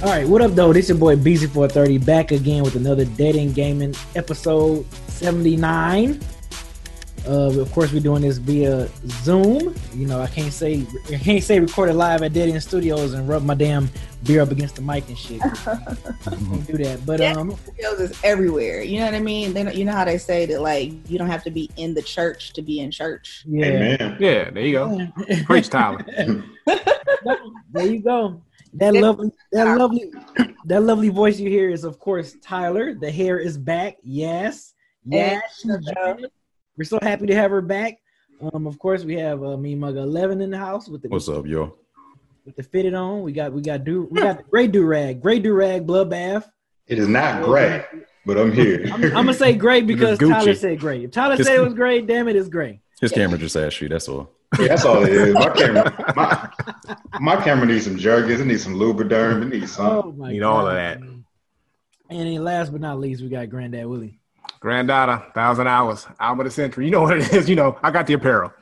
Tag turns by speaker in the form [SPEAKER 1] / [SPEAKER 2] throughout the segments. [SPEAKER 1] All right, what up, though? This your boy BZ430 back again with another Dead End Gaming episode 79. Uh, of course, we're doing this via Zoom. You know, I can't say I can't say recorded live at Dead End Studios and rub my damn beer up against the mic and shit. can't do that, but
[SPEAKER 2] Yeah.
[SPEAKER 1] um,
[SPEAKER 2] Studios is everywhere. You know what I mean? They don't, you know how they say that like you don't have to be in the church to be in church.
[SPEAKER 1] yeah.
[SPEAKER 3] Yeah, there you go. Preach, Tyler.
[SPEAKER 1] There you go. That
[SPEAKER 2] Six
[SPEAKER 1] lovely, that
[SPEAKER 2] hours.
[SPEAKER 1] lovely, that lovely voice you hear is, of course, Tyler. The hair is back. Yes, yes. she
[SPEAKER 2] And, uh,
[SPEAKER 1] joined. We're so happy to have her back. Um, of course, we have uh, me mug eleven in the house with the
[SPEAKER 4] What's up, yo?
[SPEAKER 1] with the fitted on. We got we got do we got the gray do rag, gray do rag bloodbath.
[SPEAKER 5] It is not gray, but I'm here.
[SPEAKER 1] I'm, I'm gonna say gray because
[SPEAKER 4] Gucci.
[SPEAKER 1] Tyler said gray. If Tyler said it was gray, damn it, it's gray.
[SPEAKER 4] His camera just asked you. That's all.
[SPEAKER 5] Yeah, that's all it is. My camera, my, my camera needs some jerkins. It needs some Lubriderm. It needs some.
[SPEAKER 1] Oh my
[SPEAKER 3] Uh, Need
[SPEAKER 1] god!
[SPEAKER 3] all of that.
[SPEAKER 1] And then last but not least, we got Granddad Willie.
[SPEAKER 3] Granddaughter, thousand hours, album of the century. You know what it is. You know, I got the apparel.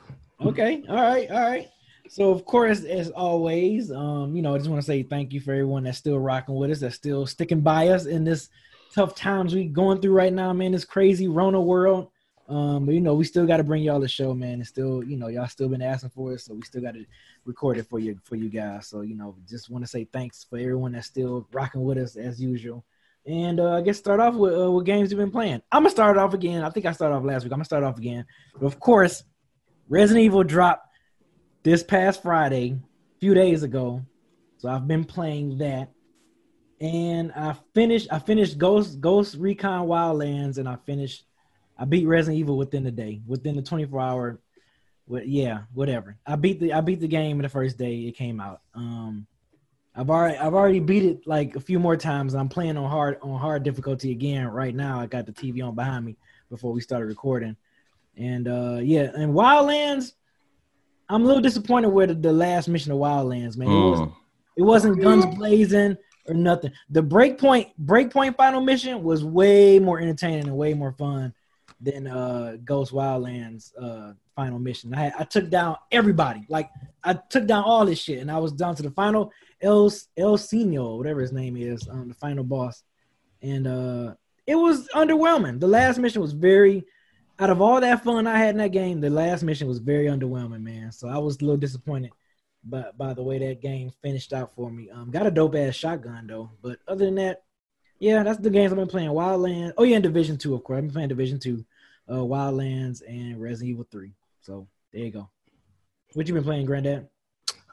[SPEAKER 1] Okay. All right. All right. So of course, as always, um, you know, I just want to say thank you for everyone that's still rocking with us, that's still sticking by us in this tough times we going through right now, man. This crazy Rona world. Um, but you know, we still got to bring y'all the show, man. And still, you know, y'all still been asking for it, so we still got to record it for you for you guys. So you know, just want to say thanks for everyone that's still rocking with us as usual. And uh, I guess start off with uh, what games you've been playing. I'm gonna start off again. I think I started off last week. I'm gonna start off again. But of course, Resident Evil dropped this past Friday, a few days ago. So I've been playing that. And I finished I finished Ghost Ghost Recon Wildlands and I finished I beat Resident Evil within the day, within the 24 hour wha- yeah, whatever. I beat the I beat the game the first day it came out. Um I've already I've already beat it like a few more times. I'm playing on hard on hard difficulty again right now. I got the TV on behind me before we started recording. And uh yeah, and Wildlands, I'm a little disappointed with the, the last mission of Wildlands, man. It, was,
[SPEAKER 4] Mm.
[SPEAKER 1] it wasn't guns blazing or nothing. The breakpoint breakpoint final mission was way more entertaining and way more fun than uh Ghost Wildlands uh final mission. I I took down everybody. Like I took down all this shit and I was down to the final El El Senior, whatever his name is, um the final boss. And uh it was underwhelming. The last mission was very out of all that fun I had in that game, the last mission was very underwhelming, man. So I was a little disappointed by by the way that game finished out for me. Um, got a dope ass shotgun though. But other than that, yeah, that's the games I've been playing. Wildlands. Oh yeah, and Division Two, of course. I've been playing Division Two, uh, Wildlands, and Resident Evil Three. So there you go. What you been playing, Granddad?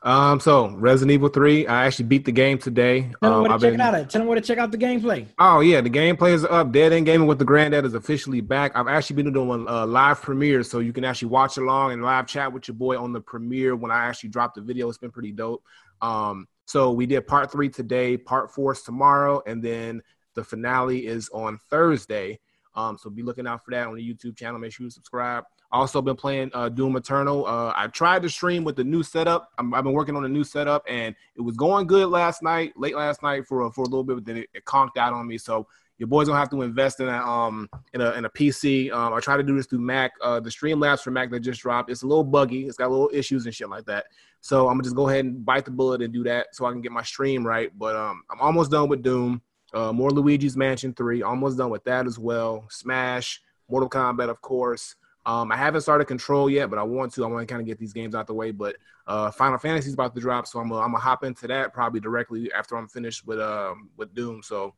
[SPEAKER 3] Um, so Resident Evil Three, I actually beat the game today.
[SPEAKER 1] Tell them
[SPEAKER 3] Um,
[SPEAKER 1] where
[SPEAKER 3] I've
[SPEAKER 1] to check
[SPEAKER 3] been-
[SPEAKER 1] it out at. Tell them where to check out the gameplay.
[SPEAKER 3] Oh yeah, the gameplay is up. Dead End Gaming with the Granddad is officially back. I've actually been doing uh, live premieres, so you can actually watch along and live chat with your boy on the premiere when I actually drop the video. It's been pretty dope. Um, so we did part three today, part four is tomorrow, and then the finale is on Thursday. Um, so be looking out for that on the YouTube channel. Make sure you subscribe. Also been playing uh, Doom Eternal. Uh, I tried to stream with the new setup. i I've been working on a new setup, and it was going good last night, late last night for a, for a little bit, but then it, it conked out on me. So your boys gonna have to invest in a um in a in a PC. Um, I try to do this through Mac. Uh, the Streamlabs for Mac that just dropped. It's a little buggy. It's got little issues and shit like that. So I'm gonna just go ahead and bite the bullet and do that so I can get my stream right. But um, I'm almost done with Doom. Uh, more Luigi's Mansion 3. Almost done with that as well. Smash, Mortal Kombat, of course. Um, I haven't started Control yet, but I want to. I want to kind of get these games out the way. But uh, Final Fantasy's about to drop, so I'm gonna I'm gonna hop into that probably directly after I'm finished with um with Doom. So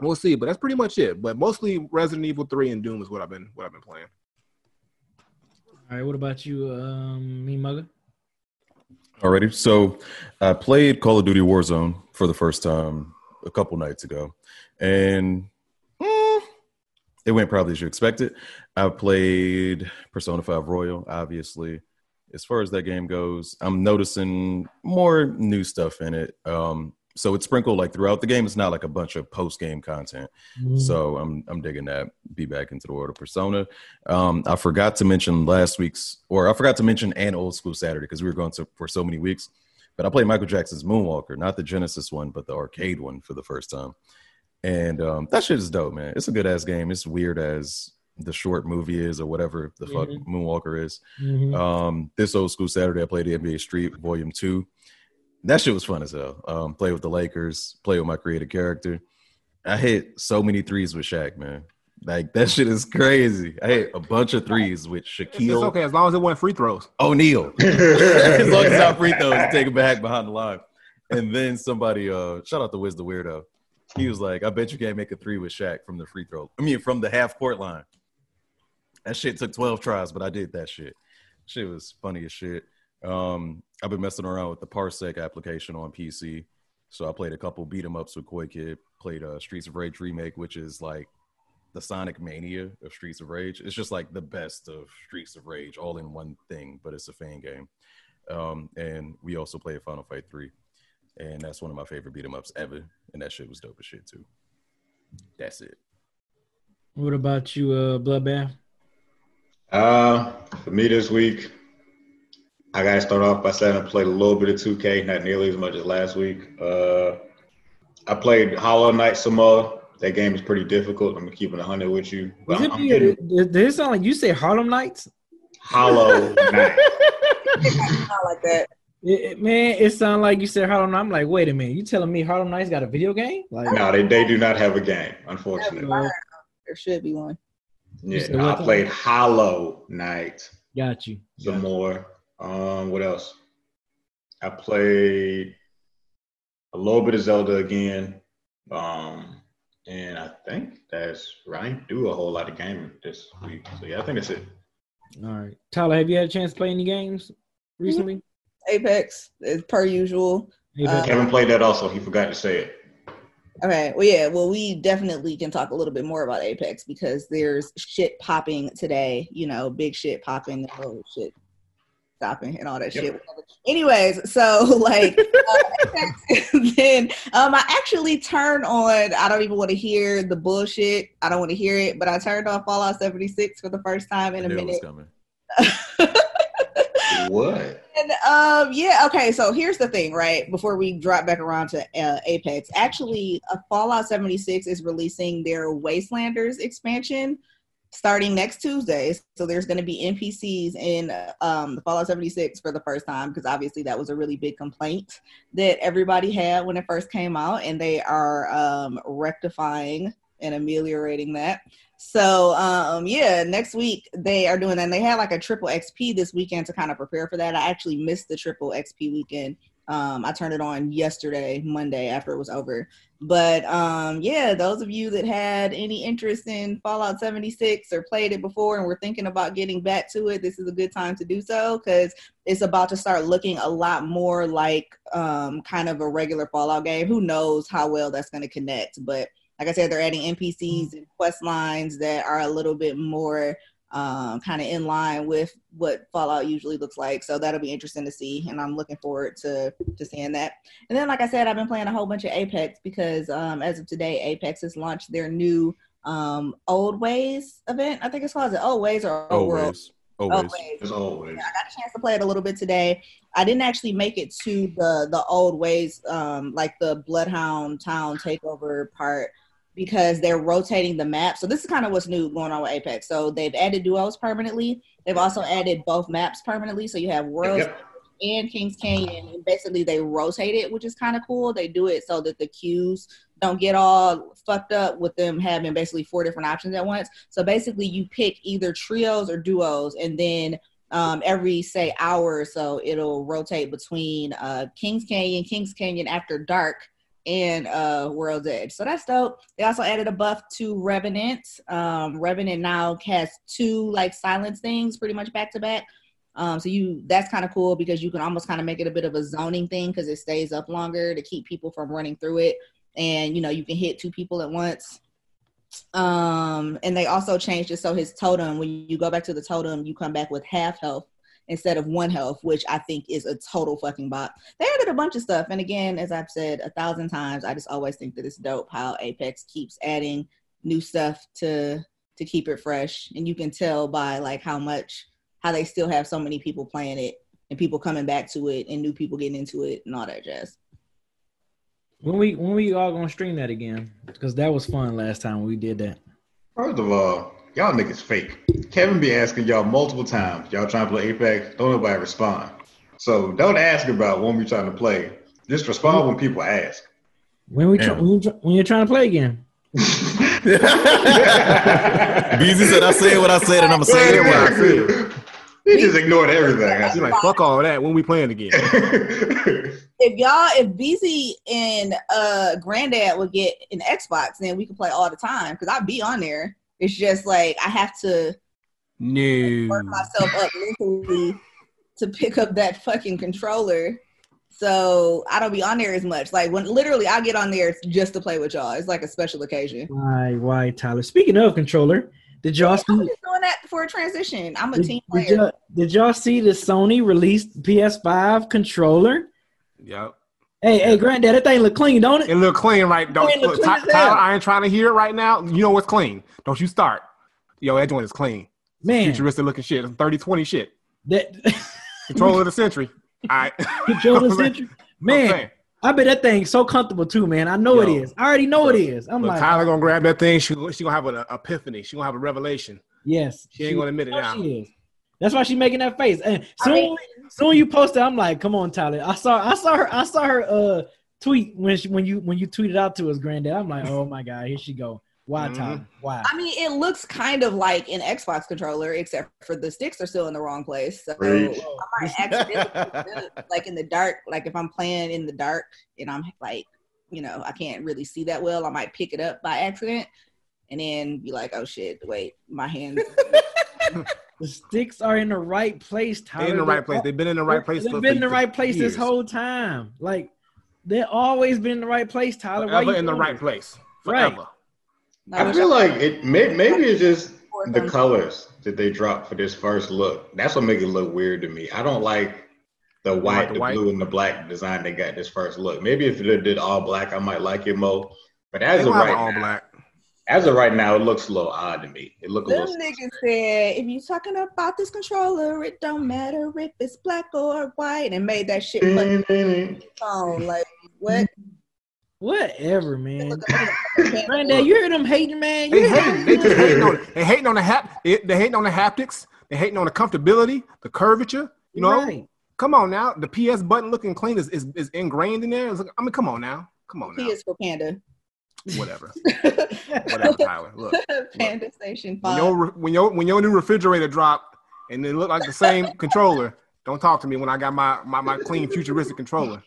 [SPEAKER 3] we'll see. But that's pretty much it. But mostly Resident Evil 3 and Doom is what I've been what I've been playing.
[SPEAKER 1] All right, what about you, um, me mugger?
[SPEAKER 4] Alrighty. So I played Call of Duty Warzone for the first time a couple nights ago, and mm, it went probably as you expected. I played Persona 5 Royal, obviously. As far as that game goes, I'm noticing more new stuff in it. Um, so it's sprinkled like throughout the game. It's not like a bunch of post game content.
[SPEAKER 1] Mm-hmm.
[SPEAKER 4] Mm-hmm. So I'm I'm digging that. Be back into the world of Persona. Um, I forgot to mention last week's, or I forgot to mention an old school Saturday because we were going to for so many weeks. But I played Michael Jackson's Moonwalker, not the Genesis one, but the arcade one for the first time. And um, that shit is dope, man. It's a good ass game. It's weird as the short movie is, or whatever the fuck
[SPEAKER 1] Mhm.
[SPEAKER 4] Moonwalker is.
[SPEAKER 1] Mhm.
[SPEAKER 4] Um, this old school Saturday, I played NBA Street Volume Two. That shit was fun as hell. Um, play with the Lakers, play with my creative character. I hit so many threes with Shaq, man. Like that shit is crazy. I hit a bunch of threes with
[SPEAKER 3] It's, it's
[SPEAKER 4] Shaquille
[SPEAKER 3] okay as long as it wasn't free throws.
[SPEAKER 4] O'Neal. as long as our free throws take it back behind the line. And then somebody, uh, shout out to Wiz the Weirdo. He was like, I bet you can't make a three with Shaq from the free throw. I mean, from the half court line. That shit took 12 tries, but I did that shit. Shit was funny as shit. Um, I've been messing around with the Parsec application on PC. So I played a couple beat 'em ups with Koi Kid, played uh, Streets of Rage Remake, which is like the Sonic Mania of Streets of Rage. It's just like the best of Streets of Rage all in one thing, but it's a fan game. Um, and we also played Final Fight 3. And that's one of my favorite beat 'em ups ever. And that shit was dope as shit too. That's it.
[SPEAKER 1] What about you, uh, Bloodbath?
[SPEAKER 5] Uh, for me this week, I gotta start off by saying I played a little bit of 2K, not nearly as much as last week. Uh, I played Hollow Knight some more. That game is pretty difficult. I'm keeping a hundred with you.
[SPEAKER 1] Is
[SPEAKER 5] But I'm,
[SPEAKER 1] it
[SPEAKER 5] I'm
[SPEAKER 1] weird?
[SPEAKER 5] getting
[SPEAKER 1] Did, did it sound like you said Harlem Nights?
[SPEAKER 5] Hollow Knight.
[SPEAKER 2] Not like that.
[SPEAKER 1] It- it- man, it sounded like you said Harlem. Nights. I'm like, wait a minute, you telling me Harlem Nights got a video game? Like,
[SPEAKER 5] No, they, they do not have a game,
[SPEAKER 1] you
[SPEAKER 5] unfortunately.
[SPEAKER 1] know,
[SPEAKER 2] There should be one.
[SPEAKER 5] Yeah,
[SPEAKER 1] said what
[SPEAKER 5] I
[SPEAKER 1] time?
[SPEAKER 5] played Hollow Knight
[SPEAKER 1] got you.
[SPEAKER 5] some more. Um, what else? I played a little bit of Zelda again. Um, and I think that's right. I didn't do a whole lot of gaming this week. So yeah, I think that's it.
[SPEAKER 1] All right, Tyler, have you had a chance to play any games
[SPEAKER 2] Mm-hmm.
[SPEAKER 1] recently?
[SPEAKER 2] Apex, as per usual. Uh,
[SPEAKER 1] Hey,
[SPEAKER 5] Kevin played that also. He forgot to say it.
[SPEAKER 2] Okay. Well, yeah. Well, we definitely can talk a little bit more about Apex because there's shit popping today. You know, big shit popping, and little shit stopping, and all that
[SPEAKER 5] Yep.
[SPEAKER 2] shit. Anyways, so like, uh, Apex, then um, I actually turned on. I don't even want to hear the bullshit. I don't want to hear it. But I turned on Fallout 76 for the first time in
[SPEAKER 4] I
[SPEAKER 2] a
[SPEAKER 4] knew it was
[SPEAKER 2] minute.
[SPEAKER 4] coming.
[SPEAKER 5] What?
[SPEAKER 2] And um, yeah, okay. So here's the thing, right? Before we drop back around to uh, Apex, actually, uh, Fallout 76 is releasing their Wastelanders expansion starting next Tuesday. So there's going to be NPCs in uh, um, the Fallout 76 for the first time because obviously that was a really big complaint that everybody had when it first came out, and they are um, rectifying and ameliorating that. So um yeah, next week they are doing that. And they had like a triple XP this weekend to kind of prepare for that. I actually missed the triple XP weekend. Um I turned it on yesterday, Monday after it was over. But um yeah, those of you that had any interest in Fallout 76 or played it before and were thinking about getting back to it, this is a good time to do so cuz it's about to start looking a lot more like um kind of a regular Fallout game. Who knows how well that's going to connect, but like I said, they're adding NPCs and quest lines that are a little bit more um, kind of in line with what Fallout usually looks like. So that'll be interesting to see, and I'm looking forward to to seeing that. And then, like I said, I've been playing a whole bunch of Apex because um, as of today, Apex has launched their new um, Old Ways event. I think it's called is it Old Ways or Old World.
[SPEAKER 4] Always. Always.
[SPEAKER 2] Old Ways
[SPEAKER 5] As always.
[SPEAKER 2] got a chance to play it a little bit today. I didn't actually make it to the the old ways, um, like the Bloodhound Town takeover part, because they're rotating the map. So this is kind of what's new going on with Apex. So they've added duos permanently. They've also added both maps permanently. So you have worlds
[SPEAKER 5] Yep.
[SPEAKER 2] and Kings Canyon, and basically they rotate it, which is kind of cool. They do it so that the queues don't get all fucked up with them having basically four different options at once. So basically, you pick either trios or duos, and then um, every say hour or so, it'll rotate between uh, Kings Canyon, Kings Canyon after dark. And uh, World's Edge, so that's dope. They also added a buff to Revenant. Um, Revenant now casts two like silence things, pretty much back to back. Um, so you that's kind of cool because you can almost kind of make it a bit of a zoning thing because it stays up longer to keep people from running through it, and you know you can hit two people at once. Um, and they also changed it so his totem, when you go back to the totem, you come back with half health instead of one health, which I think is a total fucking bot. They added a bunch of stuff, and again, as I've said a thousand times, I just always think that it's dope how Apex keeps adding new stuff to to keep it fresh, and you can tell by like how much how they still have so many people playing it and people coming back to it and new people getting into it and all that jazz.
[SPEAKER 1] when we when we all gonna stream that again? Because that was fun last time we did that.
[SPEAKER 5] First of all, y'all niggas fake. Kevin be asking y'all multiple times. Y'all trying to play Apex, don't nobody respond. So don't ask about when we trying to play. Just respond when people ask.
[SPEAKER 1] When we tr-
[SPEAKER 4] Damn.
[SPEAKER 1] when, you tr- when you're trying to play again.
[SPEAKER 4] Beezy said, I said what I said, and I'm going to say it anyway.
[SPEAKER 5] Exactly. He just ignored everything. I
[SPEAKER 3] She's like, fuck all that. When we playing again?
[SPEAKER 5] said.
[SPEAKER 2] If y'all, if BZ and uh Granddad would get an Xbox, then we could play all the time because I'd be on there. It's just like I have to
[SPEAKER 3] No.
[SPEAKER 2] work myself up mentally to pick up that fucking controller. So I don't be on there as much. Like when literally I get on there just to play with y'all. It's like a special occasion.
[SPEAKER 1] Why, why, Tyler? Speaking of controller, did y'all
[SPEAKER 2] I'm
[SPEAKER 1] see?
[SPEAKER 2] just doing that for a transition. I'm a
[SPEAKER 1] Did,
[SPEAKER 2] team
[SPEAKER 1] did
[SPEAKER 2] player.
[SPEAKER 1] y'all, did y'all see that Sony released PS5 controller?
[SPEAKER 3] Yep.
[SPEAKER 1] Hey, hey, granddad, that thing look clean, don't it?
[SPEAKER 3] It look clean right now.
[SPEAKER 1] It look
[SPEAKER 3] Look,
[SPEAKER 1] clean
[SPEAKER 3] Ty-
[SPEAKER 1] as hell.
[SPEAKER 3] Tyler, I ain't trying to hear it right now. You know what's clean. Don't you start. Yo, that joint is clean.
[SPEAKER 1] Man,
[SPEAKER 3] Futuristic looking shit. 3020 shit.
[SPEAKER 1] that
[SPEAKER 3] Control of the century. All right.
[SPEAKER 1] controller centric.
[SPEAKER 3] I'm
[SPEAKER 1] Man,
[SPEAKER 3] saying.
[SPEAKER 1] I bet that thing's so comfortable too, man. I know
[SPEAKER 3] Yo.
[SPEAKER 1] it is. I already know it is. I'm
[SPEAKER 3] Look,
[SPEAKER 1] like,
[SPEAKER 3] Tyler gonna grab that thing. She, she gonna have an uh, epiphany. She gonna have a revelation.
[SPEAKER 1] yes,
[SPEAKER 3] She ain't gonna admit it
[SPEAKER 1] knows
[SPEAKER 3] now.
[SPEAKER 1] she oh, is. That's why she's making that face. And soon,
[SPEAKER 2] I mean-
[SPEAKER 1] soon you post it, I'm like, come on, Tyler. I saw, I saw her, I saw her uh tweet when she, when you when you tweeted out to us, granddad. I'm like, oh my god, here she go. Why,
[SPEAKER 3] Mhm.
[SPEAKER 1] Tyler? Why?
[SPEAKER 2] I mean, it looks kind of like an Xbox controller, except for the sticks are still in the wrong place. So
[SPEAKER 5] Preach.
[SPEAKER 2] I might accidentally do it, like in the dark. Like if I'm playing in the dark and I'm like, you know, I can't really see that well, I might pick it up by accident and then be like, oh shit, wait, my hand.
[SPEAKER 1] The sticks are in the right place, Tyler.
[SPEAKER 3] They in the
[SPEAKER 1] They're
[SPEAKER 3] right place.
[SPEAKER 1] all-
[SPEAKER 3] They've been in the right place.
[SPEAKER 1] They've
[SPEAKER 3] for-
[SPEAKER 1] been in
[SPEAKER 3] for-
[SPEAKER 1] the
[SPEAKER 3] for
[SPEAKER 1] right place
[SPEAKER 3] years.
[SPEAKER 1] this whole time. Like they've always been in the right place, Tyler. Why
[SPEAKER 3] Forever
[SPEAKER 1] you
[SPEAKER 3] in the
[SPEAKER 1] doing
[SPEAKER 3] right
[SPEAKER 1] it?
[SPEAKER 3] place.
[SPEAKER 1] Right.
[SPEAKER 3] Forever.
[SPEAKER 5] I feel like it. May, maybe it's just
[SPEAKER 2] Fourth
[SPEAKER 5] the
[SPEAKER 2] on-
[SPEAKER 5] colors that they dropped for this first look. That's what make it look weird to me. I don't like the
[SPEAKER 3] like
[SPEAKER 5] white,
[SPEAKER 3] the
[SPEAKER 5] the,
[SPEAKER 3] white?
[SPEAKER 5] blue, and the black design they got this first look. Maybe if they did all black, I might like it more. But
[SPEAKER 3] They
[SPEAKER 5] as of
[SPEAKER 3] gonna have
[SPEAKER 5] right
[SPEAKER 3] an all
[SPEAKER 5] now,
[SPEAKER 3] black.
[SPEAKER 5] as of right now, it looks a little odd to me. It looks a
[SPEAKER 2] Them
[SPEAKER 5] little.
[SPEAKER 2] niggas said, if you talking about this controller, it don't matter if it's black or white, and made that shit play
[SPEAKER 5] Mm.
[SPEAKER 2] on
[SPEAKER 5] Granddad,
[SPEAKER 2] the phone. Like what?
[SPEAKER 1] Whatever, man.
[SPEAKER 2] Look at that.
[SPEAKER 1] Granddad, you hear them hating, man. You
[SPEAKER 3] They
[SPEAKER 1] hear them
[SPEAKER 3] hating. They just hating on. They hating on the hap. They they hating on the haptics. They hating on the comfortability, the curvature. You know,
[SPEAKER 1] Right.
[SPEAKER 3] come on now. The PS button looking clean is is, is ingrained in there. It's like- I mean, come on now. Come on
[SPEAKER 2] P
[SPEAKER 3] now.
[SPEAKER 2] is for Panda.
[SPEAKER 3] Whatever. Whatever, Tyler. Look,
[SPEAKER 2] Panda Station
[SPEAKER 3] when
[SPEAKER 2] 5.
[SPEAKER 3] your re- when your when your new refrigerator drop and it look like the same controller. Don't talk to me when I got my my, my clean futuristic controller.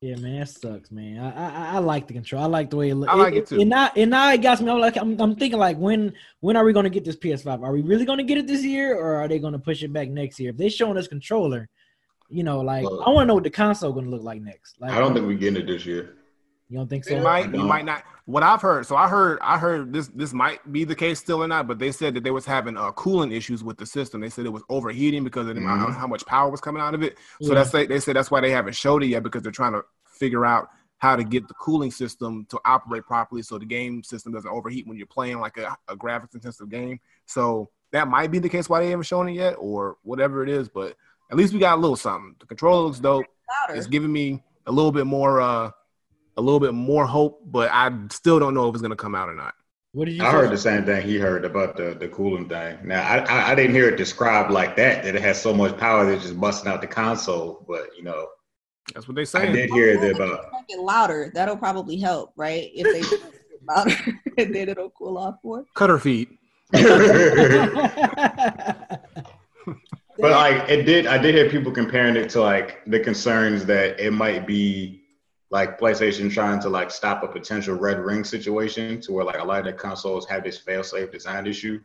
[SPEAKER 1] Yeah, man, that sucks, man. I, I I like the control. I like the way it looks.
[SPEAKER 3] I like it too.
[SPEAKER 1] And now and now it got me. I'm like, I'm, I'm thinking like, when when are we gonna get this PS5? Are we really gonna get it this year, or are they gonna push it back next year? If they're showing us controller, you know, like
[SPEAKER 5] Well-
[SPEAKER 1] I want to know what the console gonna look like next. Like,
[SPEAKER 5] I don't think we're getting it this year.
[SPEAKER 1] you don't think so.
[SPEAKER 3] It might, it
[SPEAKER 5] No.
[SPEAKER 3] might not. What I've heard, so I heard, I heard this this might be the case still or not, but they said that they was having uh, cooling issues with the system. They said it was overheating because of the amount
[SPEAKER 5] Mhm.
[SPEAKER 3] how much power was coming out of it. So
[SPEAKER 1] Yeah.
[SPEAKER 3] that's they, they said that's why they haven't showed it yet because they're trying to figure out how to get the cooling system to operate properly so the game system doesn't overheat when you're playing like a, a graphics intensive game. So that might be the case why they haven't shown it yet or whatever it is, but at least we got a little something. The controller looks dope it's
[SPEAKER 2] Louder.
[SPEAKER 3] giving me a little bit more uh a little bit more hope but i still don't know if it's gonna come out or not
[SPEAKER 1] What did you?
[SPEAKER 5] I
[SPEAKER 1] say?
[SPEAKER 5] heard the same thing he heard about the, the cooling thing. Now I, I I didn't hear it described like that that it has so much power that it's just busting out the console. But you know,
[SPEAKER 3] that's what they
[SPEAKER 5] I
[SPEAKER 3] saying
[SPEAKER 5] did hear
[SPEAKER 2] Make
[SPEAKER 5] that about
[SPEAKER 2] it louder. That'll probably help, right? If they make it louder, and then it'll cool off more.
[SPEAKER 3] cutter feet
[SPEAKER 5] but
[SPEAKER 1] but
[SPEAKER 5] like it did I did hear people comparing it to like the concerns that it might be like PlayStation trying to like stop a potential red ring situation to where like a lot of the consoles have this fail safe design issue.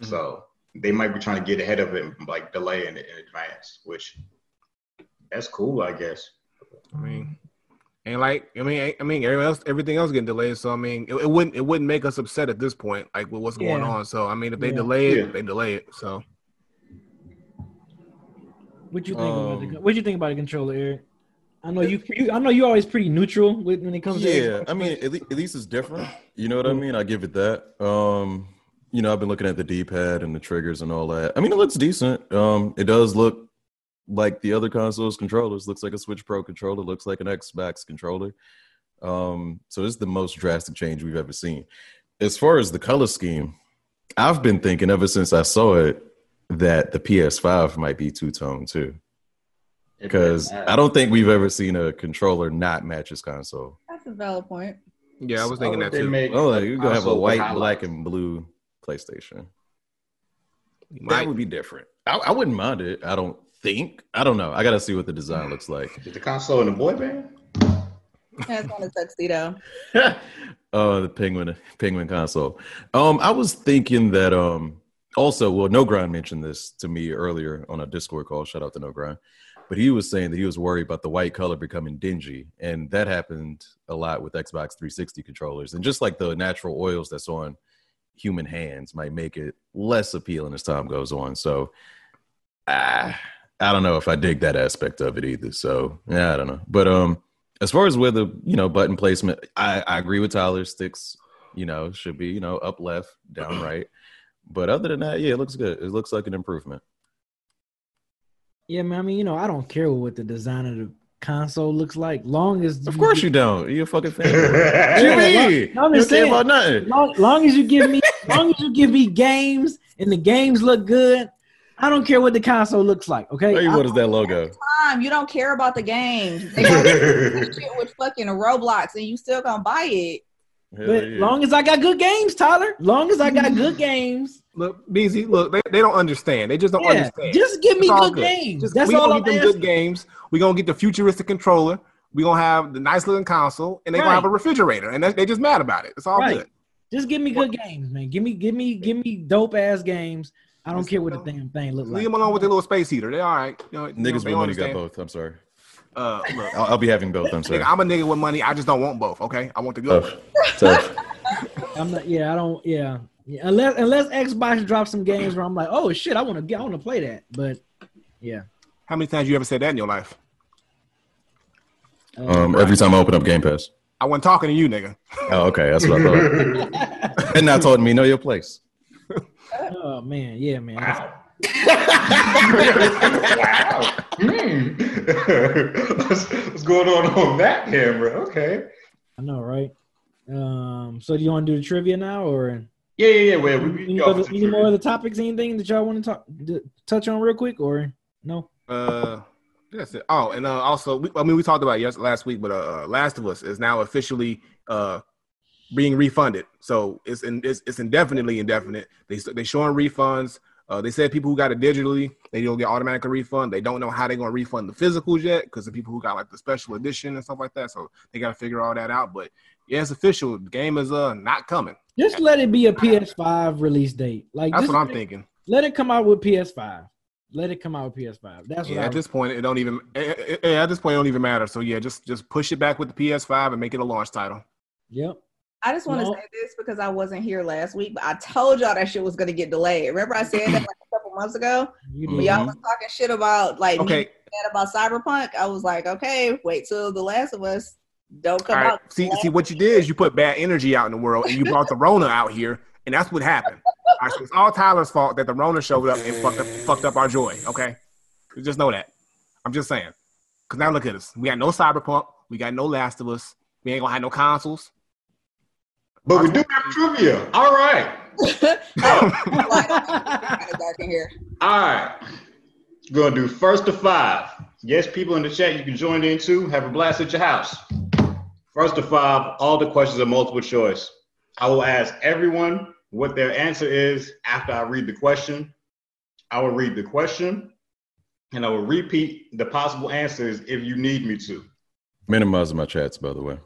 [SPEAKER 5] So they might be trying to get ahead of it and like delaying it in advance, which that's cool, I guess.
[SPEAKER 3] i mean and like i mean I- i mean everyone else everything else getting delayed so i mean it, it wouldn't it wouldn't make us upset at this point like with what's going
[SPEAKER 1] Yeah.
[SPEAKER 3] on so i mean if they
[SPEAKER 1] Yeah.
[SPEAKER 3] delay it
[SPEAKER 5] Yeah.
[SPEAKER 3] they delay it so
[SPEAKER 1] what you think about the
[SPEAKER 4] Um,
[SPEAKER 1] con- what you think about the controller, Eric? I know you, you. I know you always pretty neutral with, when it comes to
[SPEAKER 4] yeah, I mean, at, le- at least it's different. You know what I mean? I give it that. Um, you know, I've been looking at the D-pad and the triggers and all that. I mean, it looks decent. Um, it does look like the other consoles' controllers. Looks like a Switch Pro controller. Looks like an Xbox controller. Um, so this is the most drastic change we've ever seen. As far as the color scheme, I've been thinking ever since I saw it that the PS5 might be two tone too. because I don't think we've ever seen a controller not match its console.
[SPEAKER 2] That's a valid point.
[SPEAKER 3] Yeah, I was
[SPEAKER 5] So
[SPEAKER 3] thinking
[SPEAKER 5] if
[SPEAKER 3] that
[SPEAKER 5] they
[SPEAKER 3] too.
[SPEAKER 5] make
[SPEAKER 4] Oh,
[SPEAKER 5] a
[SPEAKER 4] like, you're gonna have a
[SPEAKER 5] console with
[SPEAKER 4] white,
[SPEAKER 5] highlights.
[SPEAKER 4] black, and blue PlayStation.
[SPEAKER 3] You
[SPEAKER 4] That
[SPEAKER 3] might-
[SPEAKER 4] would be different. I, I wouldn't mind it. I don't think. I don't know. I gotta see what the design looks like.
[SPEAKER 5] Is the console in the boy band?
[SPEAKER 2] That's on a tuxedo.
[SPEAKER 4] Oh, the penguin penguin console. Um, I was thinking that um also well No Grind mentioned this to me earlier on a Discord call. Shout out to No Grind. But he was saying that he was worried about the white color becoming dingy. And that happened a lot with Xbox 360 controllers. And just like the natural oils that's on human hands might make it less appealing as time goes on. So ah, I don't know if I dig that aspect of it either. So yeah, I don't know. But um as far as where the you know button placement, I, I agree with Tyler. Sticks, you know, should be you know up left, down right. But other than that, yeah, it looks good. It looks like an improvement.
[SPEAKER 1] Yeah, man. I mean, you know, I don't care what the design of the console looks like, long as
[SPEAKER 4] Of course you don't. You a fucking fan.
[SPEAKER 1] Yeah,
[SPEAKER 4] What you
[SPEAKER 1] well, I'm
[SPEAKER 4] mean? you
[SPEAKER 1] just
[SPEAKER 4] don't care
[SPEAKER 1] saying.
[SPEAKER 4] about nothing.
[SPEAKER 1] long, long as you give me long as you give me games and the games look good, I don't care what the console looks like. Okay,
[SPEAKER 3] Oh,
[SPEAKER 4] Hey,
[SPEAKER 1] I-
[SPEAKER 4] what is that logo?
[SPEAKER 2] Mom, you don't care about the games. They got this shit with fucking Roblox, and you still gonna buy it.
[SPEAKER 1] but long as I got good games, Tyler. Long as I
[SPEAKER 3] Mm-hmm.
[SPEAKER 1] got good games,
[SPEAKER 3] Look, BZ, look, they, they don't understand. They just don't
[SPEAKER 1] yeah,
[SPEAKER 3] understand.
[SPEAKER 1] just give me
[SPEAKER 3] It's all
[SPEAKER 1] good,
[SPEAKER 3] good.
[SPEAKER 1] games.
[SPEAKER 3] Just-
[SPEAKER 1] That's
[SPEAKER 3] we
[SPEAKER 1] all
[SPEAKER 3] gonna
[SPEAKER 1] I'm
[SPEAKER 3] get them
[SPEAKER 1] asking.
[SPEAKER 3] good games. We're gonna get the futuristic controller. We're gonna have the nice little console, and they're
[SPEAKER 1] Right.
[SPEAKER 3] gonna have a refrigerator, and that, they just mad about it. It's all
[SPEAKER 1] Right.
[SPEAKER 3] good.
[SPEAKER 1] Just give me good games, man. Give me, give me, give me dope ass games. I don't
[SPEAKER 3] Just
[SPEAKER 1] care what the
[SPEAKER 3] leave
[SPEAKER 1] damn thing look
[SPEAKER 3] Leave
[SPEAKER 1] like.
[SPEAKER 3] them alone with their little space heater. They all right. You know, you know,
[SPEAKER 4] Niggas
[SPEAKER 3] they
[SPEAKER 4] with money got
[SPEAKER 3] understand.
[SPEAKER 4] both. I'm sorry.
[SPEAKER 3] Uh, look,
[SPEAKER 4] I'll, I'll be having both. I'm sorry.
[SPEAKER 3] nigga, I'm a nigga with money. I just don't want both. Okay, I want the good.
[SPEAKER 4] Tough.
[SPEAKER 3] one.
[SPEAKER 4] Tough.
[SPEAKER 1] I'm not. Yeah, I don't. Yeah, yeah. Unless unless Xbox drops some games where I'm like, oh shit, I want to get, I want to play that. But yeah,
[SPEAKER 3] How many times you ever said that in your life?
[SPEAKER 1] uh,
[SPEAKER 4] Um, every time I open up Game Pass.
[SPEAKER 3] I wasn't talking to you, nigga.
[SPEAKER 4] Oh, okay. That's what I thought. and now told me know your place.
[SPEAKER 1] oh man, yeah, man. That's-
[SPEAKER 5] wow. Hmm. what's, what's going on on that camera? Okay.
[SPEAKER 1] I know, right? Um, so do you want to do the trivia now, or
[SPEAKER 5] Yeah, yeah, yeah. Well, we, we,
[SPEAKER 1] any,
[SPEAKER 5] y'all
[SPEAKER 1] other,
[SPEAKER 5] can
[SPEAKER 1] any more
[SPEAKER 5] contribute.
[SPEAKER 1] of the topics, anything that y'all want to talk d- touch on real quick, or no?
[SPEAKER 3] Uh, that's it. Oh, and uh, also, we, I mean, we talked about it yes last week, but uh, uh, Last of Us is now officially uh being refunded, so it's in, it's, it's indefinitely indefinite. They s- they showing refunds. Uh, they said people who got it digitally, they don't get automatic refund. They don't know how they're gonna refund the physicals yet, because the people who got like the special edition and stuff like that, so they gotta figure all that out. But yeah, it's official. The game is uh not coming.
[SPEAKER 1] Just let it be a PS5 release date. Like
[SPEAKER 3] That's
[SPEAKER 1] just
[SPEAKER 3] what I'm
[SPEAKER 1] let-
[SPEAKER 3] thinking.
[SPEAKER 1] Let it come out with PS5. Let it come out with PS5. That's what
[SPEAKER 3] Yeah,
[SPEAKER 1] I
[SPEAKER 3] at this point, it don't even. eh, eh, eh, At this point, it don't even matter. So yeah, just just push it back with the PS5 and make it a launch title.
[SPEAKER 1] Yep.
[SPEAKER 2] I just want to
[SPEAKER 1] No.
[SPEAKER 2] say this because I wasn't here last week, but I told y'all that shit was gonna get delayed. Remember I said that like a couple months ago?
[SPEAKER 1] You
[SPEAKER 4] Mm.
[SPEAKER 1] did.
[SPEAKER 2] When y'all was talking shit about like me
[SPEAKER 3] Mm-hmm. Okay,
[SPEAKER 2] mad about Cyberpunk, I was like, okay, wait till The Last of Us
[SPEAKER 3] all
[SPEAKER 2] don't come
[SPEAKER 3] right.
[SPEAKER 2] out.
[SPEAKER 3] See, see, what you did is you put bad energy out in the world, and you brought the Rona out here, and that's what happened. All right, so it's all Tyler's fault that the Rona showed up and fucked up, fucked up our joy. Okay, just know that. I'm just saying, because now look at us. We got no Cyberpunk. We got no Last of Us. We ain't gonna have no consoles.
[SPEAKER 5] But we do have trivia. All right.
[SPEAKER 2] Like, it's dark in here.
[SPEAKER 5] All right. Gonna do first to five. Yes, people in the chat, you can join in too. Have a blast at your house. First to five, all the questions are multiple choice. I will ask everyone what their answer is after I read the question. I will read the question and I will repeat the possible answers if you need me to.
[SPEAKER 4] Minimizing my chats, by the way.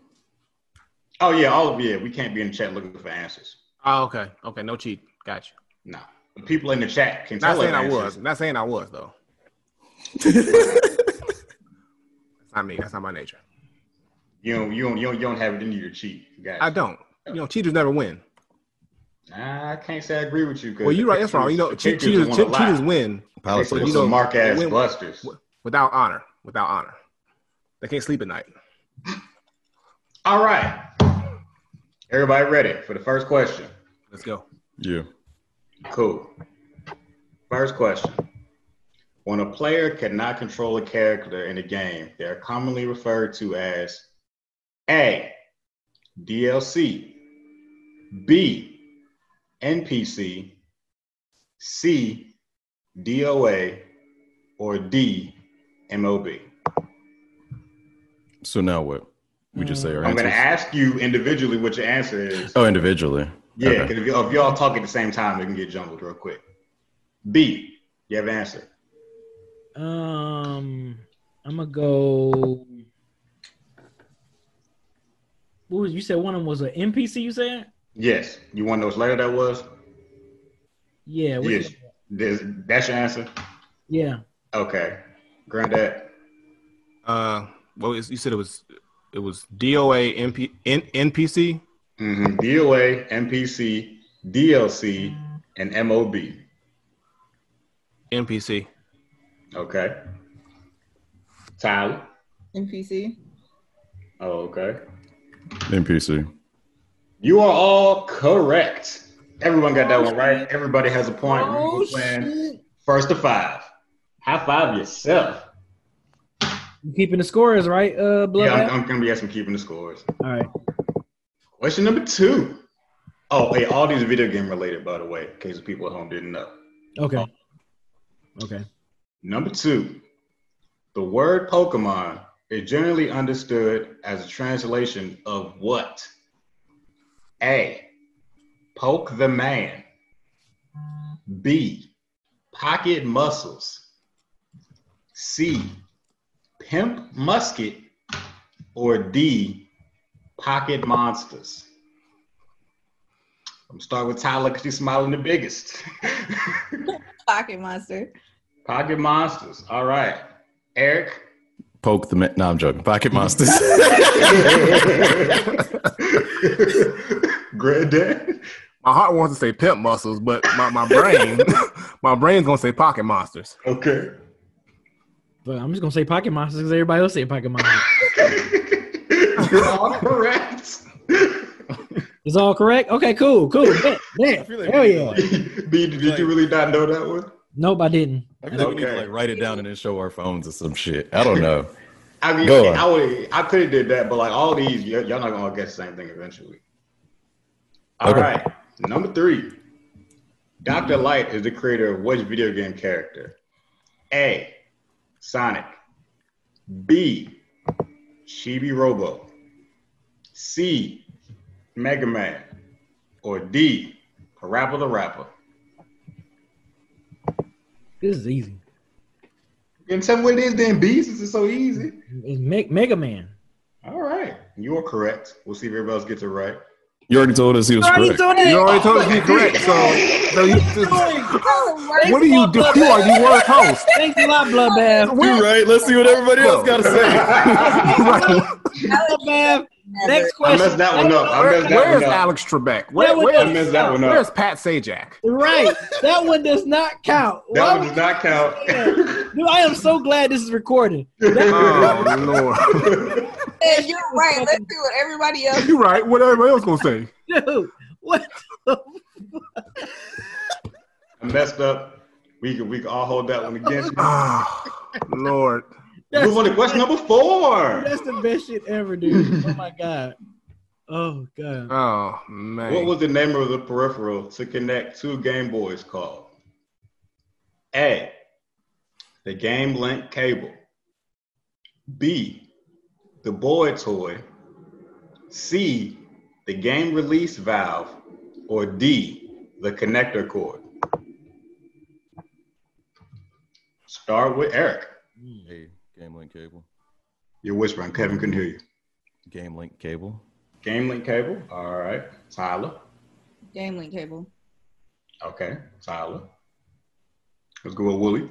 [SPEAKER 5] Oh, yeah, all of you. We can't be in the chat looking for answers.
[SPEAKER 3] Oh, okay, okay, no cheat. Gotcha.
[SPEAKER 5] No. The people in the chat can
[SPEAKER 3] Not
[SPEAKER 5] tell us.
[SPEAKER 3] saying I was.
[SPEAKER 5] answers.
[SPEAKER 3] Not saying I was though. That's not me. That's not my nature.
[SPEAKER 5] You don't, you, don't, you, don't, you don't have it in you to cheat. Gotcha.
[SPEAKER 3] I don't. You know, cheaters never win.
[SPEAKER 5] I can't say I agree with you. 'cause
[SPEAKER 3] Well, you're
[SPEAKER 5] the
[SPEAKER 3] right. That's wrong. You know,
[SPEAKER 5] the
[SPEAKER 3] che-
[SPEAKER 5] pictures
[SPEAKER 3] cheaters,
[SPEAKER 5] wanna
[SPEAKER 3] che-
[SPEAKER 5] lie.
[SPEAKER 3] cheaters win
[SPEAKER 5] They put
[SPEAKER 3] you
[SPEAKER 4] Politics.
[SPEAKER 5] some
[SPEAKER 3] know,
[SPEAKER 5] mark ass
[SPEAKER 3] when-
[SPEAKER 5] busters.
[SPEAKER 3] without honor. Without honor, they can't sleep at night.
[SPEAKER 5] All right. Everybody ready for the first question?
[SPEAKER 3] Let's go.
[SPEAKER 4] Yeah.
[SPEAKER 5] Cool. First question. When a player cannot control a character in a game, they are commonly referred to as A. DLC, B. NPC, C. DOA, or D. MOB.
[SPEAKER 4] So now what? We just say our
[SPEAKER 5] Mm, I'm
[SPEAKER 4] answers.
[SPEAKER 5] going to ask you individually what your answer is.
[SPEAKER 4] oh, individually.
[SPEAKER 5] Yeah,
[SPEAKER 4] Okay.
[SPEAKER 5] 'cause if, y'all- if y'all talk at the same time, it can get jumbled real quick. B, you have an answer.
[SPEAKER 1] Um, I'm gonna go. What was you said? One of them was an NPC. You said?
[SPEAKER 5] Yes. You want to know which letter that was?
[SPEAKER 1] Yeah. what-
[SPEAKER 5] Yes. There's, that's your answer?
[SPEAKER 1] Yeah.
[SPEAKER 5] Okay. Granddad.
[SPEAKER 3] Uh, well, it's, you said it was it was DOA MP, N, NPC.
[SPEAKER 5] hmm DOA, MPC, DLC, and MOB.
[SPEAKER 3] NPC.
[SPEAKER 5] Okay. Tyler.
[SPEAKER 2] NPC.
[SPEAKER 5] Oh, okay.
[SPEAKER 4] NPC.
[SPEAKER 5] You are all correct. Everyone got that one right. Everybody has a point.
[SPEAKER 1] Oh
[SPEAKER 5] We're playing first to five. High five yourself.
[SPEAKER 1] You keeping the scores right? Uh, blood.
[SPEAKER 5] Yeah, I'm, I'm gonna be asking keeping the scores.
[SPEAKER 1] All right.
[SPEAKER 5] Question number two. Oh, hey, all these are video game related, by the way, in case the people at home didn't know.
[SPEAKER 1] Okay. Okay.
[SPEAKER 5] Number two, the word Pokemon is generally understood as a translation of what? A. Poke the man. B. Pocket muscles. C. Pimp musket. Or D. Pocket monsters. I'm starting with Tyler because he's smiling the biggest.
[SPEAKER 2] Pocket monster.
[SPEAKER 5] Pocket monsters. All right, Eric.
[SPEAKER 4] Poke the. Ma- no, I'm joking. Pocket monsters.
[SPEAKER 5] Granddad.
[SPEAKER 3] My heart wants to say pimp muscles, but my, my brain my brain's gonna say pocket monsters.
[SPEAKER 5] Okay.
[SPEAKER 1] But I'm just gonna say pocket monsters because everybody else say pocket monsters.
[SPEAKER 5] You're all correct.
[SPEAKER 1] It's all correct. Okay. Cool. Cool. Bet, bet.
[SPEAKER 4] I feel like-
[SPEAKER 1] Hell yeah.
[SPEAKER 5] B, did you really not know that one?
[SPEAKER 1] Nope, I didn't.
[SPEAKER 4] I feel like we need to
[SPEAKER 5] Okay.
[SPEAKER 4] like write it down and then show our phones or some shit. I don't know.
[SPEAKER 5] I mean,
[SPEAKER 4] Go on.
[SPEAKER 5] I would, I could have did that, but like all these, y- y'all not gonna guess the same thing eventually. All
[SPEAKER 4] Okay.
[SPEAKER 5] right, number three. Doctor Light is the creator of which video game character? A. Sonic. B. Chibi Robo. C. Mega Man. Or D. Rapper the Rapper.
[SPEAKER 1] This is easy.
[SPEAKER 5] In some way, it is then B since it's so easy.
[SPEAKER 1] It's Me- Mega Man.
[SPEAKER 5] All right, you are correct. We'll see if everybody else gets it right.
[SPEAKER 4] You already told us he was correct.
[SPEAKER 3] You already told us you correct, so so you just, what do you do? You are you were a host.
[SPEAKER 1] Thanks a lot, Bloodbath.
[SPEAKER 4] You're right. Let's see what everybody else got to say.
[SPEAKER 3] Right.
[SPEAKER 1] Bloodbath. Next
[SPEAKER 5] I
[SPEAKER 1] question.
[SPEAKER 5] messed that one up. I messed that
[SPEAKER 3] Where's
[SPEAKER 5] one up.
[SPEAKER 3] Alex Trebek?
[SPEAKER 1] That
[SPEAKER 3] Where,
[SPEAKER 1] one
[SPEAKER 5] I
[SPEAKER 3] where's,
[SPEAKER 5] messed that one
[SPEAKER 3] where's
[SPEAKER 5] up.
[SPEAKER 3] Pat Sajak?
[SPEAKER 1] Right. That one does not count.
[SPEAKER 5] That
[SPEAKER 1] Why
[SPEAKER 5] one
[SPEAKER 1] would-
[SPEAKER 5] does not count.
[SPEAKER 1] Dude, I am so glad this is recorded.
[SPEAKER 3] Oh lord.
[SPEAKER 2] Yeah, you're right. Let's see what everybody else.
[SPEAKER 3] You're right. What everybody else gonna say?
[SPEAKER 5] Uh,
[SPEAKER 1] Dude, what? the-
[SPEAKER 5] I messed up. We can we can all hold that one against you.
[SPEAKER 3] Oh Lord.
[SPEAKER 1] That's,
[SPEAKER 5] Move on to question number four.
[SPEAKER 1] that's the best shit ever, dude. Oh my god. Oh god.
[SPEAKER 3] Oh man.
[SPEAKER 5] What was the name of the peripheral to connect two Game Boys called? A. The Game Link cable. B. The boy toy. C. The game release valve. Or D. The connector cord. Start with Eric.
[SPEAKER 4] Hey, Game Link cable.
[SPEAKER 5] You're whispering. Kevin couldn't hear you.
[SPEAKER 4] Game Link cable.
[SPEAKER 5] Game Link cable. All right. Tyler.
[SPEAKER 2] Game link cable.
[SPEAKER 5] Okay. Tyler. Let's go with Wooly.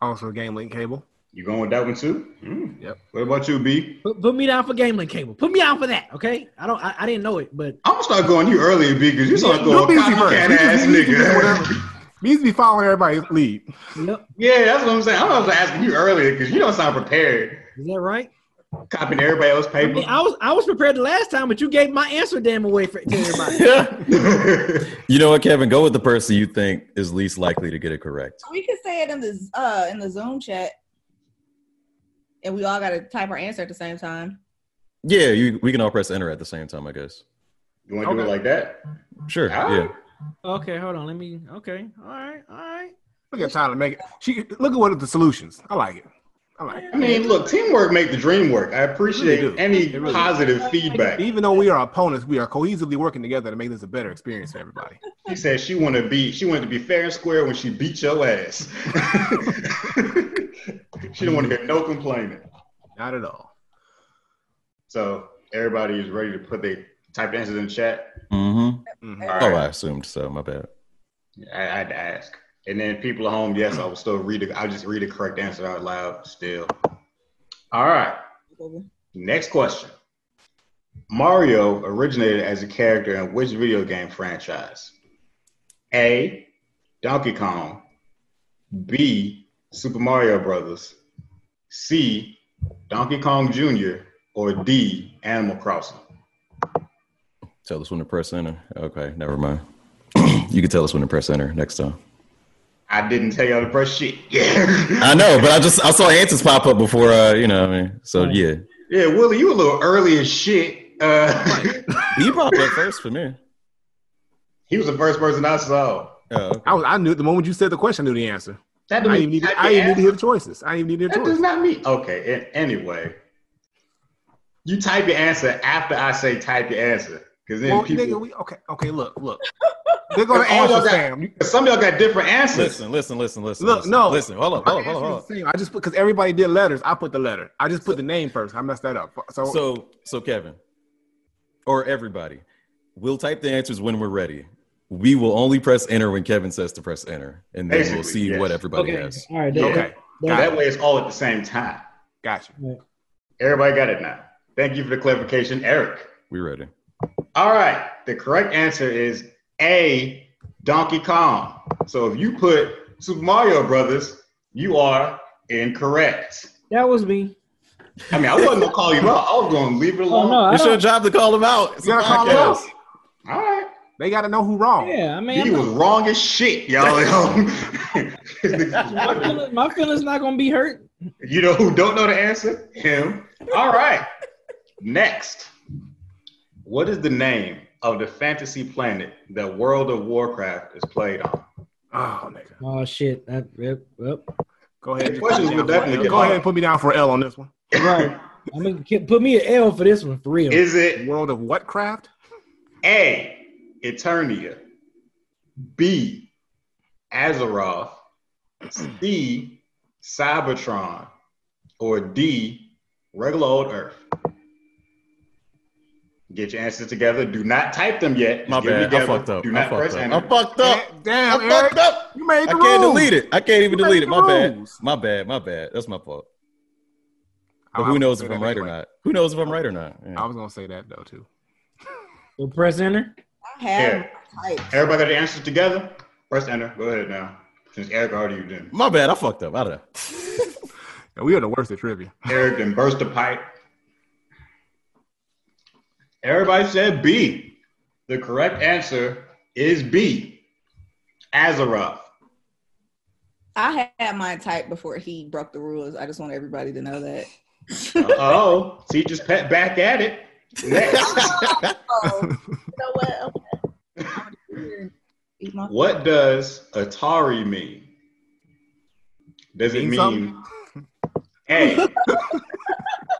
[SPEAKER 3] also Game Link Cable?
[SPEAKER 5] You going with that one too? Mm.
[SPEAKER 3] Yep.
[SPEAKER 5] What about you, B?
[SPEAKER 1] Put, put me down for Game Link Cable. Put me down for that, okay? I don't. I, I didn't know it, but
[SPEAKER 5] I'm gonna start going you earlier, B, because you start
[SPEAKER 3] You're
[SPEAKER 5] going
[SPEAKER 3] busy first.
[SPEAKER 5] copycat
[SPEAKER 3] You just-
[SPEAKER 5] ass
[SPEAKER 3] you just do
[SPEAKER 5] nigga.
[SPEAKER 3] whatever. Needs to be following everybody's lead.
[SPEAKER 1] yep.
[SPEAKER 5] yeah, that's what I'm saying. I was asking you earlier because you don't sound prepared.
[SPEAKER 1] Is that right?
[SPEAKER 5] Copying everybody else's
[SPEAKER 1] I
[SPEAKER 5] paper.
[SPEAKER 1] mean, I was I was prepared the last time, but you gave my answer damn away for to everybody.
[SPEAKER 4] you know what, Kevin? Go with the person you think is least likely to get it correct.
[SPEAKER 2] We can say it in the uh in the Zoom chat, and we all got to type our answer at the same time.
[SPEAKER 4] Yeah, you, we can all press enter at the same time, I guess.
[SPEAKER 5] you want to do it
[SPEAKER 3] Okay.
[SPEAKER 5] like that?
[SPEAKER 4] Sure.
[SPEAKER 5] All
[SPEAKER 4] Yeah.
[SPEAKER 5] right.
[SPEAKER 1] Okay, hold on. Let me. Okay. All right. All right.
[SPEAKER 3] Look at Tyler make it. She look at what are the solutions. I like it. I like.
[SPEAKER 5] I mean, look, teamwork make the dream work. I appreciate
[SPEAKER 3] It really do.
[SPEAKER 5] any
[SPEAKER 3] It really
[SPEAKER 5] positive feedback.
[SPEAKER 3] it. Even though we are opponents, we are cohesively working together to make this a better experience for everybody.
[SPEAKER 5] She said she want to be she wanted to be fair and square when she beat your ass. she don't want to hear no complaining.
[SPEAKER 3] Not at all.
[SPEAKER 5] So everybody is ready to put their type answers in the chat.
[SPEAKER 4] Mm-hmm.
[SPEAKER 3] Mhm.
[SPEAKER 5] All
[SPEAKER 4] Oh,
[SPEAKER 5] right,
[SPEAKER 4] I assumed so. My bad.
[SPEAKER 5] I, I had to ask. And then people at home, yes, I will still read. The, I'll just read the correct answer out loud. Still. All right. Next question. Mario originated as a character in which video game franchise? A. Donkey Kong. B. Super Mario Brothers. C. Donkey Kong Jr. Or D. Animal Crossing.
[SPEAKER 4] Tell us when to press enter. Okay, never mind. you can tell us when to press enter next time.
[SPEAKER 5] I didn't tell y'all to press shit.
[SPEAKER 4] I
[SPEAKER 5] Yeah.
[SPEAKER 4] know, but I just I saw answers pop up before. Uh, you know, what I mean, so
[SPEAKER 1] Right.
[SPEAKER 4] yeah,
[SPEAKER 5] yeah, Willie, you a little early as shit. Uh,
[SPEAKER 4] he popped up first for me.
[SPEAKER 5] he was the first person I saw.
[SPEAKER 4] Oh, okay.
[SPEAKER 3] I, was, I knew the moment you said the question, I knew the answer.
[SPEAKER 5] That
[SPEAKER 3] I didn't even need, I didn't need to hear the choices. I didn't even need to
[SPEAKER 5] That
[SPEAKER 3] hear the
[SPEAKER 5] does
[SPEAKER 3] choices.
[SPEAKER 5] not mean okay. a- Anyway, you type your answer after I say type your answer, because then
[SPEAKER 3] Well,
[SPEAKER 5] people.
[SPEAKER 3] nigga, we okay. Okay, look, look. They're gonna
[SPEAKER 5] All y'all
[SPEAKER 3] answer,
[SPEAKER 5] got-
[SPEAKER 3] Sam. You-
[SPEAKER 5] 'cause some of y'all got different answers.
[SPEAKER 4] Listen, listen, listen, listen.
[SPEAKER 3] Look,
[SPEAKER 4] listen,
[SPEAKER 3] no.
[SPEAKER 4] listen. Hold up,
[SPEAKER 3] My
[SPEAKER 4] hold up, hold up,
[SPEAKER 3] answer
[SPEAKER 4] hold
[SPEAKER 3] is the same. I just put because everybody did letters. I put the letter. I just put the name first. I messed that up. So,
[SPEAKER 4] up. So, so Kevin, or everybody, we'll type the answers when we're ready. We will only press enter when Kevin says to press enter, and then we'll
[SPEAKER 5] Basically,
[SPEAKER 4] see
[SPEAKER 5] yes.
[SPEAKER 4] what everybody
[SPEAKER 1] Okay.
[SPEAKER 4] has.
[SPEAKER 1] All right. That,
[SPEAKER 3] okay,
[SPEAKER 1] that-
[SPEAKER 5] That way, it's all at the same time.
[SPEAKER 3] gotcha.
[SPEAKER 5] Everybody got it now. Thank you for the clarification, Eric.
[SPEAKER 4] We ready?
[SPEAKER 5] All right, the correct answer is A. Donkey Kong. So if you put Super Mario Brothers, you are incorrect.
[SPEAKER 1] that was me.
[SPEAKER 5] I mean, I wasn't gonna call you out. I was gonna leave it
[SPEAKER 1] Oh,
[SPEAKER 5] alone.
[SPEAKER 1] no, I
[SPEAKER 4] It's your
[SPEAKER 1] don't,
[SPEAKER 4] job to call him out. It's
[SPEAKER 3] You
[SPEAKER 4] a
[SPEAKER 3] gotta call him
[SPEAKER 4] podcast.
[SPEAKER 3] out.
[SPEAKER 5] All right.
[SPEAKER 3] They gotta know who wrong.
[SPEAKER 1] yeah, I mean,
[SPEAKER 5] He
[SPEAKER 1] I'm
[SPEAKER 5] was
[SPEAKER 1] not-
[SPEAKER 5] wrong as shit, y'all.
[SPEAKER 1] my feelings, my feelings not gonna be hurt.
[SPEAKER 5] you know who don't know the answer? Him. All right. Next. What is the name of the fantasy planet that World of Warcraft is played on?
[SPEAKER 3] Oh, nigga.
[SPEAKER 1] Oh shit! That, yep, yep.
[SPEAKER 3] Go ahead.
[SPEAKER 5] The
[SPEAKER 3] and put me
[SPEAKER 5] questions
[SPEAKER 3] down
[SPEAKER 5] will
[SPEAKER 3] for
[SPEAKER 5] definitely
[SPEAKER 3] L.
[SPEAKER 5] get
[SPEAKER 3] Go ahead
[SPEAKER 5] hard.
[SPEAKER 3] and put me down for L on this one.
[SPEAKER 1] Right. I mean, ki- put me an L for this one for real.
[SPEAKER 5] Is it
[SPEAKER 3] World of what craft?
[SPEAKER 5] A. Eternia, B. Azeroth, C. Cybertron, or D. Regular old Earth? Get your answers together. Do not type them yet.
[SPEAKER 4] My
[SPEAKER 5] Just get them
[SPEAKER 4] bad. I
[SPEAKER 5] together.
[SPEAKER 4] fucked up.
[SPEAKER 5] Do
[SPEAKER 4] I
[SPEAKER 5] not press
[SPEAKER 4] fucked up.
[SPEAKER 5] enter.
[SPEAKER 4] I fucked up.
[SPEAKER 3] Damn,
[SPEAKER 4] I
[SPEAKER 3] Eric,
[SPEAKER 4] fucked up.
[SPEAKER 3] you made the
[SPEAKER 4] I can't
[SPEAKER 3] rules.
[SPEAKER 4] delete it. I can't even
[SPEAKER 3] You
[SPEAKER 4] delete it.
[SPEAKER 3] made
[SPEAKER 4] My
[SPEAKER 3] the
[SPEAKER 4] bad.
[SPEAKER 3] rules.
[SPEAKER 4] My bad. My bad. That's my fault. But
[SPEAKER 3] I- I
[SPEAKER 4] who
[SPEAKER 3] was
[SPEAKER 4] knows if
[SPEAKER 3] gonna
[SPEAKER 4] I'm
[SPEAKER 3] say
[SPEAKER 4] right
[SPEAKER 3] that
[SPEAKER 4] or
[SPEAKER 3] anyway.
[SPEAKER 4] not? Who knows if I'm right or not? Yeah.
[SPEAKER 3] I was gonna say that though too.
[SPEAKER 1] So press enter.
[SPEAKER 2] I have
[SPEAKER 5] Yeah.
[SPEAKER 2] my type.
[SPEAKER 5] Everybody got the answers together? Press enter. Go ahead now. Since Eric already did.
[SPEAKER 4] My bad. I fucked up. I don't know.
[SPEAKER 3] And we are the worst at trivia.
[SPEAKER 5] Eric then burst a pipe. Everybody said B. The correct answer is B. Azeroth.
[SPEAKER 2] I had my type before he broke the rules. I just want everybody to know that.
[SPEAKER 5] Oh, teacher's pet back at it. Next.
[SPEAKER 2] Oh, you know what? Okay. I'm gonna do it. Eat my-
[SPEAKER 5] what does Atari mean? Does it
[SPEAKER 3] Mean
[SPEAKER 5] mean A.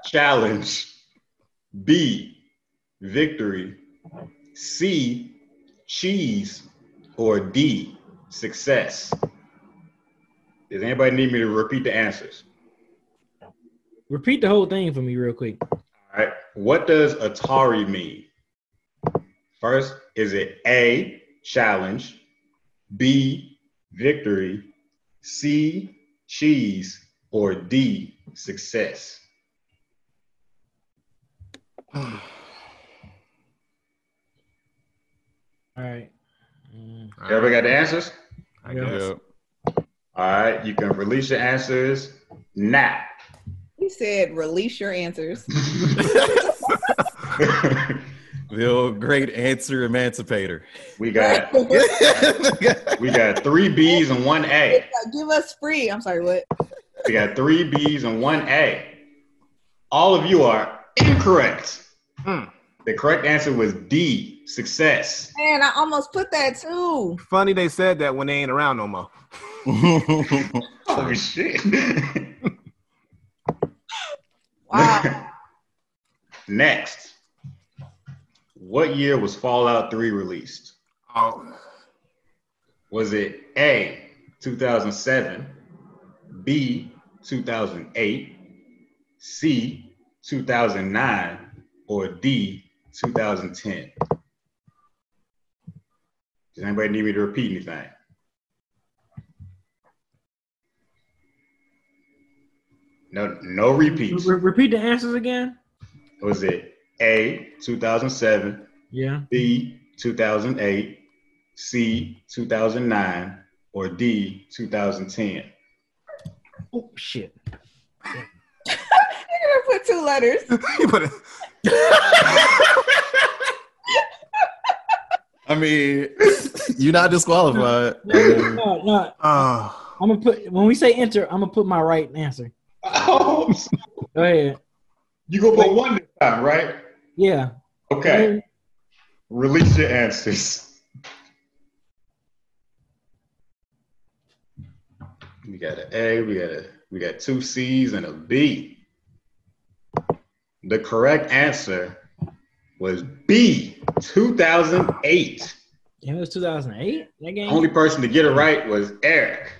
[SPEAKER 5] Challenge. B. Victory. C. Cheese. Or D. Success. Does anybody need me to repeat the answers?
[SPEAKER 1] Repeat the whole thing for me real quick.
[SPEAKER 5] All right. What does Atari mean? First, is it A, challenge, B, victory, C, cheese, or D, success?
[SPEAKER 1] All right. Mm.
[SPEAKER 5] Everybody got the answers?
[SPEAKER 3] I guess.
[SPEAKER 4] Yeah.
[SPEAKER 5] All right. You can release your answers now.
[SPEAKER 2] He said, release your answers.
[SPEAKER 4] The old great answer emancipator.
[SPEAKER 5] we got we got three B's and one A.
[SPEAKER 2] Give us free. I'm sorry, what?
[SPEAKER 5] We got three B's and one A. All of you are incorrect.
[SPEAKER 3] Hmm.
[SPEAKER 5] The correct answer was D, success.
[SPEAKER 2] Man, I almost put that too.
[SPEAKER 3] Funny they said that when they ain't around no more.
[SPEAKER 5] Oh shit.
[SPEAKER 2] Wow.
[SPEAKER 5] Next, what year was Fallout 3 released?
[SPEAKER 3] Oh,
[SPEAKER 5] Was it A, 2007, B, 2008, C, 2009, or D, 2010? Does anybody need me to repeat anything? No, no repeats.
[SPEAKER 1] Re- repeat the answers again.
[SPEAKER 5] Was it A, 2007,
[SPEAKER 1] Yeah.
[SPEAKER 5] B, 2008, C, 2009, or D, 2010?
[SPEAKER 1] Oh shit.
[SPEAKER 2] You're gonna put two letters.
[SPEAKER 3] he put it.
[SPEAKER 4] I mean, you're not disqualified.
[SPEAKER 1] No, no.
[SPEAKER 3] Oh,
[SPEAKER 1] I'm gonna put when we say enter, I'm gonna put my right answer.
[SPEAKER 5] Oh, I'm sorry.
[SPEAKER 1] Go ahead.
[SPEAKER 5] you go put one this time, right?
[SPEAKER 1] Yeah.
[SPEAKER 5] Okay, release your answers. We got an A, we got a we got two C's and a B. The correct answer was B, 2008.
[SPEAKER 1] Damn, it was 2008. That game.
[SPEAKER 5] Only person to get it right was Eric.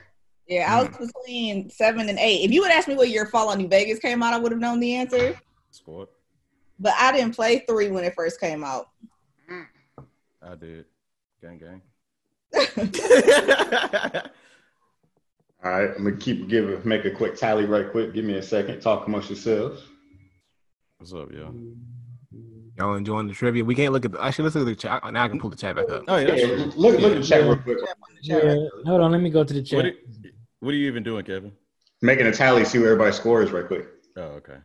[SPEAKER 2] Yeah, I was between seven and eight. If you would ask me what year Fallout New Vegas came out, I would have known the answer.
[SPEAKER 4] Squad.
[SPEAKER 2] But I didn't play three when it first came out.
[SPEAKER 4] I did. Gang, gang.
[SPEAKER 5] All right, I'm gonna keep give make a quick tally right quick. Give me a second. Talk amongst yourselves.
[SPEAKER 4] What's up, yo?
[SPEAKER 3] y'all enjoying the trivia? We can't look at the. Actually, let's look at the chat. Now I can pull the chat back up.
[SPEAKER 4] Oh, yeah.
[SPEAKER 5] Yeah,
[SPEAKER 4] sure.
[SPEAKER 5] look look at the chat real quick.
[SPEAKER 1] Yeah. Hold on, let me go to the chat.
[SPEAKER 4] What, are, what are you even doing, Kevin?
[SPEAKER 5] Making a tally, see where everybody's score is right quick.
[SPEAKER 4] Oh, okay.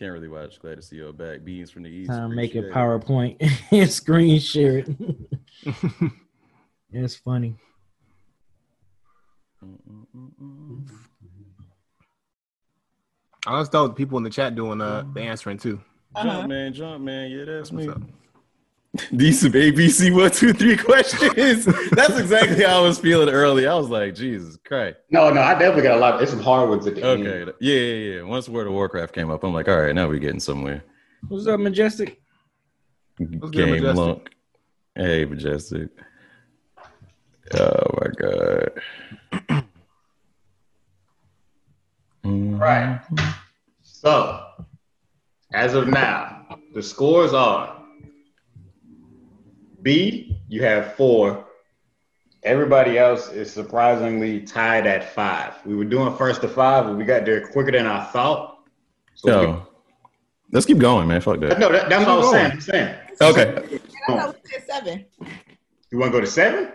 [SPEAKER 4] Can't really watch. Glad to see you all back. Beans from the East.
[SPEAKER 1] Time to make a
[SPEAKER 4] Appreciate it.
[SPEAKER 1] PowerPoint and screen share it. It's funny.
[SPEAKER 4] Mm, Mm-mm-mm-mm.
[SPEAKER 3] I was thought people in the chat doing uh the answering too.
[SPEAKER 2] Uh-huh.
[SPEAKER 4] Jump, man. Jump, man. Yeah, that's
[SPEAKER 3] What's
[SPEAKER 4] me.
[SPEAKER 3] up?
[SPEAKER 4] These some ABC one, two, three questions. that's exactly how I was feeling early. I was like, Jesus Christ.
[SPEAKER 5] No, no, I definitely got a lot. There's some hard ones at the
[SPEAKER 4] Okay. Yeah, yeah, yeah. Once World of Warcraft came up, I'm like, all right, now we're getting somewhere.
[SPEAKER 1] What's up, Majestic?
[SPEAKER 3] good,
[SPEAKER 4] Game
[SPEAKER 3] Majestic?
[SPEAKER 4] Lunk. Hey, Majestic. Oh, my God. Mm.
[SPEAKER 5] Right. So, as of now, the scores are B, you have four. Everybody else is surprisingly tied at five. We were doing first to five, but we got there quicker than I thought. So we-
[SPEAKER 4] So Oh. let's keep going, man. Fuck that.
[SPEAKER 5] no, that, that's what I was
[SPEAKER 3] Keep
[SPEAKER 5] saying.
[SPEAKER 3] going.
[SPEAKER 5] I'm saying.
[SPEAKER 4] Okay.
[SPEAKER 2] And I thought we said seven.
[SPEAKER 5] You want to go to seven?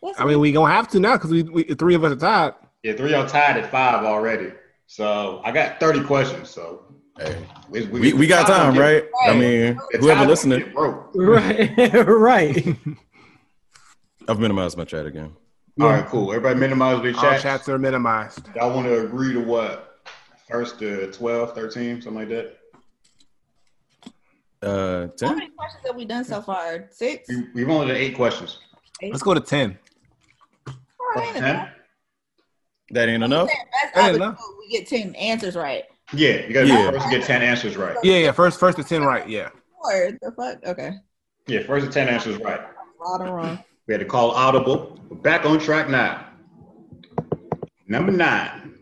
[SPEAKER 2] What's
[SPEAKER 3] I mean, we gonna have to now because we, we three of us are tied.
[SPEAKER 5] Yeah, three are tied at five already. So I got 30 questions. So
[SPEAKER 4] Hey,
[SPEAKER 5] we,
[SPEAKER 4] we, we got time, right? I mean,
[SPEAKER 5] The
[SPEAKER 4] whoever
[SPEAKER 5] time
[SPEAKER 4] listening,
[SPEAKER 5] get broke.
[SPEAKER 1] Right. right.
[SPEAKER 4] I've minimized my chat again.
[SPEAKER 5] All right, cool. Everybody minimize their
[SPEAKER 3] All
[SPEAKER 5] chat.
[SPEAKER 3] chats are minimized.
[SPEAKER 5] Y'all want to agree to what? First to 12, 13, something like that?
[SPEAKER 4] Uh,
[SPEAKER 2] How
[SPEAKER 4] 10?
[SPEAKER 2] many questions have we done so far? Six?
[SPEAKER 5] We, we've only done eight questions.
[SPEAKER 3] Let's go to ten.
[SPEAKER 2] Four,
[SPEAKER 5] Or
[SPEAKER 2] ain't it?
[SPEAKER 5] 10?
[SPEAKER 4] That ain't enough.
[SPEAKER 2] That's
[SPEAKER 3] Hey,
[SPEAKER 2] how we
[SPEAKER 3] no.
[SPEAKER 2] do it. we get ten answers right.
[SPEAKER 5] Yeah, you got to
[SPEAKER 4] Yeah.
[SPEAKER 5] first get 10 answers right.
[SPEAKER 3] Yeah, yeah. First, first to ten, right? Yeah.
[SPEAKER 2] Four. The fuck? Okay.
[SPEAKER 5] Yeah, first to 10 answers right.
[SPEAKER 2] A lot of wrong.
[SPEAKER 5] We had to call audible. We're back on track now. Number nine.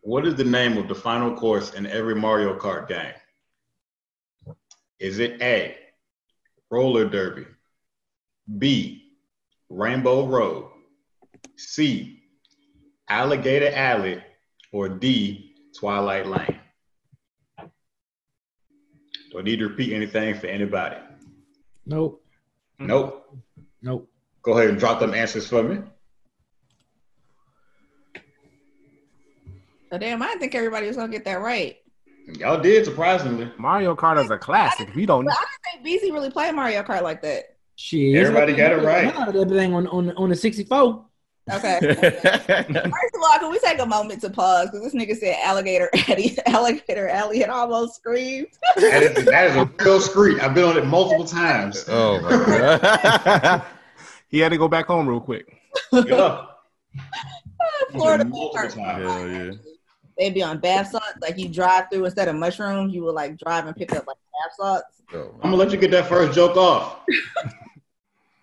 [SPEAKER 5] What is the name of the final course in every Mario Kart game? Is it A, Roller Derby, B, Rainbow Road, C, Alligator Alley, or D, Twilight Lane? Don't need to repeat anything for anybody.
[SPEAKER 1] Nope.
[SPEAKER 5] Nope.
[SPEAKER 1] Nope.
[SPEAKER 5] Go ahead and drop them answers for me.
[SPEAKER 2] So damn, I didn't think everybody was gonna get that right.
[SPEAKER 5] Y'all did surprisingly.
[SPEAKER 3] Mario Kart is a classic. If you don't,
[SPEAKER 2] But I didn't think BZ really played Mario Kart like that.
[SPEAKER 1] Shit.
[SPEAKER 5] Everybody got it right.
[SPEAKER 1] Nah, Everything on on on the 64.
[SPEAKER 2] Okay. First of all, can we take a moment to pause? Because this nigga said alligator alley, alligator alley, and almost screamed.
[SPEAKER 5] That is, that is a real screed. I've been on it multiple times.
[SPEAKER 4] oh, my God.
[SPEAKER 3] he had to go back home real quick.
[SPEAKER 5] Yeah.
[SPEAKER 2] Florida
[SPEAKER 5] Multiple
[SPEAKER 2] Park.
[SPEAKER 4] Oh,
[SPEAKER 5] times.
[SPEAKER 4] Hell yeah.
[SPEAKER 2] they'd be on bath salts. Like you drive through instead of mushrooms, you would like drive and pick up like bath salts.
[SPEAKER 4] Oh,
[SPEAKER 5] I'm gonna let you get that first joke off.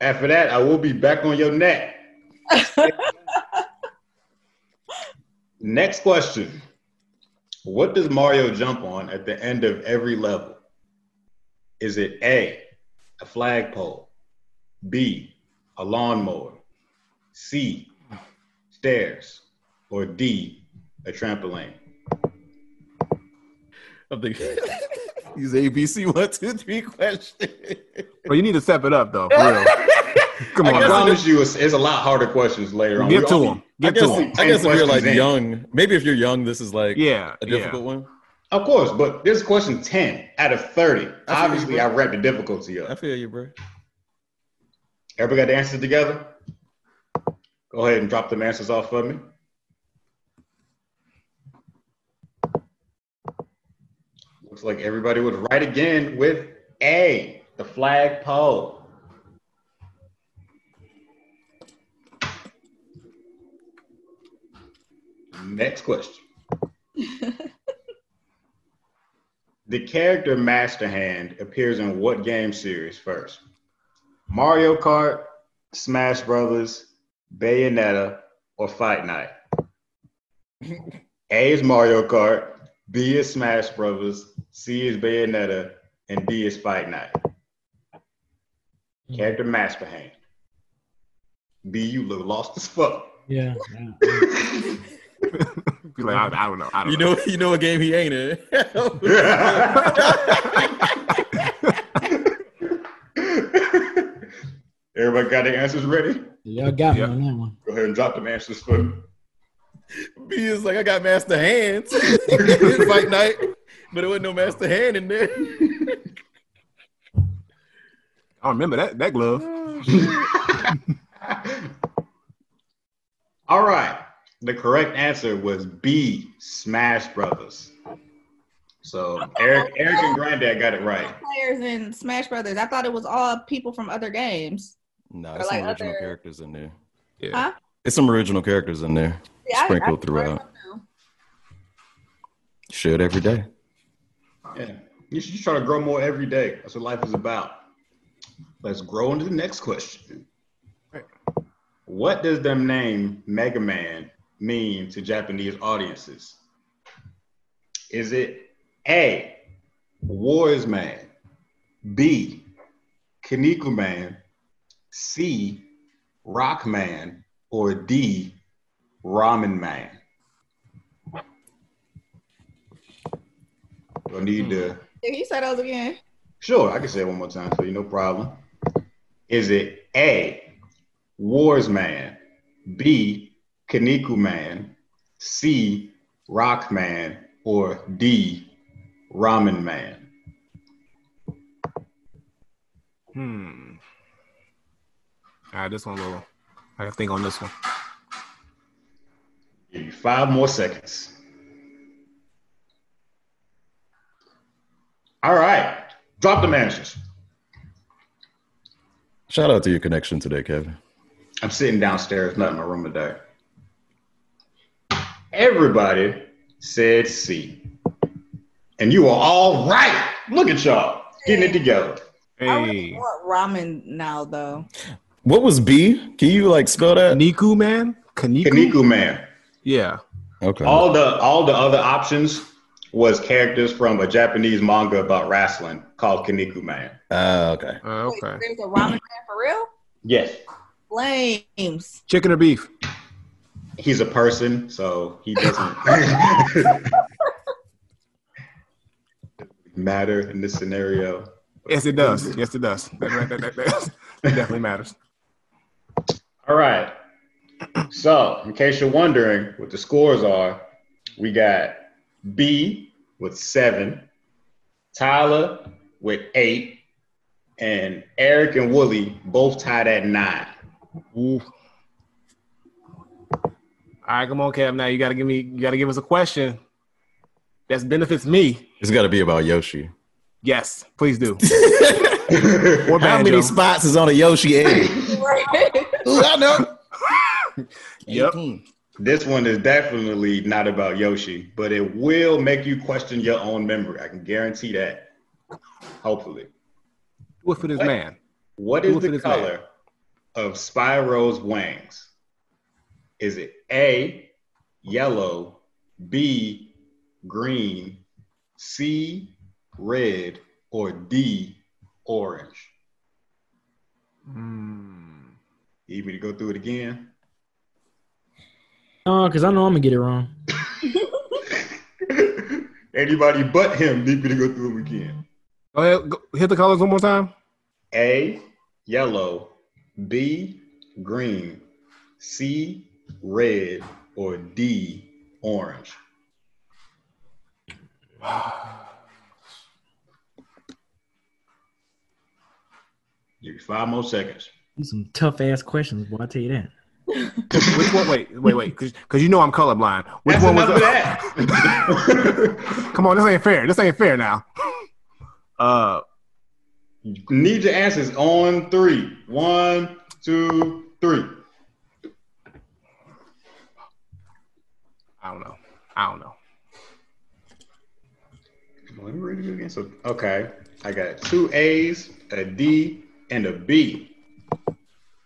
[SPEAKER 5] After that, I will be back on your neck. Next question. What does Mario jump on at the end of every level? Is it A, a flagpole, B, a lawnmower, C, stairs, or D, a trampoline?
[SPEAKER 4] I'm thinking these ABC one two three questions.
[SPEAKER 3] But you need to step it up though. For real. Come
[SPEAKER 5] I
[SPEAKER 3] on,
[SPEAKER 5] promise you, it's, it's a lot harder questions later
[SPEAKER 3] bro.
[SPEAKER 5] on.
[SPEAKER 3] get
[SPEAKER 5] We
[SPEAKER 3] to
[SPEAKER 5] all-
[SPEAKER 3] him.
[SPEAKER 4] I
[SPEAKER 3] Get to
[SPEAKER 4] guess,
[SPEAKER 3] him.
[SPEAKER 4] I
[SPEAKER 5] Ten
[SPEAKER 4] guess if you're like
[SPEAKER 5] questions in.
[SPEAKER 4] young, maybe if you're young, this is like
[SPEAKER 3] Yeah,
[SPEAKER 4] a
[SPEAKER 3] yeah.
[SPEAKER 4] difficult one.
[SPEAKER 5] Of course, but this is question 10 out of
[SPEAKER 4] I
[SPEAKER 5] 30.
[SPEAKER 4] feel you,
[SPEAKER 5] Obviously,
[SPEAKER 4] bro.
[SPEAKER 5] I wrapped the difficulty
[SPEAKER 4] I
[SPEAKER 5] up.
[SPEAKER 4] feel you, bro.
[SPEAKER 5] Everybody got the answers together? Go ahead and drop them answers off for me. Looks like everybody was right again with A, the flagpole. Next question. the character Master Hand appears in what game series first? Mario Kart, Smash Brothers, Bayonetta, or Fight Night? A is Mario Kart, B is Smash Brothers, C is Bayonetta, and D is Fight Night. Character Master Hand. B, you look lost as fuck.
[SPEAKER 1] Yeah.
[SPEAKER 3] Be like, I, I don't know. I don't
[SPEAKER 4] You
[SPEAKER 3] know.
[SPEAKER 4] know, you know a game he ain't in.
[SPEAKER 5] Everybody got their answers ready?
[SPEAKER 1] Y'all got me
[SPEAKER 3] Yep.
[SPEAKER 1] on that one.
[SPEAKER 5] Go ahead and drop them answers for me.
[SPEAKER 4] B is like, I got master hands. It's fight night, but it wasn't no master hand in there.
[SPEAKER 3] I remember that that glove.
[SPEAKER 5] All right. The correct answer was B, Smash Brothers. So Eric, Eric and Granddad got it right.
[SPEAKER 2] Players in Smash Brothers. I thought it was all people from other games.
[SPEAKER 4] Nah,
[SPEAKER 2] Or
[SPEAKER 4] there's
[SPEAKER 2] like
[SPEAKER 4] some original
[SPEAKER 2] other-
[SPEAKER 4] characters in there.
[SPEAKER 3] Yeah.
[SPEAKER 2] Huh?
[SPEAKER 4] It's some original characters in there,
[SPEAKER 2] See, I- I-
[SPEAKER 4] sprinkled throughout. Shit every day.
[SPEAKER 5] Yeah. You should just try to grow more every day. That's what life is about. Let's grow into the next question. What does the name Mega Man mean to Japanese audiences? Is it A, Wars Man, B, Kaneko Man, C, Rock Man, or D, Ramen Man? Don't need to.
[SPEAKER 2] Can you say those again?
[SPEAKER 5] Sure, I can say it one more time for you, no problem. Is it A, Wars Man, B, Kaniku Man, C, Rock Man, or D, Ramen Man?
[SPEAKER 3] Hmm. All right, this one, Lolo. I gotta think on this one.
[SPEAKER 5] Give you five more seconds. All right, drop the answers.
[SPEAKER 4] Shout out to your connection today, Kevin.
[SPEAKER 5] I'm sitting downstairs, not in my room today. Everybody said C. And you are all right. Look at y'all getting it together.
[SPEAKER 2] I really
[SPEAKER 3] Hey,
[SPEAKER 2] want ramen now though.
[SPEAKER 4] What was B? Can you like spell that?
[SPEAKER 3] Niku man, Kaniku.
[SPEAKER 5] Kaniku man.
[SPEAKER 3] Yeah.
[SPEAKER 4] Okay.
[SPEAKER 5] All the all the other options was characters from a Japanese manga about wrestling called Kaniku Man.
[SPEAKER 4] Ah, okay.
[SPEAKER 3] Uh,
[SPEAKER 2] Wait,
[SPEAKER 3] okay.
[SPEAKER 2] there's a ramen man for real?
[SPEAKER 5] Yes.
[SPEAKER 2] Flames.
[SPEAKER 3] Chicken or beef?
[SPEAKER 5] He's a person, so he doesn't matter in this scenario.
[SPEAKER 3] Yes, it does. Yes, it does. That, that, that, that, that definitely matters.
[SPEAKER 5] All right. So, in case you're wondering what the scores are, we got B with seven, Tyler with eight, and Eric and Wooly both tied at nine.
[SPEAKER 3] Ooh. All right, come on, Kev. Now you gotta give me, you gotta give us a question that benefits me.
[SPEAKER 4] It's got to be about Yoshi.
[SPEAKER 3] Yes, please do.
[SPEAKER 5] All
[SPEAKER 3] Or
[SPEAKER 4] How many
[SPEAKER 3] banjo.
[SPEAKER 4] spots is on a Yoshi egg?
[SPEAKER 2] Right.
[SPEAKER 4] Ooh, I know.
[SPEAKER 3] Yep.
[SPEAKER 5] This one is definitely not about Yoshi, but it will make you question your own memory. I can guarantee that. Hopefully.
[SPEAKER 3] Do it for this
[SPEAKER 5] What?
[SPEAKER 3] man.
[SPEAKER 5] What
[SPEAKER 3] Who
[SPEAKER 5] is
[SPEAKER 3] would fit
[SPEAKER 5] the
[SPEAKER 3] his name?
[SPEAKER 5] color of Spyro's wings? Is it A, yellow, B, green, C, red, or D, orange?
[SPEAKER 3] Mm.
[SPEAKER 5] You need me to go through it again?
[SPEAKER 1] Oh, because I know I'm gonna get it wrong.
[SPEAKER 5] Anybody but him need me to go through them again.
[SPEAKER 3] Go ahead, go, hit the colors one more time.
[SPEAKER 5] A, yellow, B, green, C, red, or D, orange. Give you five more seconds.
[SPEAKER 1] These some tough ass questions, boy. I tell you that.
[SPEAKER 3] Which one? Wait, wait, wait. Because you know I'm colorblind. Which
[SPEAKER 5] That's
[SPEAKER 3] one was
[SPEAKER 5] enough of that.
[SPEAKER 3] Come on, this ain't fair. This ain't fair now. Uh,
[SPEAKER 5] Need your answers on three. One, two, three.
[SPEAKER 3] I don't know. I don't know.
[SPEAKER 5] Let me read it again. So, okay, I got two A's, a D, and a B.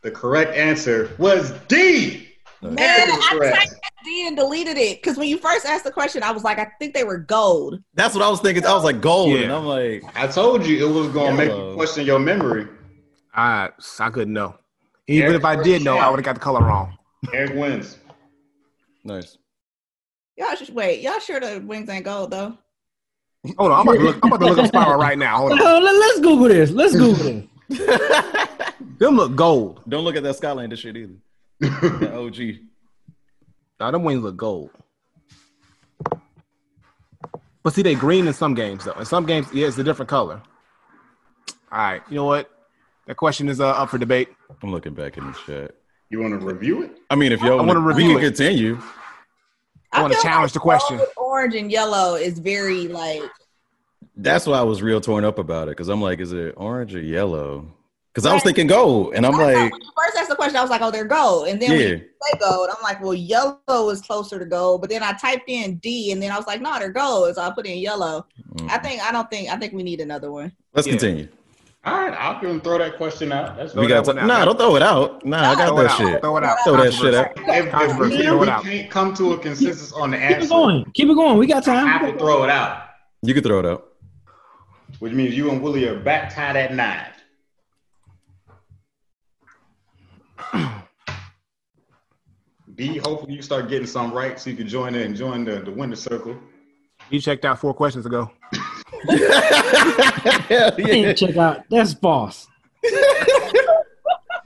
[SPEAKER 5] The correct answer was D.
[SPEAKER 2] Man,
[SPEAKER 5] That is
[SPEAKER 2] I
[SPEAKER 5] correct.
[SPEAKER 2] typed D and deleted it because when you first asked the question, I was like, I think they were gold.
[SPEAKER 4] That's what I was thinking. I was like gold,
[SPEAKER 3] Yeah.
[SPEAKER 4] and I'm like,
[SPEAKER 5] I told you it was gonna make
[SPEAKER 4] Yellow.
[SPEAKER 5] you question your memory.
[SPEAKER 3] I I couldn't know. Even
[SPEAKER 5] Eric
[SPEAKER 3] if I did know, I
[SPEAKER 5] Rochelle.
[SPEAKER 3] would have got the color wrong.
[SPEAKER 5] Eric wins.
[SPEAKER 4] nice.
[SPEAKER 2] Y'all should wait. Y'all sure the wings ain't gold though?
[SPEAKER 3] Hold on, I'm about to look. I'm about to look up Spiral right now. Hold on.
[SPEAKER 1] Oh, let, us Google this. Let's Google this.
[SPEAKER 3] Them look gold.
[SPEAKER 4] Don't look at that Skylander shit either. That OG.
[SPEAKER 3] Nah, them wings look gold. But see, they green in some games though. In some games, yeah, it's a different color. All right, you know what? That question is uh, up for debate.
[SPEAKER 4] I'm looking back in the chat.
[SPEAKER 5] you want to review it?
[SPEAKER 4] I mean, if y'all
[SPEAKER 3] I wanna
[SPEAKER 4] want to, we
[SPEAKER 3] review
[SPEAKER 4] can
[SPEAKER 3] it.
[SPEAKER 4] continue.
[SPEAKER 3] I wanna
[SPEAKER 2] feel
[SPEAKER 3] challenge the question.
[SPEAKER 2] gold, Orange and yellow is very like
[SPEAKER 4] That's why I was real torn up about it because I'm like, is it orange or yellow? Because I was thinking gold, and I'm
[SPEAKER 2] I thought
[SPEAKER 4] like,
[SPEAKER 2] when you first asked the question, I was like, oh, they're gold. And then when
[SPEAKER 4] Yeah.
[SPEAKER 2] you say gold, I'm like, well, yellow is closer to gold. But then I typed in D and then I was like, no, they're gold. So I put in yellow.
[SPEAKER 4] mm.
[SPEAKER 3] Mm-hmm.
[SPEAKER 2] I think, I don't think, I think we need another one.
[SPEAKER 4] let's
[SPEAKER 3] Yeah.
[SPEAKER 4] continue.
[SPEAKER 5] All right, I'll go and throw that question out. That's
[SPEAKER 4] we
[SPEAKER 3] that
[SPEAKER 4] got
[SPEAKER 3] one
[SPEAKER 4] to,
[SPEAKER 3] out.
[SPEAKER 4] nah, don't throw it out. Nah, I got
[SPEAKER 3] Throw it
[SPEAKER 4] that
[SPEAKER 3] out.
[SPEAKER 4] shit.
[SPEAKER 3] Throw it out.
[SPEAKER 4] Throw that shit
[SPEAKER 3] Controversy.
[SPEAKER 4] out.
[SPEAKER 5] if, if we
[SPEAKER 3] Controversy, throw it out.
[SPEAKER 5] can't come to a consensus on the
[SPEAKER 1] Keep
[SPEAKER 5] answer,
[SPEAKER 1] it going. Keep it going. We got
[SPEAKER 5] I have
[SPEAKER 1] time.
[SPEAKER 5] to throw it out,
[SPEAKER 4] You can throw it out.
[SPEAKER 5] which means you and Willie are back tied at nine. B, hopefully you start getting some right so you can join in and join the, the winner circle.
[SPEAKER 3] You checked out four questions ago.
[SPEAKER 4] Hell
[SPEAKER 1] I
[SPEAKER 4] yeah.
[SPEAKER 1] can't check out. That's false.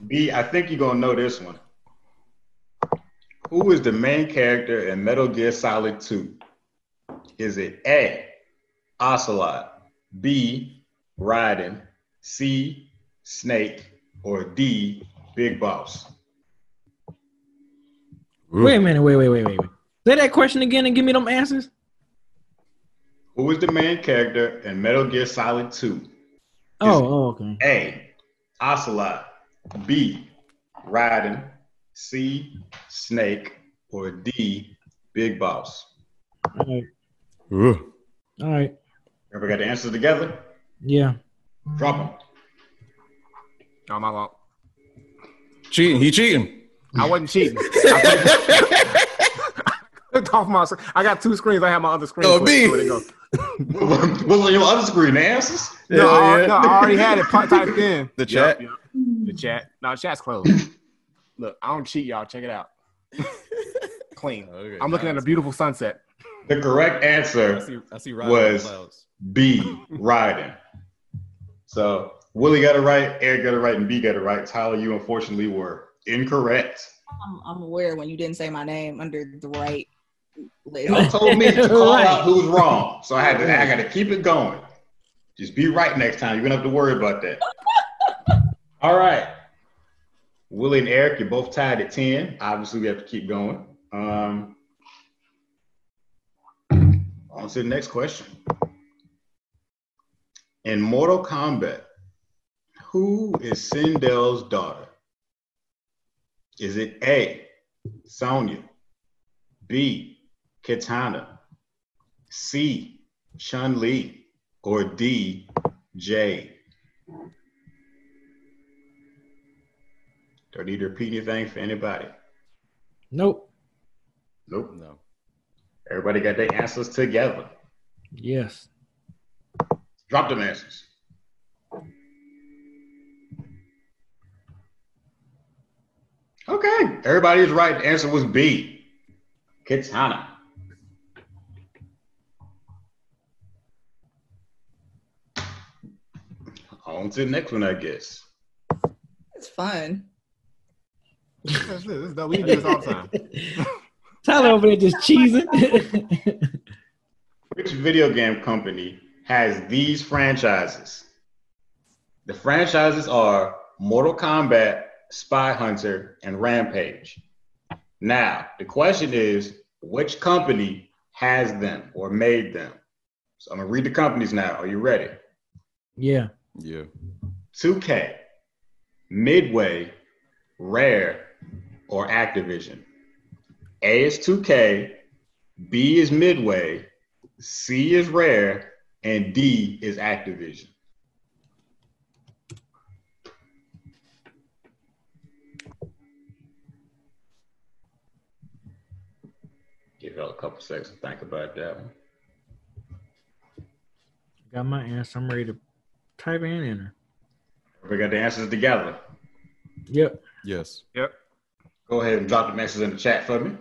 [SPEAKER 5] B, I think you're gonna know this one. Who is the main character in Metal Gear Solid 2? Is it A, Ocelot, B, Raiden, C, Snake, or D, Big Boss?
[SPEAKER 1] Wait a minute. Wait, wait, wait, wait, wait. Say that question again and give me them answers.
[SPEAKER 5] Who is the main character in Metal Gear Solid 2?
[SPEAKER 1] Oh, oh, okay.
[SPEAKER 5] A, Ocelot, B, Raiden, C, Snake, or D, Big Boss?
[SPEAKER 1] oh, All right.
[SPEAKER 4] Ooh.
[SPEAKER 1] All right.
[SPEAKER 5] Ever got the answers together?
[SPEAKER 1] Yeah.
[SPEAKER 5] Drop them.
[SPEAKER 3] No, Oh, my fault.
[SPEAKER 4] Cheating. He cheating.
[SPEAKER 3] I wasn't cheating. I clicked off my. I got two screens. I have my other screen.
[SPEAKER 4] Oh,
[SPEAKER 3] clicked,
[SPEAKER 4] me.
[SPEAKER 3] so it go.
[SPEAKER 5] What's on your other screen? The answers?
[SPEAKER 3] No,
[SPEAKER 4] Hell
[SPEAKER 3] I,
[SPEAKER 4] yeah.
[SPEAKER 3] no, I already had it pl- typed in.
[SPEAKER 4] The
[SPEAKER 3] Yep,
[SPEAKER 4] chat?
[SPEAKER 3] yep.
[SPEAKER 2] Mm-hmm.
[SPEAKER 3] The chat. No, chat's closed. Look, I don't cheat, y'all. Check it out. Clean.
[SPEAKER 4] Okay,
[SPEAKER 3] I'm looking at a
[SPEAKER 4] nice.
[SPEAKER 3] beautiful sunset.
[SPEAKER 5] The correct
[SPEAKER 4] I
[SPEAKER 5] answer
[SPEAKER 4] see. I see. Ryan
[SPEAKER 5] Was-
[SPEAKER 4] clouds.
[SPEAKER 5] B, riding. So Willie got it right, Eric got it right, and B got it right. Tyler, you unfortunately were incorrect.
[SPEAKER 2] I'm, I'm aware when you didn't say my name under the right list.
[SPEAKER 5] Y'all told me to call
[SPEAKER 1] Right.
[SPEAKER 5] out who's wrong, so I had to. I got to keep it going. Just be right next time. You're gonna have to worry about that. All right, Willie and Eric, you're both tied at ten. Obviously, we have to keep going. Um, on to the next question. In Mortal Kombat, who is Sindel's daughter? Is it A. Sonya, B. Katana. C. Chun Li. Or D. J. Do I need to repeat anything for anybody?
[SPEAKER 1] Nope.
[SPEAKER 5] Nope.
[SPEAKER 4] No.
[SPEAKER 5] Everybody got their answers together.
[SPEAKER 1] Yes.
[SPEAKER 5] Drop them answers. Okay. Everybody's right. The answer was B. Katana. On to the next one, I guess.
[SPEAKER 2] It's fun.
[SPEAKER 3] That's it. That's dope. We do this all the time.
[SPEAKER 1] Tyler over there just cheesing.
[SPEAKER 5] Which video game company has these franchises? The franchises are Mortal Kombat, Spy Hunter, and Rampage. Now, the question is which company has them or made them? So I'm going to read the companies now. Are you ready?
[SPEAKER 1] yeah.
[SPEAKER 4] Yeah.
[SPEAKER 5] 2K, Midway, Rare, or Activision? A is 2K, B is Midway, C is Rare, and D is Activision. Give y'all a couple seconds to think about that one.
[SPEAKER 1] Got my answer. I'm ready to type in enter.
[SPEAKER 5] We got the answers together.
[SPEAKER 1] Yep.
[SPEAKER 4] Yes.
[SPEAKER 5] Go ahead and drop the message in the chat for me.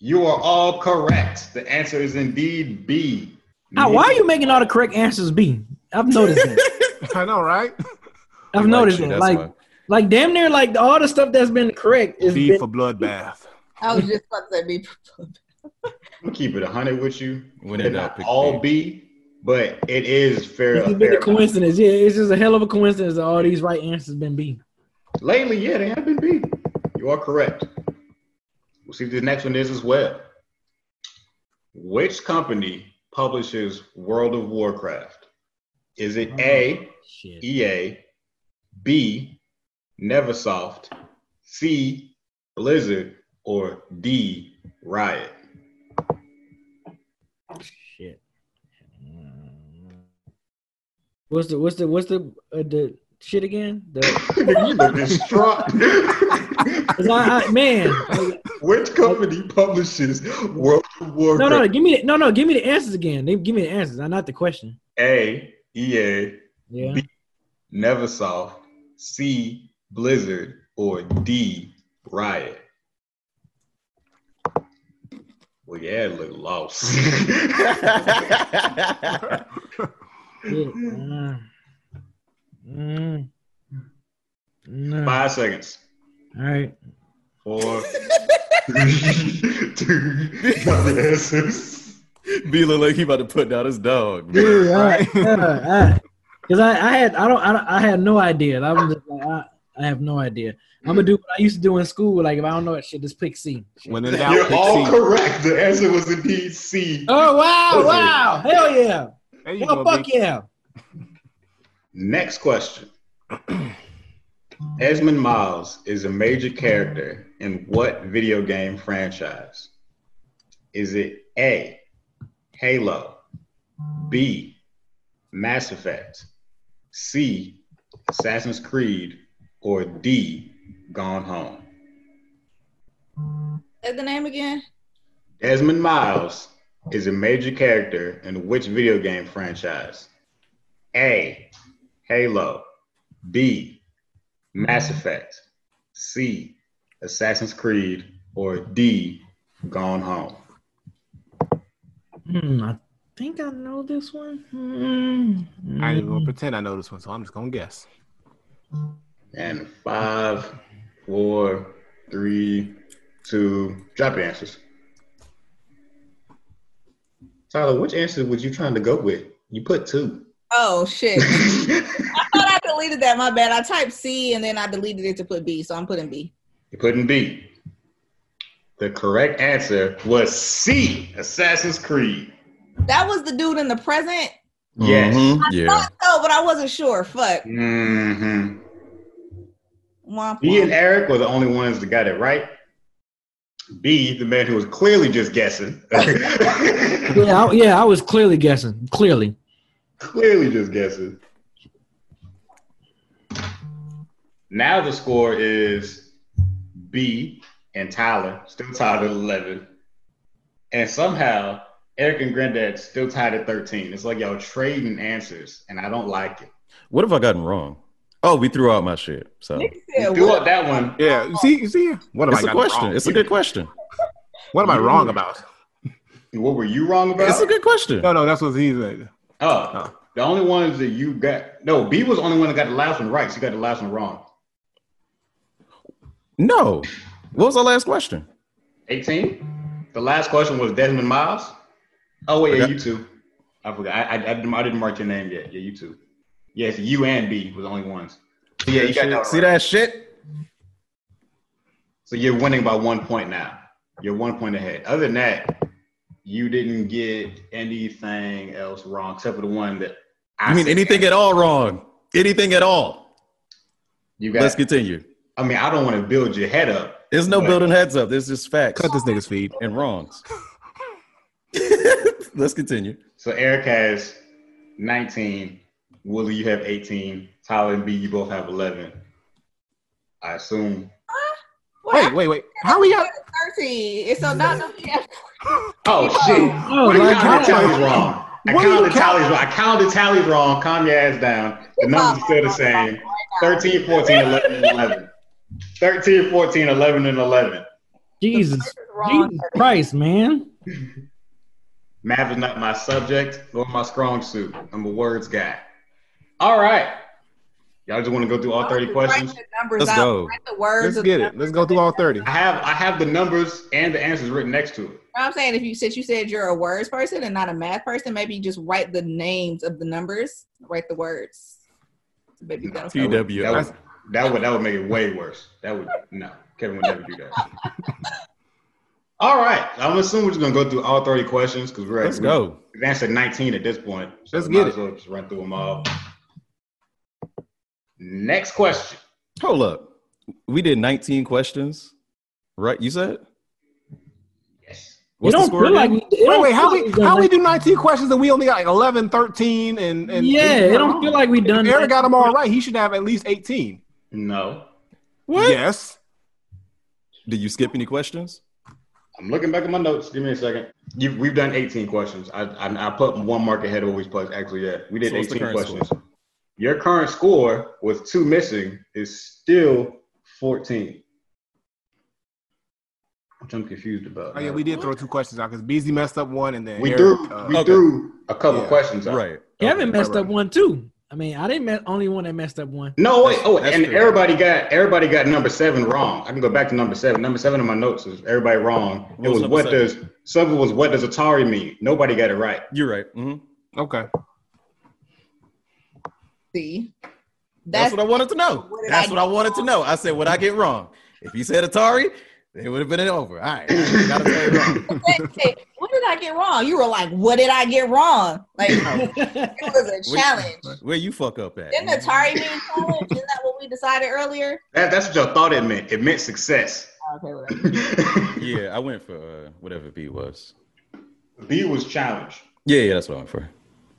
[SPEAKER 5] You are all correct. The answer is indeed B.
[SPEAKER 1] Ah, why are you making all the correct answers B? I've noticed that.
[SPEAKER 3] I know, right?
[SPEAKER 1] I've
[SPEAKER 4] He
[SPEAKER 1] noticed
[SPEAKER 4] likes you,
[SPEAKER 1] that.
[SPEAKER 4] that's
[SPEAKER 1] Like,
[SPEAKER 4] why.
[SPEAKER 1] like damn near like all the stuff that's been correct is
[SPEAKER 3] B
[SPEAKER 1] been,
[SPEAKER 3] for bloodbath.
[SPEAKER 2] I was just about to say be
[SPEAKER 5] I'm gonna keep it 100 with you.
[SPEAKER 4] when
[SPEAKER 5] They're
[SPEAKER 4] in doubt,
[SPEAKER 5] not
[SPEAKER 4] pick
[SPEAKER 5] all
[SPEAKER 4] all B.
[SPEAKER 5] B, but it is fair.
[SPEAKER 1] it's
[SPEAKER 5] a
[SPEAKER 1] just been
[SPEAKER 5] fair
[SPEAKER 1] a coincidence. Yeah, it's just a hell of a coincidence that all these right answers been B.
[SPEAKER 5] amount. Lately, yeah, they have been B. You are correct. We'll see if the next one is as well. Which company publishes World of Warcraft? Is it
[SPEAKER 1] Uh-huh.
[SPEAKER 5] A,
[SPEAKER 1] Shit.
[SPEAKER 5] EA, E B, Neversoft, C, Blizzard, or D, Riot.
[SPEAKER 1] Shit. What's the what's the what's the uh, the shit again? The
[SPEAKER 5] you look distraught.
[SPEAKER 1] cause I, I, man,
[SPEAKER 5] Which company publishes World of
[SPEAKER 1] no
[SPEAKER 5] Warcraft?
[SPEAKER 1] no give me the, no no give me the answers again. They give me the answers, not the question.
[SPEAKER 5] A, EA,
[SPEAKER 1] Yeah,
[SPEAKER 5] Neversoft, C, Blizzard, or D, Riot. Well, yeah, look lost.
[SPEAKER 1] Shit, uh, mm, no. All
[SPEAKER 5] Five seconds.
[SPEAKER 1] right,
[SPEAKER 5] Four, three, two, one. answers.
[SPEAKER 4] B look like he about to put down his dog. man.
[SPEAKER 1] dude, all right, all right. Cause I, I had I don't, I don't- I had no idea. I'm just like I, I have no idea. I'm gonna do what I used to do in school. Like if I don't know that shit, just pick C.
[SPEAKER 3] When in doubt,
[SPEAKER 5] You're all
[SPEAKER 3] pick C.
[SPEAKER 5] correct. The answer was indeed C.
[SPEAKER 1] Oh wow,
[SPEAKER 5] Listen.
[SPEAKER 1] wow, hell yeah.
[SPEAKER 3] There you
[SPEAKER 1] Well,
[SPEAKER 3] go,
[SPEAKER 1] fuck
[SPEAKER 3] B.
[SPEAKER 1] yeah.
[SPEAKER 5] Next question. Esmond Miles is a major character in what video game franchise? Is it A, Halo, B, Mass Effect, C, Assassin's Creed, or D, Gone Home?
[SPEAKER 2] Say the name again.
[SPEAKER 5] Desmond Miles is a major character in which video game franchise? A. Halo. B. Mass Effect. C. Assassin's Creed. Or D. Gone Home.
[SPEAKER 1] Hmm, I think I know this one. Hmm.
[SPEAKER 3] I ain't even gonna pretend I know this one, so I'm just gonna guess.
[SPEAKER 5] And five, four, three, two. Drop your answers. Tyler, which answer was you trying to go with? You put two.
[SPEAKER 2] Oh shit. I thought I deleted that. My bad. I typed C and then I deleted it to put B, so I'm putting B.
[SPEAKER 5] You put in B. The correct answer was C, Assassin's Creed.
[SPEAKER 2] That was the dude in the present.
[SPEAKER 5] Yes.
[SPEAKER 4] Mhm, Yeah.
[SPEAKER 2] Oh, but I wasn't sure. Fuck.
[SPEAKER 5] Mm-hmm.
[SPEAKER 2] Womp,
[SPEAKER 5] B and
[SPEAKER 2] womp.
[SPEAKER 5] Eric were the only ones that got it right. B, the man who was clearly just guessing.
[SPEAKER 1] Yeah, I, yeah, I was clearly guessing. Clearly.
[SPEAKER 5] clearly just guessing. Now the score is B and Tyler, still tied at 11. And somehow Eric and Granddad still tied at 13. It's like y'all trading answers, and I don't like it.
[SPEAKER 4] What have I gotten wrong? Oh, we threw out my shit. So
[SPEAKER 2] Nigga
[SPEAKER 5] You
[SPEAKER 2] said,
[SPEAKER 5] threw
[SPEAKER 2] what?
[SPEAKER 5] up that one.
[SPEAKER 3] Yeah, you see, you see, what am
[SPEAKER 4] it's
[SPEAKER 3] I
[SPEAKER 4] a
[SPEAKER 3] got
[SPEAKER 4] question.
[SPEAKER 3] wrong?
[SPEAKER 4] It's a good question.
[SPEAKER 3] What am I wrong about?
[SPEAKER 5] What were you wrong about?
[SPEAKER 4] It's a good question.
[SPEAKER 3] No, no, that's what he's saying.
[SPEAKER 5] Oh,
[SPEAKER 3] Oh.
[SPEAKER 5] the only ones that you got. No, B was the only one that got the last one right. She got the last one wrong.
[SPEAKER 4] No. What was our last question?
[SPEAKER 5] 18. The last question was Desmond Miles. Oh, wait, yeah,
[SPEAKER 4] Forgot.
[SPEAKER 5] you two. I forgot. I, I, I, didn't, I didn't mark your name yet. Yeah, you two. Yes, you and B was the only ones. So, yeah, you got that one
[SPEAKER 4] See
[SPEAKER 5] right.
[SPEAKER 4] that shit?
[SPEAKER 5] So you're winning by one point now. You're one point ahead. Other than that, you didn't get anything else wrong except for the one that
[SPEAKER 4] I mean,
[SPEAKER 5] said.
[SPEAKER 4] anything at all wrong. Anything at all.
[SPEAKER 5] You
[SPEAKER 4] Let's
[SPEAKER 5] got.
[SPEAKER 4] continue.
[SPEAKER 5] I mean, I don't want to build your head up.
[SPEAKER 4] There's no building heads up. There's just facts
[SPEAKER 3] Cut this nigga's feed.
[SPEAKER 4] and wrongs. Let's continue.
[SPEAKER 5] So Eric has 19. Willie, you have 18. Tyler and B, you both have 11. I assume.
[SPEAKER 2] What?
[SPEAKER 3] Wait, wait, wait. How we got?
[SPEAKER 2] Thirteen. It's so not no.
[SPEAKER 5] Oh shit!
[SPEAKER 1] Oh,
[SPEAKER 5] I
[SPEAKER 1] like
[SPEAKER 5] counted
[SPEAKER 1] how-
[SPEAKER 5] tallies wrong. I
[SPEAKER 3] What are you counting?
[SPEAKER 5] counted tallies wrong. I counted tallies wrong. Calm your ass down. The numbers are still the same. 13, 14, 11, and 11. 13, 14, 11, and 11.
[SPEAKER 1] Jesus. Jesus Christ, man.
[SPEAKER 5] Math is not my subject nor my strong suit. I'm a words guy. All right. Y'all just want to go through all 30 questions?
[SPEAKER 2] Write the numbers
[SPEAKER 4] Let's
[SPEAKER 2] out.
[SPEAKER 4] go.
[SPEAKER 2] Write the words.
[SPEAKER 3] Let's
[SPEAKER 2] of
[SPEAKER 3] get
[SPEAKER 2] the
[SPEAKER 3] it.
[SPEAKER 2] numbers.
[SPEAKER 3] Let's go through all thirty.
[SPEAKER 5] I have I have the numbers and the answers written next to it.
[SPEAKER 2] You know what I'm saying if you since you said you're a words person and not a math person, maybe you just write the names of the numbers. Write the words. Maybe that'll
[SPEAKER 4] T- TW.
[SPEAKER 5] That would, that would that would make it way worse. That would no. Kevin would never do that. all right. I'm assuming we're just gonna go through all 30 questions because we're at-
[SPEAKER 4] Let's go.
[SPEAKER 5] We've answered 19 at this point. So
[SPEAKER 3] Let's
[SPEAKER 5] we might
[SPEAKER 3] get
[SPEAKER 5] as well just run through them all. Next question.
[SPEAKER 4] Hold up. We did 19 questions, right? You said?
[SPEAKER 5] Yes.
[SPEAKER 1] You
[SPEAKER 4] What's the
[SPEAKER 1] don't
[SPEAKER 4] score
[SPEAKER 1] feel like
[SPEAKER 4] again?
[SPEAKER 1] it don't
[SPEAKER 3] Wait, wait, how
[SPEAKER 1] feel
[SPEAKER 3] we
[SPEAKER 1] like done
[SPEAKER 3] how we
[SPEAKER 1] that.
[SPEAKER 3] do 19 questions and we only got like 11, 13, and, and
[SPEAKER 1] Yeah,
[SPEAKER 3] and-
[SPEAKER 1] it don't feel like we done.
[SPEAKER 3] If Eric got them all right. He should have at least 18.
[SPEAKER 5] No.
[SPEAKER 4] What?
[SPEAKER 3] Yes.
[SPEAKER 4] Did you skip any questions?
[SPEAKER 5] I'm looking back at my notes. Give me a second. You, we've done 18 questions. I, I, I put one mark ahead of what we supposed actually yeah. We did
[SPEAKER 4] So what's the
[SPEAKER 5] 18
[SPEAKER 4] current
[SPEAKER 5] questions. Your current score with two missing is still 14. Which I'm confused about.
[SPEAKER 3] Oh yeah, we did throw two questions out because Beasley messed up one and then
[SPEAKER 5] We
[SPEAKER 3] Eric,
[SPEAKER 5] threw
[SPEAKER 3] uh,
[SPEAKER 5] we
[SPEAKER 4] okay.
[SPEAKER 5] threw a couple
[SPEAKER 3] Yeah,
[SPEAKER 5] questions out.
[SPEAKER 4] Right.
[SPEAKER 1] Kevin messed
[SPEAKER 3] right,
[SPEAKER 1] up
[SPEAKER 3] right.
[SPEAKER 1] one too. I mean, I didn't mess, only one that messed up one.
[SPEAKER 5] No, wait.
[SPEAKER 4] That's-
[SPEAKER 5] Oh,
[SPEAKER 4] that's
[SPEAKER 5] and
[SPEAKER 4] true.
[SPEAKER 5] everybody got everybody got number seven wrong. I can go back to number seven. Number seven in my notes is everybody wrong.
[SPEAKER 4] What was
[SPEAKER 5] It was
[SPEAKER 4] number
[SPEAKER 5] what
[SPEAKER 4] seven?
[SPEAKER 5] does seven was what does Atari mean? Nobody got it right.
[SPEAKER 4] You're right. hmm
[SPEAKER 3] Okay.
[SPEAKER 2] see.
[SPEAKER 4] That's, what I wanted to know.
[SPEAKER 2] What did
[SPEAKER 4] That's
[SPEAKER 2] I
[SPEAKER 4] what I wanted to know. I said, what I get wrong? If you said Atari, it would have been over. All right. Got Atari wrong.
[SPEAKER 2] Hey, what did I get wrong? You were like, what did I get wrong? Like it was a
[SPEAKER 4] Wait.
[SPEAKER 2] challenge.
[SPEAKER 4] Where you fuck up at?
[SPEAKER 2] Didn't Atari mean challenge? Isn't that what we decided earlier?
[SPEAKER 5] That, that's what y'all thought it meant. It meant success.
[SPEAKER 2] Okay, whatever.
[SPEAKER 4] Yeah, I went for uh, whatever B was.
[SPEAKER 5] B was challenge.
[SPEAKER 4] Yeah, yeah, that's what I went for.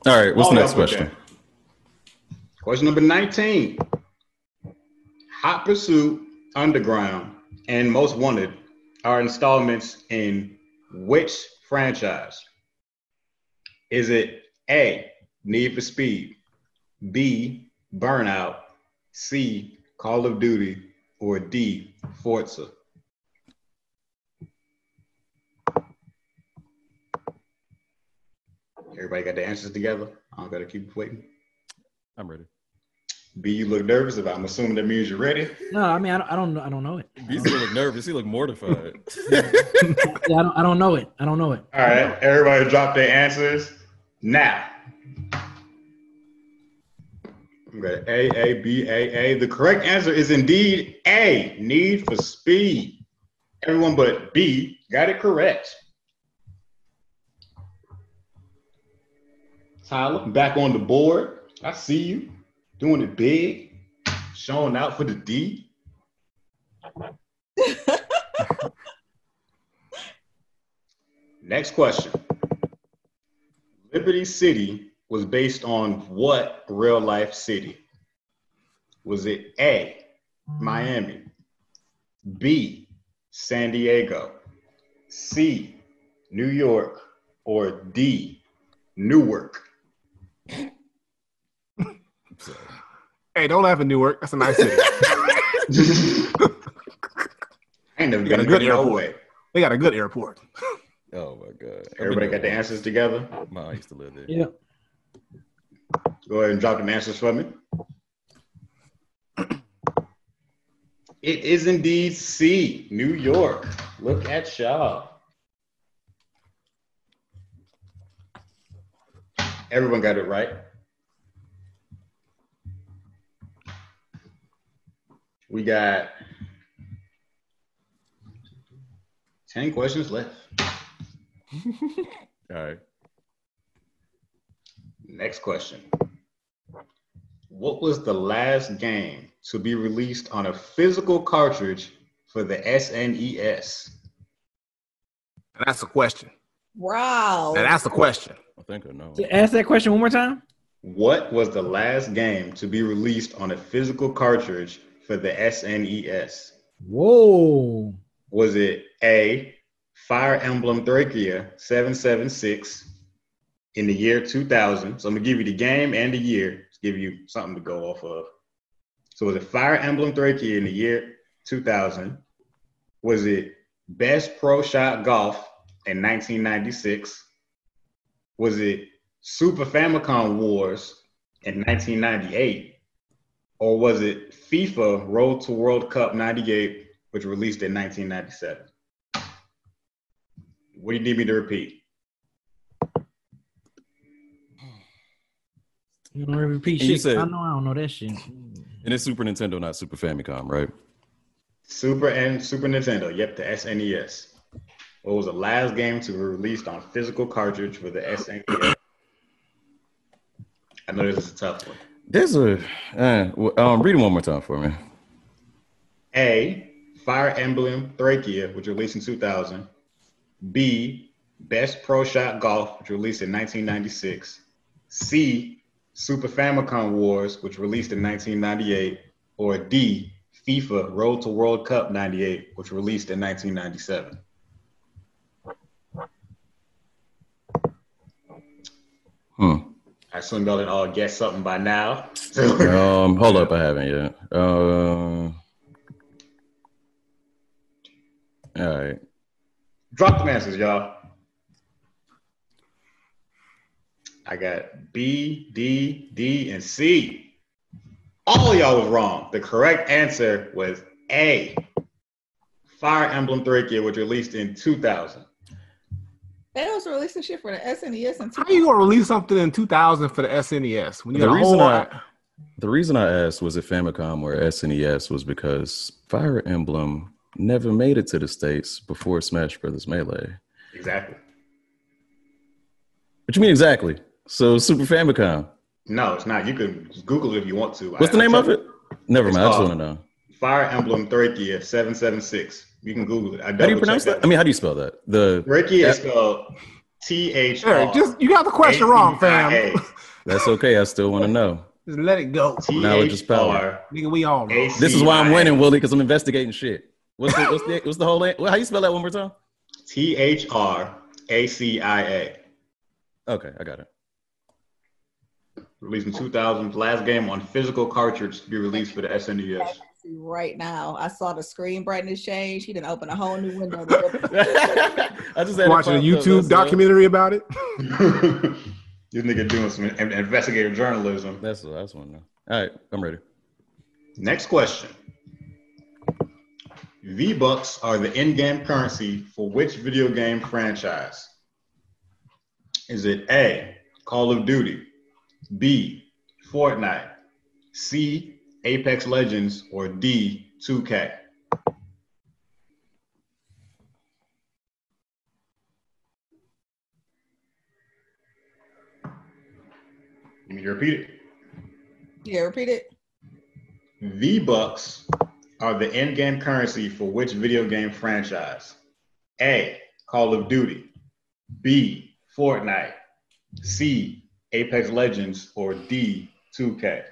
[SPEAKER 4] All right, what's
[SPEAKER 5] Oh,
[SPEAKER 4] the next
[SPEAKER 5] that's
[SPEAKER 4] question?
[SPEAKER 5] okay. Question number 19. Hot Pursuit, Underground, and Most Wanted are installments in which franchise? Is it A, Need for Speed, B, Burnout, C, Call of Duty, or D, Forza? Everybody got the answers together? I don't gotta keep waiting.
[SPEAKER 4] I'm ready.
[SPEAKER 5] B, you look nervous about. I'm assuming that means you're ready.
[SPEAKER 1] No, I mean, I don't, I don't know. I don't know it. I
[SPEAKER 4] He
[SPEAKER 1] don't,
[SPEAKER 4] still look nervous. He look mortified.
[SPEAKER 1] yeah, I don't, I don't know it. I don't know it.
[SPEAKER 5] All right, everybody drop their answers now. We got A, A, B, A, A. The correct answer is indeed A, need for speed. Everyone but B got it correct. Tyler, back on the board. I see you doing it big, showing out for the D. Next question. Liberty City was based on what real life city? Was it A, Miami, B, San Diego, C, New York, or D, Newark?
[SPEAKER 3] Hey, don't laugh at Newark. That's a nice city.
[SPEAKER 5] I ain't never
[SPEAKER 3] You got
[SPEAKER 5] been
[SPEAKER 3] a good
[SPEAKER 5] good no
[SPEAKER 3] airport.
[SPEAKER 5] way.
[SPEAKER 3] they got a good airport.
[SPEAKER 4] Oh my god. I've been
[SPEAKER 5] Everybody
[SPEAKER 4] there
[SPEAKER 5] got the
[SPEAKER 4] once.
[SPEAKER 5] answers together.
[SPEAKER 4] My I used to live there.
[SPEAKER 1] Yeah.
[SPEAKER 5] Go ahead and drop them answers for me. It is indeed C, New York. Look at y'all. Everyone got it right. We got 10 questions left.
[SPEAKER 4] All right.
[SPEAKER 5] Next question. What was the last game to be released on a physical cartridge for the E SNES?
[SPEAKER 3] That's a question.
[SPEAKER 1] Oh.
[SPEAKER 2] Wow.
[SPEAKER 3] Now, that's a question.
[SPEAKER 4] I think I know.
[SPEAKER 1] Ask that question one more time.
[SPEAKER 5] What was the last game to be released on a physical cartridge for the E SNES?
[SPEAKER 1] Whoa.
[SPEAKER 5] Was it A, Fire Emblem Thracia 776 in the year 2000? So I'm going to give you the game and the year to give you something to go off of. So was it Fire Emblem Thracia in the year 2000? Was it Best Pro Shot Golf in 1996? Was it Super Famicom Wars in 1998? Or was it FIFA Road to World Cup 98 which released in 1997. What do you need me to repeat?
[SPEAKER 1] You don't repeat
[SPEAKER 4] And you
[SPEAKER 1] shit.
[SPEAKER 4] said-
[SPEAKER 1] I know I don't know that shit.
[SPEAKER 4] And it's Super Nintendo, not Super Famicom, right?
[SPEAKER 5] Super and Super Nintendo. Yep, the SNES. What was the last game to be released on physical cartridge for the SNES? I know this is a tough one.
[SPEAKER 4] There's a uh, well, um, read it one more time for me.
[SPEAKER 5] A. Fire Emblem Thracia, which released in 2000. B. Best Pro Shot Golf, which released in 1996. C. Super Famicom Wars, which released in 1998. Or D. FIFA Road to World Cup 98, which released in 1997.
[SPEAKER 4] Hmm.
[SPEAKER 5] I assume y'all did all guess something by now.
[SPEAKER 4] Um, hold up, I haven't yet. Uh, all right.
[SPEAKER 5] Drop the answers, y'all. I got B, D, D, and C. All y'all was wrong. The correct answer was A. Fire Emblem Thracia, which released in 2000.
[SPEAKER 2] That was a relationship for the SNES and
[SPEAKER 3] How you gonna release something in 2000 for the SNES when you
[SPEAKER 4] The
[SPEAKER 3] got a whole
[SPEAKER 4] reason I-
[SPEAKER 3] lot?
[SPEAKER 4] The reason I asked was it Famicom or SNES was because Fire Emblem never made it to the states before Smash Brothers Melee.
[SPEAKER 5] Exactly.
[SPEAKER 4] What you mean exactly? So Super Famicom.
[SPEAKER 5] No, it's not. You can Google it if you want to.
[SPEAKER 4] What's the
[SPEAKER 5] I- I
[SPEAKER 4] name of
[SPEAKER 5] told-
[SPEAKER 4] it? Never
[SPEAKER 5] It's
[SPEAKER 4] mind. I just
[SPEAKER 5] called-
[SPEAKER 4] want to know.
[SPEAKER 5] Fire Emblem Thracia 776. You can Google it. I
[SPEAKER 4] How do you pronounce that? I mean, how do you spell that? The
[SPEAKER 5] Thracia is spelled T H R.
[SPEAKER 3] Eric, just you got the question wrong, fam.
[SPEAKER 5] A-C-I-A.
[SPEAKER 4] that's okay. I still want to know.
[SPEAKER 3] Just let it go,
[SPEAKER 4] Knowledge is power.
[SPEAKER 3] nigga. We all know.
[SPEAKER 4] This is why I'm winning, Willie, because I'm investigating shit. What's the what's the what's the whole? How you spell that one more time?
[SPEAKER 5] T H R A C I A.
[SPEAKER 4] Okay, I got it.
[SPEAKER 5] Released in 2000, last game on physical cartridge to be released for the E SNES.
[SPEAKER 2] right now. I saw the screen brightness change. He didn't open a whole new window. to-
[SPEAKER 4] I just had
[SPEAKER 3] Watching a
[SPEAKER 4] it popped up, that's
[SPEAKER 3] YouTube
[SPEAKER 4] all.
[SPEAKER 3] documentary about it.
[SPEAKER 5] this nigga doing some in- investigative journalism.
[SPEAKER 4] That's what I just want to know. All right, I'm ready.
[SPEAKER 5] Next question. V Bucks are the in game currency for which video game franchise? Is it A, Call of Duty, B, Fortnite, C, Apex Legends, or D, 2K? You mean to repeat it?
[SPEAKER 2] yeah, repeat it.
[SPEAKER 5] V Bucks are the in-game currency for which video game franchise? A. Call of Duty. B. Fortnite. C. Apex Legends. Or D. 2K.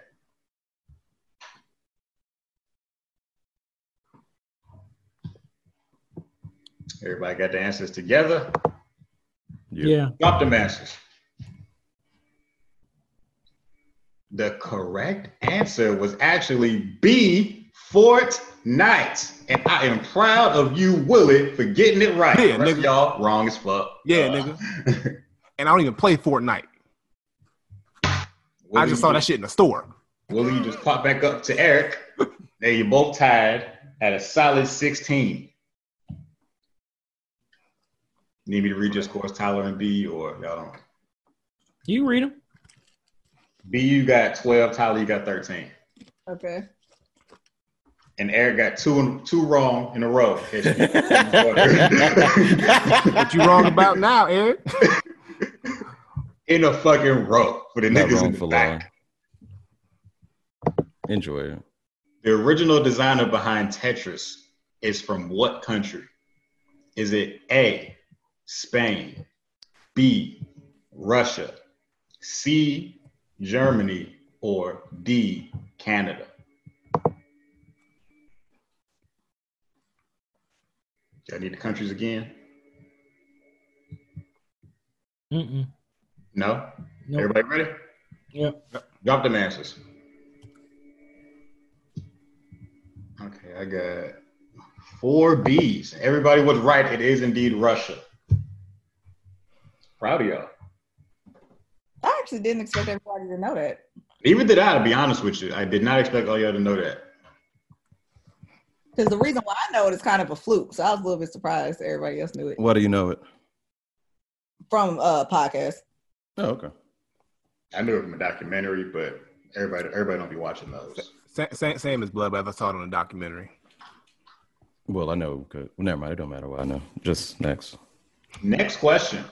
[SPEAKER 5] Everybody got the answers together.
[SPEAKER 1] Yeah.
[SPEAKER 5] Drop the answers. The correct answer was actually B, Fortnite. And I am proud of you, Willie, for getting it right.
[SPEAKER 3] Yeah,
[SPEAKER 5] The rest of
[SPEAKER 3] nigga.
[SPEAKER 5] y'all wrong as fuck.
[SPEAKER 3] Yeah,
[SPEAKER 5] Uh,
[SPEAKER 3] nigga. and I don't even play Fortnite. I
[SPEAKER 5] Willie,
[SPEAKER 3] just saw
[SPEAKER 5] you-
[SPEAKER 3] that shit in the store.
[SPEAKER 5] Willie, you just pop back up to Eric. Now you both tied at a solid 16. Need me to read your scores, Tyler and B, or y'all don't?
[SPEAKER 1] You read them.
[SPEAKER 5] B, you got 12, Tyler, you got 13.
[SPEAKER 2] Okay.
[SPEAKER 5] and Eric got two and two wrong in a row.
[SPEAKER 3] What you wrong about now, Eric?
[SPEAKER 5] in a fucking row for the
[SPEAKER 4] Not
[SPEAKER 5] niggas
[SPEAKER 4] wrong
[SPEAKER 5] in the
[SPEAKER 4] for
[SPEAKER 5] back.
[SPEAKER 4] long. Enjoy it.
[SPEAKER 5] The original designer behind Tetris is from what country? Is it A, Spain, B, Russia, C, Germany, or D, Canada? Y'all need the countries again?
[SPEAKER 1] Mm-mm.
[SPEAKER 5] No?
[SPEAKER 1] Nope.
[SPEAKER 5] Everybody ready?
[SPEAKER 1] Yep.
[SPEAKER 5] Drop them answers. Okay, I got four B's. Everybody was right. It is indeed Russia. Proud of y'all.
[SPEAKER 2] I actually didn't expect everybody to know that.
[SPEAKER 5] Even did I, to be honest with you. I did not expect all y'all to know that.
[SPEAKER 2] Because the reason why I know it is kind of a fluke. So I was a little bit surprised everybody else knew it
[SPEAKER 4] Why do you know it?
[SPEAKER 2] from uh podcast.
[SPEAKER 4] Oh, okay.
[SPEAKER 5] I knew it from a documentary, but everybody everybody don't be watching those.
[SPEAKER 3] Sa- sa- same as Blood Bath. I saw it on a documentary.
[SPEAKER 4] Well, I know. 'cause- Well, never mind. It don't matter why I know. Just next.
[SPEAKER 5] Next question.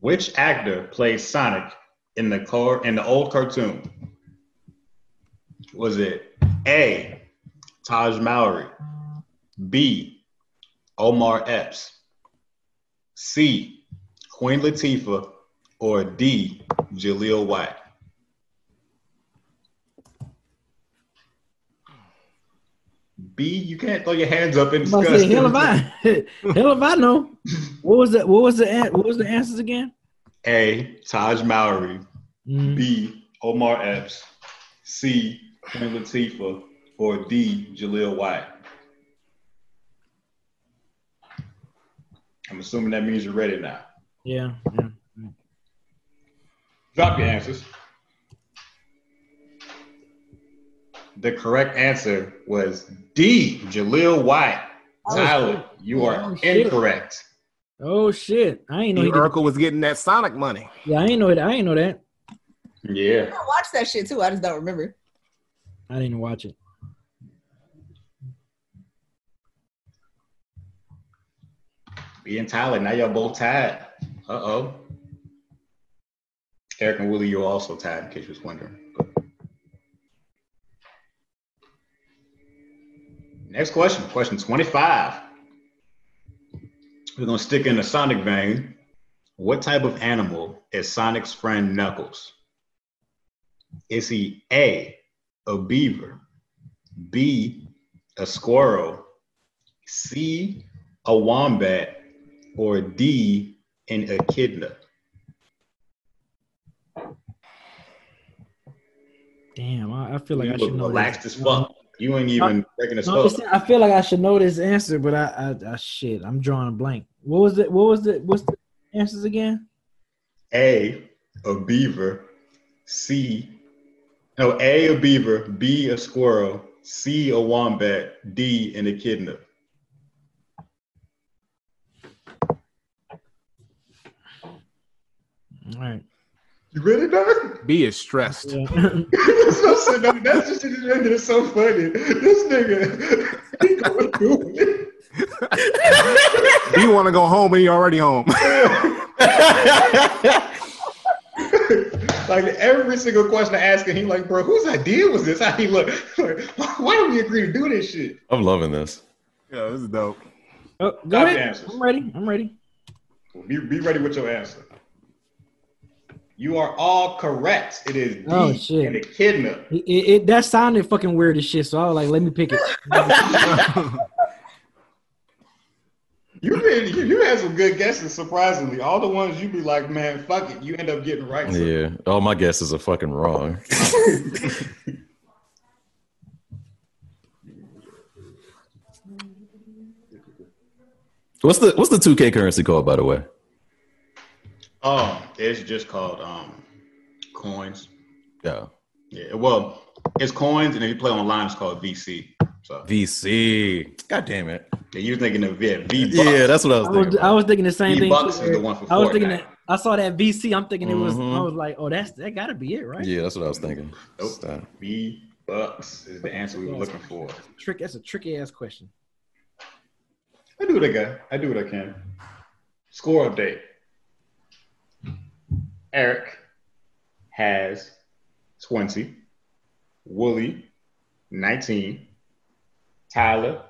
[SPEAKER 5] Which actor played Sonic in the car in the old cartoon? Was it A. Taj Mowry, B. Omar Epps, C. Queen Latifah, or D. Jaleel White? B, you can't throw your hands up and
[SPEAKER 1] I'm about to
[SPEAKER 5] discuss.
[SPEAKER 1] say, hell if I hell if I know. What was that? What was the an- what was the answers again?
[SPEAKER 5] A. Taj Mowry.
[SPEAKER 1] Mm,
[SPEAKER 5] B. Omar Epps. C. Queen Latifah. Or D. Jaleel White. I'm assuming that means you're ready now.
[SPEAKER 1] yeah, yeah.
[SPEAKER 5] Drop your answers. The correct answer was D. Jaleel White.
[SPEAKER 1] Oh,
[SPEAKER 5] Tyler, you
[SPEAKER 1] Oh,
[SPEAKER 5] are
[SPEAKER 1] shit.
[SPEAKER 5] incorrect.
[SPEAKER 1] Oh shit! I ain't know. He
[SPEAKER 3] Steve
[SPEAKER 1] did.
[SPEAKER 3] Urkel was getting that Sonic money.
[SPEAKER 1] Yeah, I ain't know that. I ain't know that.
[SPEAKER 5] Yeah.
[SPEAKER 2] I watched that shit too. I just don't remember.
[SPEAKER 1] I didn't watch it.
[SPEAKER 5] Me and Tyler, now y'all both tied. Uh oh. Eric and Willie, you're also tied, in case you was wondering. Next question, question 25. We're going to stick in the Sonic vein. What type of animal is Sonic's friend Knuckles? Is he A, a beaver, B, a squirrel, C, a wombat, or D, an echidna?
[SPEAKER 1] Damn, I, I feel like
[SPEAKER 5] You
[SPEAKER 1] I should
[SPEAKER 5] look
[SPEAKER 1] know.
[SPEAKER 5] relaxed
[SPEAKER 1] this.
[SPEAKER 5] as fuck. You ain't even breaking
[SPEAKER 1] No,
[SPEAKER 5] a spell.
[SPEAKER 1] it's, I feel like I should know this answer, but I, I, I shit, I'm drawing a blank. What was it? What was it? What's the answers again?
[SPEAKER 5] A, a beaver. C, no, A, a beaver. B, a squirrel. C, a wombat. D, an echidna.
[SPEAKER 1] All right.
[SPEAKER 5] You ready, dog?
[SPEAKER 3] B is stressed.
[SPEAKER 1] Yeah.
[SPEAKER 5] That's what I'm saying. That- That's just it ended. It's so funny. This nigga, he going through it.
[SPEAKER 3] B want to go home, but he already home.
[SPEAKER 5] Like every single question I ask him, he like, bro, whose idea was this? How he look? Like, why did we agree to do this shit?
[SPEAKER 4] I'm loving this.
[SPEAKER 3] Yeah, this is dope.
[SPEAKER 1] Oh, go
[SPEAKER 5] Stop the
[SPEAKER 1] ahead.
[SPEAKER 5] answers.
[SPEAKER 1] I'm ready. I'm ready.
[SPEAKER 5] Be, be ready with your answer. You are all correct. It is D
[SPEAKER 1] Oh, shit.
[SPEAKER 5] and echidna.
[SPEAKER 1] It, it, it- that sounded fucking weird as shit. So I was like, let me pick it.
[SPEAKER 5] You been you, you had some good guesses, surprisingly. All the ones you be like, man, fuck it. You end up getting right. So
[SPEAKER 4] Yeah, all my guesses are fucking wrong. what's the what's the two K currency called, by the way?
[SPEAKER 5] Oh, it's just called um coins.
[SPEAKER 4] Yeah,
[SPEAKER 5] Yeah. Well, it's coins, and if you play online, it's called VC. So
[SPEAKER 4] VC. God damn it.
[SPEAKER 5] yeah, you're thinking of yeah, V bucks.
[SPEAKER 4] Yeah, that's what I was
[SPEAKER 1] I
[SPEAKER 4] thinking.
[SPEAKER 1] was, I was thinking the same
[SPEAKER 5] V
[SPEAKER 1] thing.
[SPEAKER 5] bucks
[SPEAKER 1] too,
[SPEAKER 5] is the
[SPEAKER 1] where
[SPEAKER 5] one for
[SPEAKER 1] I was thinking
[SPEAKER 5] Fortnite.
[SPEAKER 1] that I saw that VC. I'm thinking it was. I
[SPEAKER 3] Mm-hmm.
[SPEAKER 4] Mhm.
[SPEAKER 1] was like, oh, that's that got to be it, right?
[SPEAKER 4] Yeah, that's what I was thinking.
[SPEAKER 5] Nope.
[SPEAKER 4] Stop.
[SPEAKER 5] V bucks is the answer we were looking for.
[SPEAKER 1] Trick. That's a tricky ass question.
[SPEAKER 5] I do what I got. I do what I can. Score update. Eric has 20. Wooly, 19. Tyler,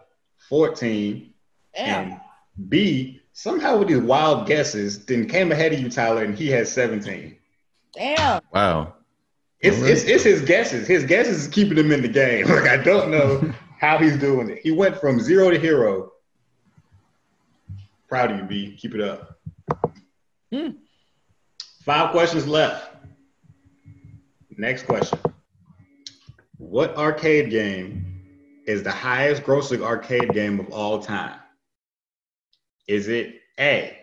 [SPEAKER 5] 14.
[SPEAKER 2] Damn.
[SPEAKER 5] And B, somehow with these wild guesses, then came ahead of you, Tyler, and he has 17.
[SPEAKER 2] Damn.
[SPEAKER 4] Wow.
[SPEAKER 5] It's,
[SPEAKER 4] Alright.
[SPEAKER 5] it's, it's his guesses. His guesses is keeping him in the game. Like, I don't know how he's doing it. He went from zero to hero. Proud of you, B. Keep it up.
[SPEAKER 1] Hmm.
[SPEAKER 5] Five questions left. Next question. What arcade game is the highest grossing arcade game of all time? Is it A,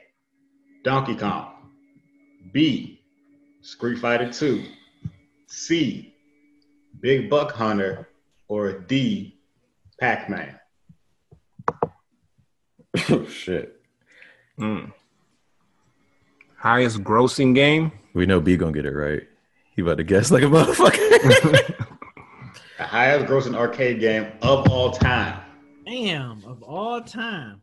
[SPEAKER 5] Donkey Kong, B, Street Fighter 2, C, Big Buck Hunter, or D, Pac Man?
[SPEAKER 4] oh shit.
[SPEAKER 5] Hmm.
[SPEAKER 3] Mm. Highest grossing game.
[SPEAKER 4] We know B gonna get it right. He about to guess like a motherfucker.
[SPEAKER 5] The highest grossing arcade game of all time.
[SPEAKER 1] Damn, of all time.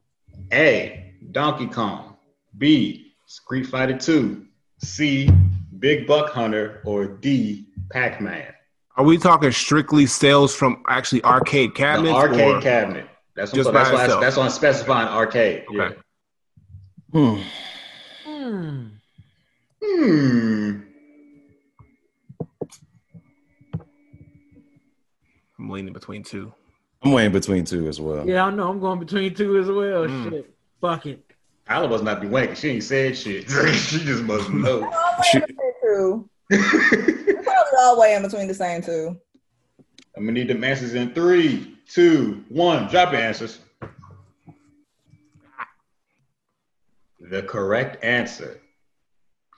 [SPEAKER 5] A, Donkey Kong, B, Street Fighter 2, C, Big Buck Hunter, or D, Pac Man?
[SPEAKER 3] Are we talking strictly sales from actually arcade
[SPEAKER 5] The
[SPEAKER 3] cabinets?
[SPEAKER 5] arcade
[SPEAKER 3] or-
[SPEAKER 5] cabinet. That's
[SPEAKER 3] Just
[SPEAKER 5] what, that's,
[SPEAKER 3] by
[SPEAKER 5] why
[SPEAKER 3] itself.
[SPEAKER 5] that's why I'm specifying arcade.
[SPEAKER 3] Okay.
[SPEAKER 5] Yeah.
[SPEAKER 4] Hmm.
[SPEAKER 1] Hmm.
[SPEAKER 5] Hmm.
[SPEAKER 3] I'm leaning between two.
[SPEAKER 4] I'm weighing between two as well.
[SPEAKER 1] Yeah, I know. I'm going between two as well.
[SPEAKER 3] Mm.
[SPEAKER 1] Shit. Fuck it.
[SPEAKER 5] Tyler must not be wanking. She ain't said shit. she just must know.
[SPEAKER 2] All way in between two.
[SPEAKER 5] I'm
[SPEAKER 2] Probably all way in between the same two.
[SPEAKER 5] gonna need them answers in three, two, one. Drop your answers. The correct answer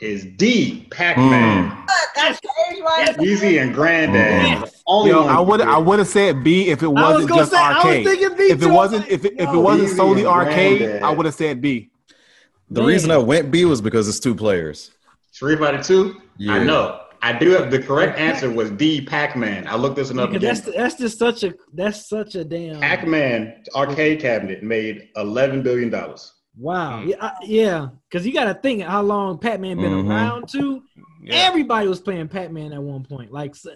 [SPEAKER 5] is D. Pac-Man.
[SPEAKER 2] Fuck, I changed my
[SPEAKER 5] Easy and Granddad.
[SPEAKER 1] Yes.
[SPEAKER 5] Only
[SPEAKER 3] Mm. Yo,
[SPEAKER 5] one
[SPEAKER 3] I would
[SPEAKER 5] you did.
[SPEAKER 3] I would have said B if it
[SPEAKER 1] I was
[SPEAKER 3] wasn't
[SPEAKER 1] gonna
[SPEAKER 3] just
[SPEAKER 1] say- I was
[SPEAKER 3] arcade.
[SPEAKER 1] thinking B
[SPEAKER 3] if
[SPEAKER 1] too.
[SPEAKER 3] it
[SPEAKER 1] I was
[SPEAKER 3] wasn't
[SPEAKER 1] like,
[SPEAKER 3] if it, if it
[SPEAKER 1] no.
[SPEAKER 3] wasn't
[SPEAKER 5] Easy
[SPEAKER 3] solely
[SPEAKER 5] and
[SPEAKER 3] arcade,
[SPEAKER 5] granddad.
[SPEAKER 3] I would have said B.
[SPEAKER 4] The
[SPEAKER 1] Man.
[SPEAKER 4] reason I went B was because it's two players.
[SPEAKER 5] Three by the two. I
[SPEAKER 4] Yeah.
[SPEAKER 5] know. I do have the correct answer was D. Pac-Man. I looked this one up.
[SPEAKER 1] Because that's
[SPEAKER 5] again.
[SPEAKER 1] that's just such a that's such a damn
[SPEAKER 5] Pac-Man arcade cabinet made eleven billion dollars.
[SPEAKER 1] wow.
[SPEAKER 3] Mm.
[SPEAKER 1] Yeah, I, yeah. Because you got to think how long Pac-Man been
[SPEAKER 3] Mm-hmm.
[SPEAKER 4] Mhm.
[SPEAKER 1] around too.
[SPEAKER 3] Yeah.
[SPEAKER 1] Everybody was playing Pac-Man at one point. Like, s-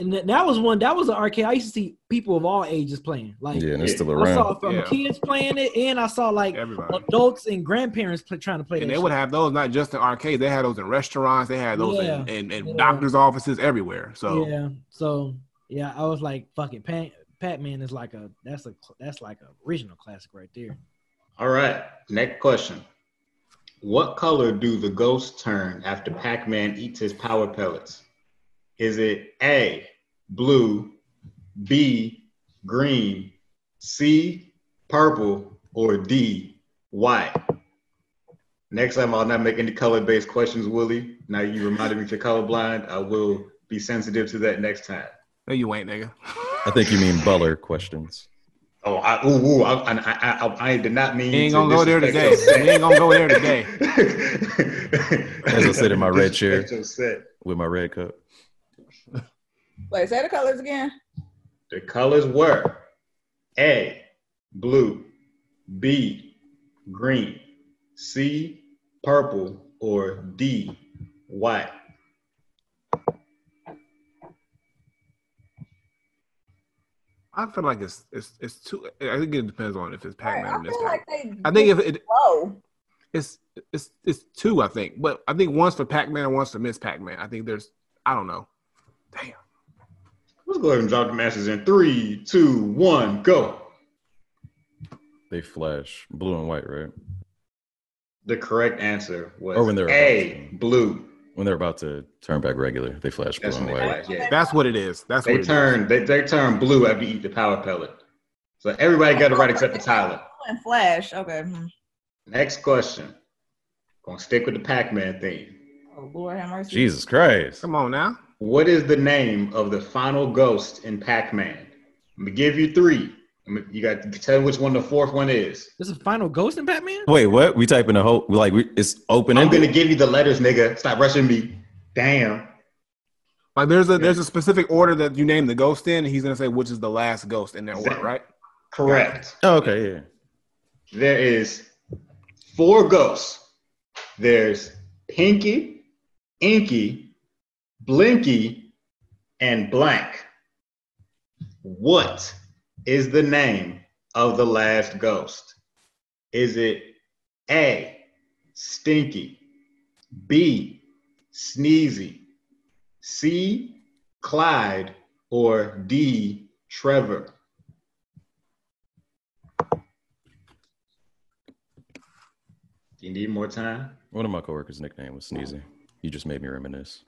[SPEAKER 1] and th- that was one. That was an arcade. I used to see people of all ages playing. Like,
[SPEAKER 4] Yeah, and it's still
[SPEAKER 1] I
[SPEAKER 4] around.
[SPEAKER 1] saw from
[SPEAKER 3] Yeah.
[SPEAKER 1] kids playing it, and I saw like
[SPEAKER 3] Everybody.
[SPEAKER 1] adults and grandparents play, trying to play.
[SPEAKER 3] And
[SPEAKER 1] that
[SPEAKER 3] they
[SPEAKER 1] shit.
[SPEAKER 3] would have those not just in arcades. They had those in restaurants. They had those
[SPEAKER 1] Yeah.
[SPEAKER 3] in, in, in
[SPEAKER 1] Yeah.
[SPEAKER 3] doctors' offices everywhere. So
[SPEAKER 1] Yeah. So yeah, I was like, fucking Pat Batman is like a that's a that's like a original classic right there.
[SPEAKER 5] All right. Next question. What color do the ghosts turn after Pac-Man eats his power pellets? Is it A, blue, B, green, C, purple, or D, white? Next time I'll not make any color-based questions, Willie. Now you reminded me if you're colorblind, I will be sensitive to that next time.
[SPEAKER 3] no, you ain't, nigga.
[SPEAKER 4] I think you mean Butler questions.
[SPEAKER 5] Oh, I, ooh, ooh, I, I, I, I, I did not mean.
[SPEAKER 3] You ain't
[SPEAKER 5] to
[SPEAKER 3] gonna go there today.
[SPEAKER 5] disrespect
[SPEAKER 3] You ain't gonna go there today.
[SPEAKER 5] your set.
[SPEAKER 4] As I said in my red chair.
[SPEAKER 5] Disrespect your set.
[SPEAKER 4] with my red cup.
[SPEAKER 2] Wait, say the colors again.
[SPEAKER 5] The colors were A, blue, B, green, C, purple, or D, white.
[SPEAKER 3] I feel like it's it's it's too. I think it depends on if it's Pac Man
[SPEAKER 2] I
[SPEAKER 3] or this
[SPEAKER 2] feel
[SPEAKER 3] Pac.
[SPEAKER 2] like they.
[SPEAKER 3] I think if it,
[SPEAKER 2] low.
[SPEAKER 3] it's it's it's two. I think, but I think one's for Pac Man and one's for Miss Pac Man. I think there's. I don't know. Damn.
[SPEAKER 5] Let's go ahead and drop the matches in three, two, one, go.
[SPEAKER 4] They flash blue and white, right?
[SPEAKER 5] The correct answer was
[SPEAKER 4] Or when they're
[SPEAKER 5] A,
[SPEAKER 4] about
[SPEAKER 5] blue.
[SPEAKER 4] When they're about to turn back regular, they flash blue
[SPEAKER 5] That's
[SPEAKER 4] and
[SPEAKER 5] when they
[SPEAKER 4] white.
[SPEAKER 5] flash, yeah.
[SPEAKER 3] That's what it is. That's
[SPEAKER 5] They
[SPEAKER 3] what it is.
[SPEAKER 5] turn they, they turn blue after you eat the power pellet. So everybody got it right except for Tyler.
[SPEAKER 2] And Flash. Okay. hmm.
[SPEAKER 5] Next question. Gonna stick with the Pac-Man theme.
[SPEAKER 2] Oh Lord have mercy.
[SPEAKER 4] Jesus Christ!
[SPEAKER 3] Come on now.
[SPEAKER 5] What is the name of the final ghost in Pac-Man? I'm gonna give you three. I'm gonna- you got to tell me which one the fourth one is.
[SPEAKER 1] This is final ghost in Batman.
[SPEAKER 4] Wait, what? We type in the whole like we, it's open
[SPEAKER 5] I'm
[SPEAKER 4] ended.
[SPEAKER 5] gonna give you the letters, nigga. Stop rushing me. Damn.
[SPEAKER 3] Like there's a there's a specific order that you name the ghost in, and he's gonna say which is the last ghost in that order,
[SPEAKER 5] Exactly.
[SPEAKER 3] right?
[SPEAKER 5] Correct.
[SPEAKER 4] Oh, okay, yeah.
[SPEAKER 5] There is four ghosts. There's Pinky, Inky, Blinky, and Blank. What is the name of the last ghost? Is it A, Stinky, B, Sneezy, C, Clyde, or D, Trevor? Do you need more time?
[SPEAKER 4] One of my coworkers' nickname was Sneezy. You just made me reminisce.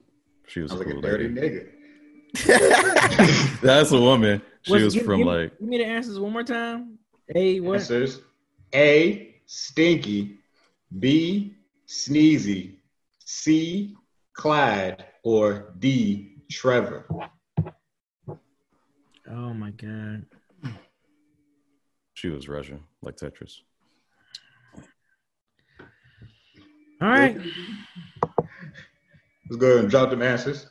[SPEAKER 4] She was,
[SPEAKER 5] I was
[SPEAKER 4] a
[SPEAKER 5] like a
[SPEAKER 4] cool
[SPEAKER 5] dirty
[SPEAKER 4] lady.
[SPEAKER 5] nigga.
[SPEAKER 4] That's a woman. She
[SPEAKER 1] What's-
[SPEAKER 4] was
[SPEAKER 1] give-
[SPEAKER 4] from
[SPEAKER 1] give-
[SPEAKER 4] like
[SPEAKER 1] Give me the answers one more time. A what?
[SPEAKER 5] Answers A, Stinky, B, Sneezy, C, Clyde, or D, Trevor.
[SPEAKER 1] Oh my god.
[SPEAKER 4] she was Russian, like Tetris.
[SPEAKER 1] All right.
[SPEAKER 5] Let's go ahead and drop them answers.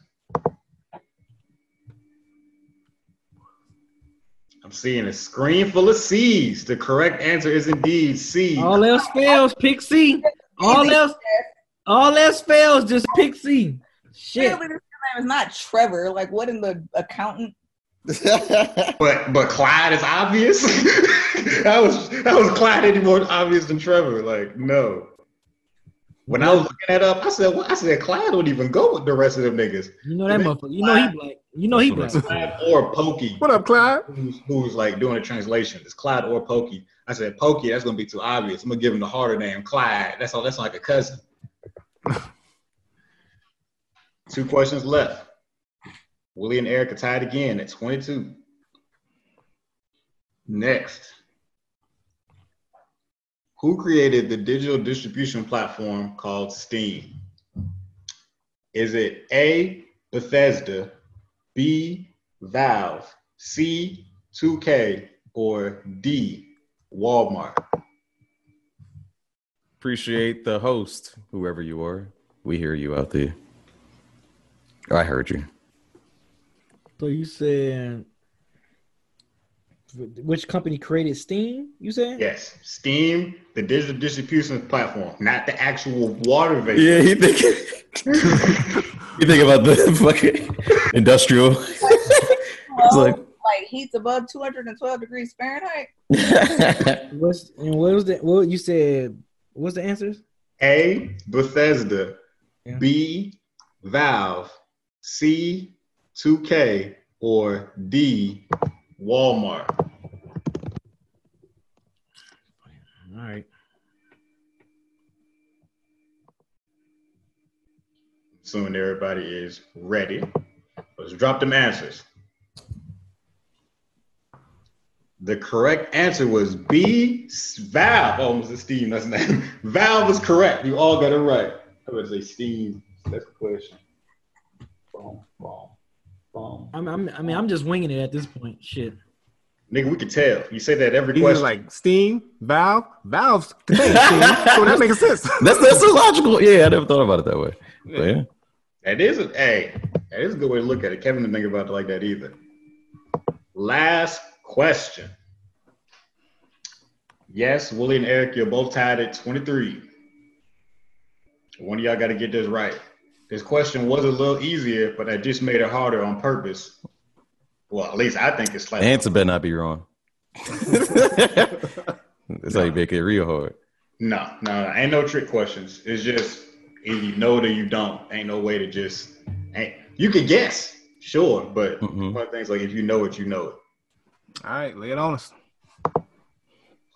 [SPEAKER 5] I'm seeing a screen full of C's. The correct answer is indeed C.
[SPEAKER 1] All else fails, pick C. All else, all else fails, just pick C. Shit.
[SPEAKER 2] Surely this name is not Trevor. Like what in the accountant?
[SPEAKER 5] But but Clyde is obvious. that was that was Clyde any more obvious than Trevor. Like no. When I was looking that up, I said, well, I said Clyde don't even go with the rest of them niggas.
[SPEAKER 1] You know that motherfucker. You know he black. You know he black.
[SPEAKER 5] Clyde or Pokey,
[SPEAKER 3] What up, Clyde?
[SPEAKER 5] who's, who's like doing the translation. It's Clyde or Pokey. I said Pokey. That's gonna be too obvious. I'm gonna give him the harder name, Clyde. That's all. That's like a cousin. Two questions left. Willie and Eric are tied again at 22. Next. Who created the digital distribution platform called Steam? Is it A, Bethesda, B, Valve, C, 2K, or D, Walmart?
[SPEAKER 4] Appreciate the host, whoever you are. We hear you out there. Oh, I heard you.
[SPEAKER 1] So you said which company created Steam? You said
[SPEAKER 5] Yes, Steam, the digital distribution platform, not the actual water vapor.
[SPEAKER 4] Yeah, he think you think about the fucking industrial. It's
[SPEAKER 2] Well,
[SPEAKER 4] like
[SPEAKER 2] like, heat's above 212 degrees Fahrenheit.
[SPEAKER 1] What's and what was the what you said? What's the answers?
[SPEAKER 5] A, Bethesda,
[SPEAKER 1] Yeah.
[SPEAKER 5] B, Valve, C, 2K, or D, Walmart.
[SPEAKER 1] All right.
[SPEAKER 5] Assuming everybody is ready. Let's drop them answers. The correct answer was B. S- Valve. Oh, Mr. Steam. That's not Valve was correct. You all got it right. I would say Steam. That's the question. Boom, boom, boom.
[SPEAKER 1] I'm, I'm I mean I'm just winging it at this point. Shit.
[SPEAKER 5] Nigga, we could tell. You say that every
[SPEAKER 3] He's
[SPEAKER 5] question.
[SPEAKER 3] like Steam, Valve, Valve's contain Steam, so that makes sense.
[SPEAKER 4] that's that's illogical. Yeah, I never thought about it that way. But yeah.
[SPEAKER 5] That is a hey, that is a good way to look at it. Kevin didn't think about it like that either. Last question. Yes, Willie and Eric, you're both tied at 23. One of y'all got to get this right. This question was a little easier, but I just made it harder on purpose. Well, at least I think it's
[SPEAKER 4] The
[SPEAKER 5] slightly.
[SPEAKER 4] answer better not be wrong. That's how you make it real hard.
[SPEAKER 5] No, no, no, ain't no trick questions. It's just if you know it or you don't, ain't no way to just. Ain't, you can guess, sure, but
[SPEAKER 4] Mhm.
[SPEAKER 5] one of the things like if you know it, you know it.
[SPEAKER 3] All right, lay it on us.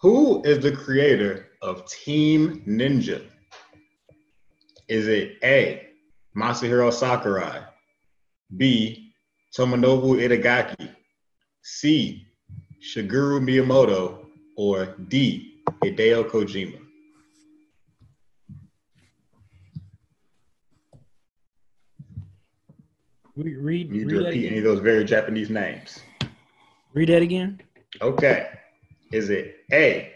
[SPEAKER 5] Who is the creator of Team Ninja? Is it A. Masahiro Sakurai, B. Tomonobu Itagaki, C. Shigeru Miyamoto, or D. Hideo Kojima?
[SPEAKER 1] Re- read
[SPEAKER 5] You need
[SPEAKER 1] read
[SPEAKER 5] to
[SPEAKER 1] that
[SPEAKER 5] repeat any
[SPEAKER 1] again.
[SPEAKER 5] of those very Japanese names.
[SPEAKER 1] Read that again.
[SPEAKER 5] Okay. Is it A.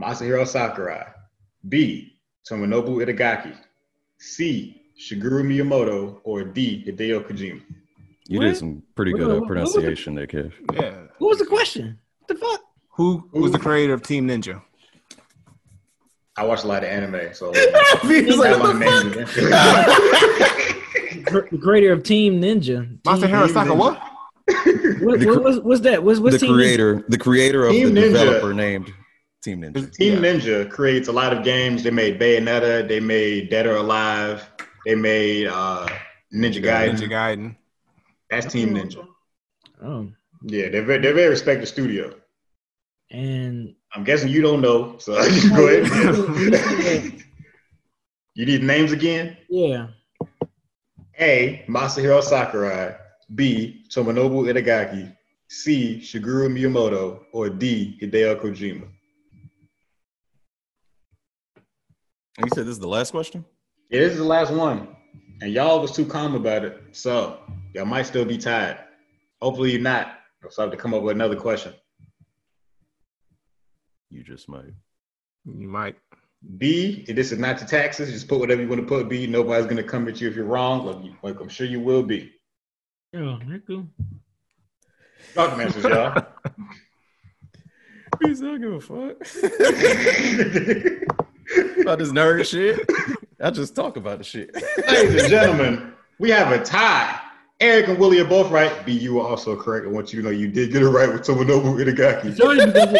[SPEAKER 5] Masahiro Sakurai, B. Tomonobu Itagaki, C. Shigeru Miyamoto, or D. Hideo Kojima?
[SPEAKER 4] You
[SPEAKER 1] What?
[SPEAKER 4] did some pretty good
[SPEAKER 1] What-
[SPEAKER 4] uh,
[SPEAKER 1] what-
[SPEAKER 4] pronunciation there, Kev.
[SPEAKER 3] Yeah.
[SPEAKER 1] What was the question? What the fuck?
[SPEAKER 3] Who was the creator of Team Ninja?
[SPEAKER 5] I watch a lot of anime, so
[SPEAKER 4] He's like,
[SPEAKER 5] I
[SPEAKER 4] "What
[SPEAKER 5] want
[SPEAKER 4] the
[SPEAKER 5] to name them.
[SPEAKER 1] Gr- The creator of Team Ninja. Team,
[SPEAKER 3] Masahiro
[SPEAKER 5] Team
[SPEAKER 3] Saka,
[SPEAKER 5] Ninja.
[SPEAKER 3] what?
[SPEAKER 1] what,
[SPEAKER 4] The
[SPEAKER 1] what,
[SPEAKER 4] cr-
[SPEAKER 1] what's, what's that? What's, what's
[SPEAKER 4] the
[SPEAKER 1] Team Ninja?
[SPEAKER 4] creator, the creator of
[SPEAKER 5] Team
[SPEAKER 4] the
[SPEAKER 5] Ninja.
[SPEAKER 4] developer named Team Ninja.
[SPEAKER 5] Team
[SPEAKER 3] Yeah.
[SPEAKER 5] Ninja creates a lot of games. They made Bayonetta, they made Dead or Alive, they made uh, Ninja Gaiden.
[SPEAKER 3] Ninja Gaiden.
[SPEAKER 5] That's Team Ninja.
[SPEAKER 1] Oh,
[SPEAKER 5] Yeah, they're very, they're very respected studio.
[SPEAKER 1] and
[SPEAKER 5] I'm guessing you don't know, so go ahead. you need names again?
[SPEAKER 1] yeah,
[SPEAKER 5] A. Masahiro Sakurai. B. Tomonobu Itagaki. C. Shigeru Miyamoto. Or D. Hideo Kojima.
[SPEAKER 4] And you said this is the last question?
[SPEAKER 5] Yeah, this is the last one. And y'all was too calm about it. So y'all might still be tired. Hopefully you're not. I'll have to come up with another question.
[SPEAKER 4] You just might.
[SPEAKER 3] You might.
[SPEAKER 5] B, if this is not your taxes. Just put whatever you want to put. B, nobody's going to come at you if you're wrong. Like, you- like I'm sure you will be.
[SPEAKER 1] oh, that's cool.
[SPEAKER 5] Talk answers, y'all.
[SPEAKER 4] He's not give a fuck. about this nerd shit. I just talk about the shit.
[SPEAKER 5] Ladies and gentlemen, we have a tie. Eric and Willie are both right. B, you were also correct. I want you to know you did get it right with Tomonobu Itagaki.
[SPEAKER 1] Jordan, but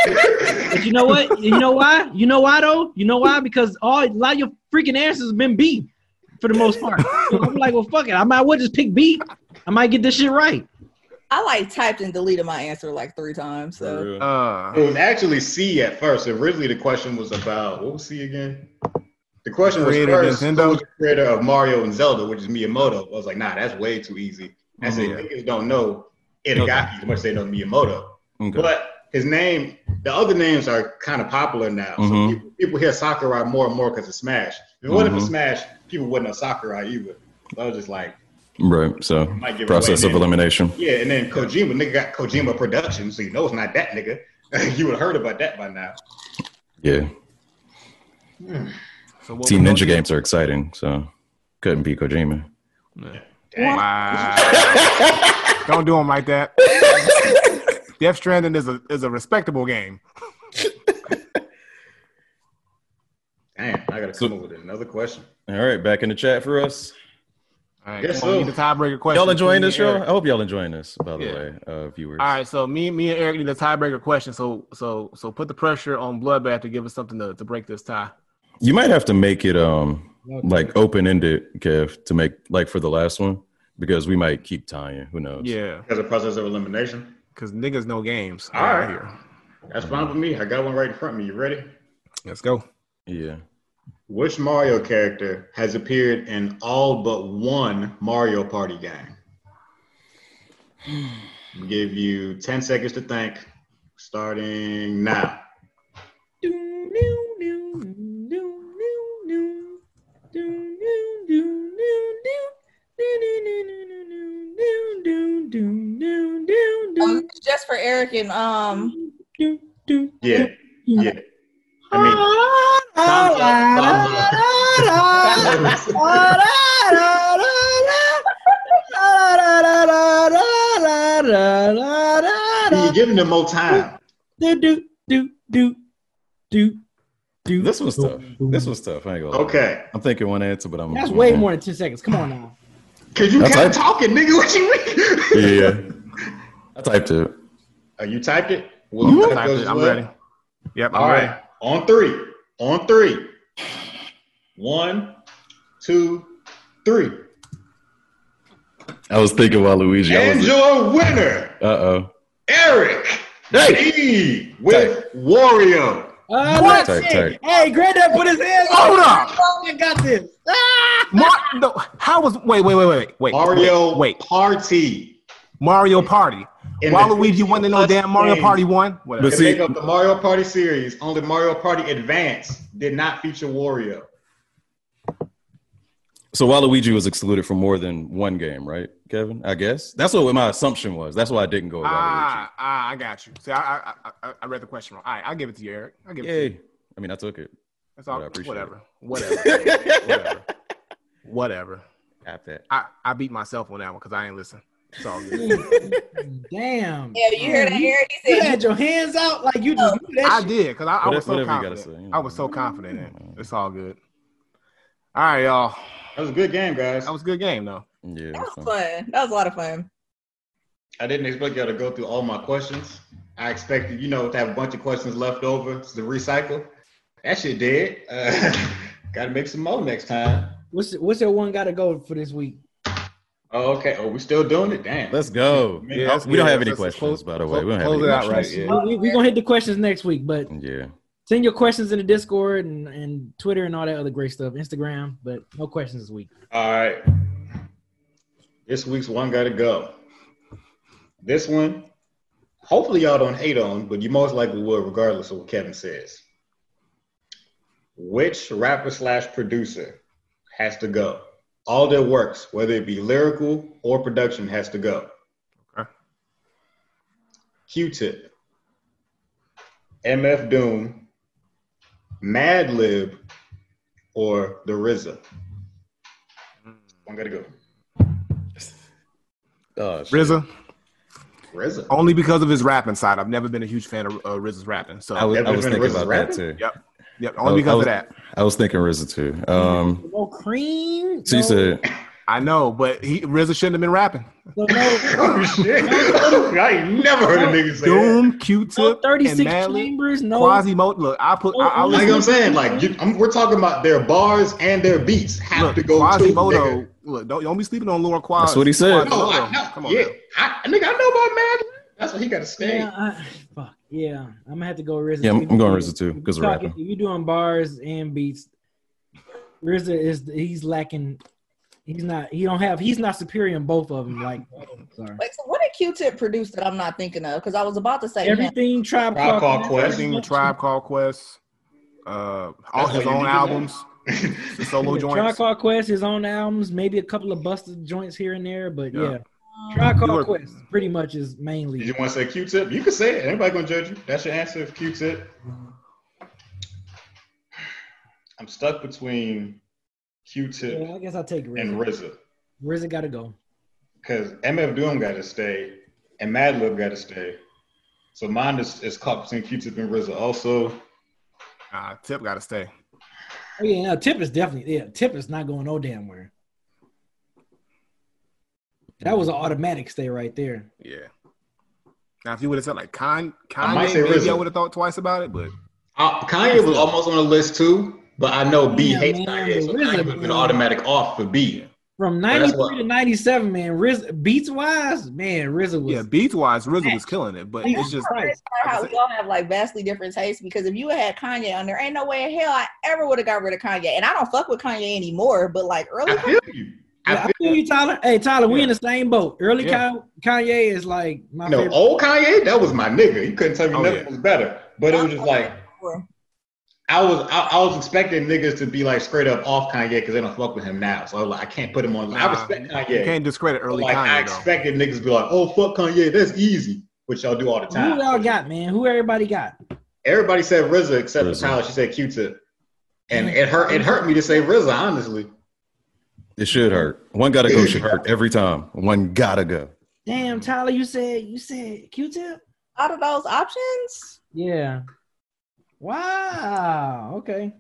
[SPEAKER 1] you know what? You know why? You know why though? You know why? Because all a lot of your freaking answers have been B for the most part. So I'm like, well, fuck it. I might well just pick B. I might get this shit right.
[SPEAKER 2] I like typed and deleted my answer like three times.
[SPEAKER 4] For
[SPEAKER 2] So
[SPEAKER 4] real.
[SPEAKER 5] It
[SPEAKER 3] Uh,
[SPEAKER 5] was actually C at first. Originally, the question was about what was C again? The question was
[SPEAKER 3] Creator
[SPEAKER 5] first,
[SPEAKER 3] Nintendo?
[SPEAKER 5] who was the creator of Mario and Zelda, which is Miyamoto. I was like, nah, that's way too easy. I said,
[SPEAKER 3] Oh, Yeah.
[SPEAKER 5] niggas don't know Itagaki as much as they know Miyamoto.
[SPEAKER 4] Okay.
[SPEAKER 5] But his name, the other names are kind of popular now.
[SPEAKER 4] Mhm.
[SPEAKER 5] So people, people hear Sakurai more and more because of Smash. If it wasn't for
[SPEAKER 4] Mhm.
[SPEAKER 5] Smash, people wouldn't know Sakurai either. So I was just like,
[SPEAKER 4] Right. So
[SPEAKER 5] Might give
[SPEAKER 4] process
[SPEAKER 5] away
[SPEAKER 4] of
[SPEAKER 5] then.
[SPEAKER 4] elimination.
[SPEAKER 5] yeah. And then Kojima, nigga got Kojima Productions, so you know it's not that nigga. you would have heard about that by now.
[SPEAKER 4] Yeah.
[SPEAKER 3] so what
[SPEAKER 4] Team
[SPEAKER 3] we gonna
[SPEAKER 4] Ninja
[SPEAKER 3] do-
[SPEAKER 4] games are exciting, so couldn't be Kojima.
[SPEAKER 5] Dang.
[SPEAKER 3] Wow. Don't do them like that. Death Stranding is a is a respectable game.
[SPEAKER 5] Damn, I gotta
[SPEAKER 4] So-
[SPEAKER 5] come up with another question.
[SPEAKER 4] All right, back in the chat for us.
[SPEAKER 3] All right,
[SPEAKER 5] Yes,
[SPEAKER 3] come on, we
[SPEAKER 5] sir.
[SPEAKER 3] need the tiebreaker question.
[SPEAKER 4] Y'all enjoying this
[SPEAKER 3] Me and
[SPEAKER 4] show?
[SPEAKER 3] Eric.
[SPEAKER 4] I hope y'all enjoying this, by the
[SPEAKER 3] Yeah.
[SPEAKER 4] way, uh, viewers.
[SPEAKER 3] All right, so me, me and Eric need a tiebreaker question. So, so, so put the pressure on Bloodbath to give us something to, to break this tie.
[SPEAKER 4] You might have to make it um like open ended, Kev, to make like for the last one because we might keep tying. Who knows?
[SPEAKER 3] Yeah,
[SPEAKER 5] As a process of elimination.
[SPEAKER 3] because niggas know games.
[SPEAKER 5] All right.
[SPEAKER 3] here,
[SPEAKER 5] That's fine with me. I got one right in front of me. You ready?
[SPEAKER 3] let's go.
[SPEAKER 4] Yeah.
[SPEAKER 5] Which Mario character has appeared in all but one Mario Party game? Give you 10 seconds to think, starting now.
[SPEAKER 2] um, it's just for Eric and um,
[SPEAKER 5] Yeah, yeah. I mean, thumbs up, thumbs up. You're giving them more time.
[SPEAKER 4] This was tough. This was tough. I ain't gonna lie.
[SPEAKER 5] Okay.
[SPEAKER 4] I'm thinking one answer, but I'm
[SPEAKER 1] That's
[SPEAKER 4] I'm-
[SPEAKER 1] way more than 10 seconds. Come on now.
[SPEAKER 5] Because you
[SPEAKER 4] That's
[SPEAKER 5] kept
[SPEAKER 4] it.
[SPEAKER 5] talking, nigga. What you mean?
[SPEAKER 4] Yeah. I typed it.
[SPEAKER 5] Uh, you typed it? Well,
[SPEAKER 3] I'm,
[SPEAKER 5] that
[SPEAKER 3] typed
[SPEAKER 5] goes
[SPEAKER 3] it.
[SPEAKER 5] as
[SPEAKER 3] I'm
[SPEAKER 5] well.
[SPEAKER 3] ready. Yep, I'm
[SPEAKER 5] All
[SPEAKER 3] ready.
[SPEAKER 5] right. On three. On three. One, two, three.
[SPEAKER 4] I was thinking about Luigi.
[SPEAKER 5] And your winner,
[SPEAKER 4] Uh oh.
[SPEAKER 5] Eric
[SPEAKER 4] Hey!
[SPEAKER 5] D with Wario.
[SPEAKER 1] Uh,
[SPEAKER 4] What?
[SPEAKER 1] let's
[SPEAKER 4] Tight,
[SPEAKER 1] see.
[SPEAKER 4] tight. Oh.
[SPEAKER 1] Hey, Granddad put his hands
[SPEAKER 3] Hold up.
[SPEAKER 1] I got this. Ah!
[SPEAKER 3] Mar- no, how was wait wait wait wait wait
[SPEAKER 5] Mario
[SPEAKER 3] wait
[SPEAKER 5] Party.
[SPEAKER 3] Mario Party.
[SPEAKER 5] In
[SPEAKER 3] Why
[SPEAKER 5] the
[SPEAKER 3] Luigi wasn't in no
[SPEAKER 5] 50
[SPEAKER 3] damn Mario
[SPEAKER 5] game.
[SPEAKER 3] Party one? Whatever.
[SPEAKER 4] But
[SPEAKER 5] To
[SPEAKER 4] see-
[SPEAKER 5] make up the Mario Party series, only Mario Party Advance did not feature Wario.
[SPEAKER 4] So Waluigi was excluded from more than one game, right, Kevin? I guess that's what my assumption was. That's why I didn't go with
[SPEAKER 3] Ah, ah, I got you. See, I, I, I- I, I read the question wrong. All right, I'll give it to you, Eric. I'll
[SPEAKER 4] Waluigi.
[SPEAKER 3] give it to you.
[SPEAKER 4] Yay! I mean, I took it.
[SPEAKER 3] That's all.
[SPEAKER 4] I appreciate
[SPEAKER 3] whatever. Whatever.
[SPEAKER 4] Whatever.
[SPEAKER 3] whatever. Whatever.
[SPEAKER 4] Got that.
[SPEAKER 3] I, I beat myself on that one because I ain't listen. It's all good.
[SPEAKER 1] Damn.
[SPEAKER 2] Yeah, you hear that, Eric? He
[SPEAKER 1] You
[SPEAKER 2] said
[SPEAKER 1] had your hands out like you
[SPEAKER 2] Oh.
[SPEAKER 1] just knew that
[SPEAKER 3] I
[SPEAKER 1] shit.
[SPEAKER 3] did because I, I was so
[SPEAKER 4] Whatever you gotta
[SPEAKER 3] confident.
[SPEAKER 4] say, you
[SPEAKER 3] I
[SPEAKER 4] know. Mm-hmm.
[SPEAKER 3] was so confident in it. It's all good. All right, y'all.
[SPEAKER 5] That was a good game, guys.
[SPEAKER 3] That was a good game though.
[SPEAKER 4] Yeah.
[SPEAKER 2] That was
[SPEAKER 4] so-
[SPEAKER 2] fun. That was a lot of fun.
[SPEAKER 5] I didn't expect y'all to go through all my questions. I expected, you know, to have a bunch of questions left over to recycle. That shit dead. Uh, gotta make some more next time.
[SPEAKER 1] What's what's your one got to go for this week?
[SPEAKER 5] Oh, okay. Oh, we still doing it? Damn.
[SPEAKER 4] Let's go.
[SPEAKER 5] Yeah,
[SPEAKER 4] Yeah,
[SPEAKER 3] that's
[SPEAKER 4] we don't
[SPEAKER 3] good.
[SPEAKER 4] have any
[SPEAKER 3] Let's- let's close-
[SPEAKER 4] questions, by the way. We don't have
[SPEAKER 3] close
[SPEAKER 4] any
[SPEAKER 3] it out,
[SPEAKER 4] questions.
[SPEAKER 3] right,
[SPEAKER 4] yet.
[SPEAKER 1] We're we we gonna hit the questions next week, but
[SPEAKER 4] Yeah.
[SPEAKER 1] send your questions in the Discord and, and Twitter and all that other great stuff, Instagram. But no questions this week.
[SPEAKER 5] All right. This week's one gotta go. This one, hopefully y'all don't hate on, but you most likely will, regardless of what Kevin says. Which rapper slash producer has to go? All their works, whether it be lyrical or production, has to go.
[SPEAKER 3] Okay.
[SPEAKER 5] Q-Tip, MF Doom, Mad Lib, or The RZA. I'm gonna go.
[SPEAKER 4] Oh, shit.
[SPEAKER 3] RZA,
[SPEAKER 5] RZA.
[SPEAKER 3] only because of his rapping side. I've never been a huge fan of uh, RZA's rapping. So,
[SPEAKER 4] I was, I
[SPEAKER 5] Evan
[SPEAKER 4] was thinking
[SPEAKER 5] Bennett versus
[SPEAKER 4] about that
[SPEAKER 5] Rabbit?
[SPEAKER 4] too.
[SPEAKER 3] yep, yep.
[SPEAKER 4] I
[SPEAKER 3] Only
[SPEAKER 4] was-
[SPEAKER 3] because
[SPEAKER 4] I
[SPEAKER 3] of
[SPEAKER 4] was-
[SPEAKER 3] that.
[SPEAKER 4] I was thinking RZA too. Um,
[SPEAKER 1] No cream.
[SPEAKER 4] so
[SPEAKER 1] no,
[SPEAKER 4] you said
[SPEAKER 3] I know, but he, RZA shouldn't have been rapping.
[SPEAKER 1] no, no,
[SPEAKER 5] oh shit! I ain't never heard a nigga say that.
[SPEAKER 3] Doom,
[SPEAKER 1] no
[SPEAKER 3] Q-Tip,
[SPEAKER 1] Oh, thirty
[SPEAKER 3] and
[SPEAKER 1] six
[SPEAKER 3] Madlib,
[SPEAKER 1] chambers. No,
[SPEAKER 3] Quasimo. Look, I put. I, I
[SPEAKER 1] Oh,
[SPEAKER 5] Like
[SPEAKER 3] listen,
[SPEAKER 5] I'm saying, like you, I'm, we're talking about their bars and their beats have
[SPEAKER 3] look,
[SPEAKER 5] to go
[SPEAKER 3] Quasimodo.
[SPEAKER 5] to. Nigga.
[SPEAKER 3] Look, don't, don't be sleeping on Laura Quas.
[SPEAKER 4] That's what he said.
[SPEAKER 5] No,
[SPEAKER 3] Quasimodo.
[SPEAKER 5] I, no,
[SPEAKER 3] Come on,
[SPEAKER 5] yeah,
[SPEAKER 3] now.
[SPEAKER 5] I, nigga, I know about Mad. Lib. That's why he got to stay.
[SPEAKER 1] Yeah, I, fuck. Yeah, I'm gonna have to go RZA.
[SPEAKER 4] Yeah, I'm-
[SPEAKER 1] too.
[SPEAKER 4] I'm going RZA too,
[SPEAKER 1] If you
[SPEAKER 4] 'cause of
[SPEAKER 1] talking-
[SPEAKER 4] rapping.
[SPEAKER 1] If you're doing bars and beats, RZA is he's lacking. He's not. He don't have. He's not superior in both of them. Like, sorry.
[SPEAKER 2] Wait, so what did Q-Tip produce that I'm not thinking of? Because I was about to say him.
[SPEAKER 1] Everything tribe,
[SPEAKER 5] Tribe Called Quest.
[SPEAKER 3] Everything with Tribe Called Quest, uh, all
[SPEAKER 5] That's
[SPEAKER 3] his
[SPEAKER 5] all you
[SPEAKER 3] own
[SPEAKER 5] need to know.
[SPEAKER 3] albums, the solo
[SPEAKER 1] Yeah, Tribe
[SPEAKER 3] joints.
[SPEAKER 1] Called Quest, his own albums, maybe a couple of busted joints here and there, but
[SPEAKER 3] Yeah.
[SPEAKER 1] yeah, Tribe
[SPEAKER 3] You
[SPEAKER 1] Called
[SPEAKER 3] were-
[SPEAKER 1] Quest pretty much is
[SPEAKER 5] Did
[SPEAKER 1] mainly.
[SPEAKER 5] you want to say Q-Tip? You can say it. Anybody gonna judge you? That's your answer. If Q-Tip. I'm stuck between Q-Tip
[SPEAKER 1] Yeah, I guess I'll take
[SPEAKER 5] and
[SPEAKER 1] RZA.
[SPEAKER 5] RZA.
[SPEAKER 1] RZA got to go.
[SPEAKER 5] because MF Doom got to stay and Madlib got to stay. So mine is, is caught between Q-Tip and RZA. Also,
[SPEAKER 3] Uh, Tip got to stay.
[SPEAKER 1] Oh yeah, no, Tip is definitely. Yeah, Tip is not going no damn where. That was an automatic stay right there.
[SPEAKER 3] Yeah. Now, if you would have said like Con,
[SPEAKER 5] I might
[SPEAKER 3] Kanye,
[SPEAKER 5] say
[SPEAKER 3] maybe I
[SPEAKER 5] RZA.
[SPEAKER 3] would have thought twice about it, but
[SPEAKER 5] uh, Kanye was almost on the list too, but I know B
[SPEAKER 1] Yeah,
[SPEAKER 5] hates
[SPEAKER 1] man,
[SPEAKER 5] Kanye, so
[SPEAKER 1] RZA,
[SPEAKER 5] Kanye would have been
[SPEAKER 1] man.
[SPEAKER 5] automatic off for B.
[SPEAKER 1] From
[SPEAKER 5] Yeah, that's what-
[SPEAKER 1] '93 to '97, man, RZA, beats wise, man, RZA was.
[SPEAKER 3] yeah, beats wise, RZA was killing it, but
[SPEAKER 1] Jesus
[SPEAKER 3] it's just
[SPEAKER 1] Christ.
[SPEAKER 2] How we all have like vastly different tastes because if you had Kanye on there, ain't no way in hell I ever would have got rid of Kanye. And I don't fuck with Kanye anymore, but like early,
[SPEAKER 5] I feel you. I
[SPEAKER 1] Yeah, I
[SPEAKER 5] feel
[SPEAKER 1] feel you, Tyler. Hey, Tyler, we
[SPEAKER 3] Yeah.
[SPEAKER 1] in the same boat. Early
[SPEAKER 3] Yeah.
[SPEAKER 1] Ka- Kanye is like my
[SPEAKER 5] you know,
[SPEAKER 1] favorite.
[SPEAKER 5] old Kanye, that was my nigga. You couldn't tell me
[SPEAKER 3] Oh,
[SPEAKER 5] nothing
[SPEAKER 3] yeah.
[SPEAKER 5] was better. But it was just like
[SPEAKER 2] Well,
[SPEAKER 5] I was I, I was expecting niggas to be like straight up off Kanye because they don't fuck with him now. So I was like, I can't put him on. I
[SPEAKER 3] Nah,
[SPEAKER 5] respect Kanye.
[SPEAKER 3] you can't discredit early
[SPEAKER 5] like I
[SPEAKER 3] Kanye though.
[SPEAKER 5] expected niggas to be like, oh fuck Kanye, that's easy, which y'all do all the time.
[SPEAKER 1] Who y'all got, man? Who everybody got?
[SPEAKER 5] Everybody said RZA except
[SPEAKER 4] RZA.
[SPEAKER 5] for Tyler. She said Q-Tip, and it hurt. It hurt me to say RZA. Honestly,
[SPEAKER 4] it should hurt. One gotta go should hurt every time. One gotta go.
[SPEAKER 1] Damn, Tyler, you said you said Q-Tip.
[SPEAKER 2] out of those options,
[SPEAKER 1] Yeah. Wow. Okay.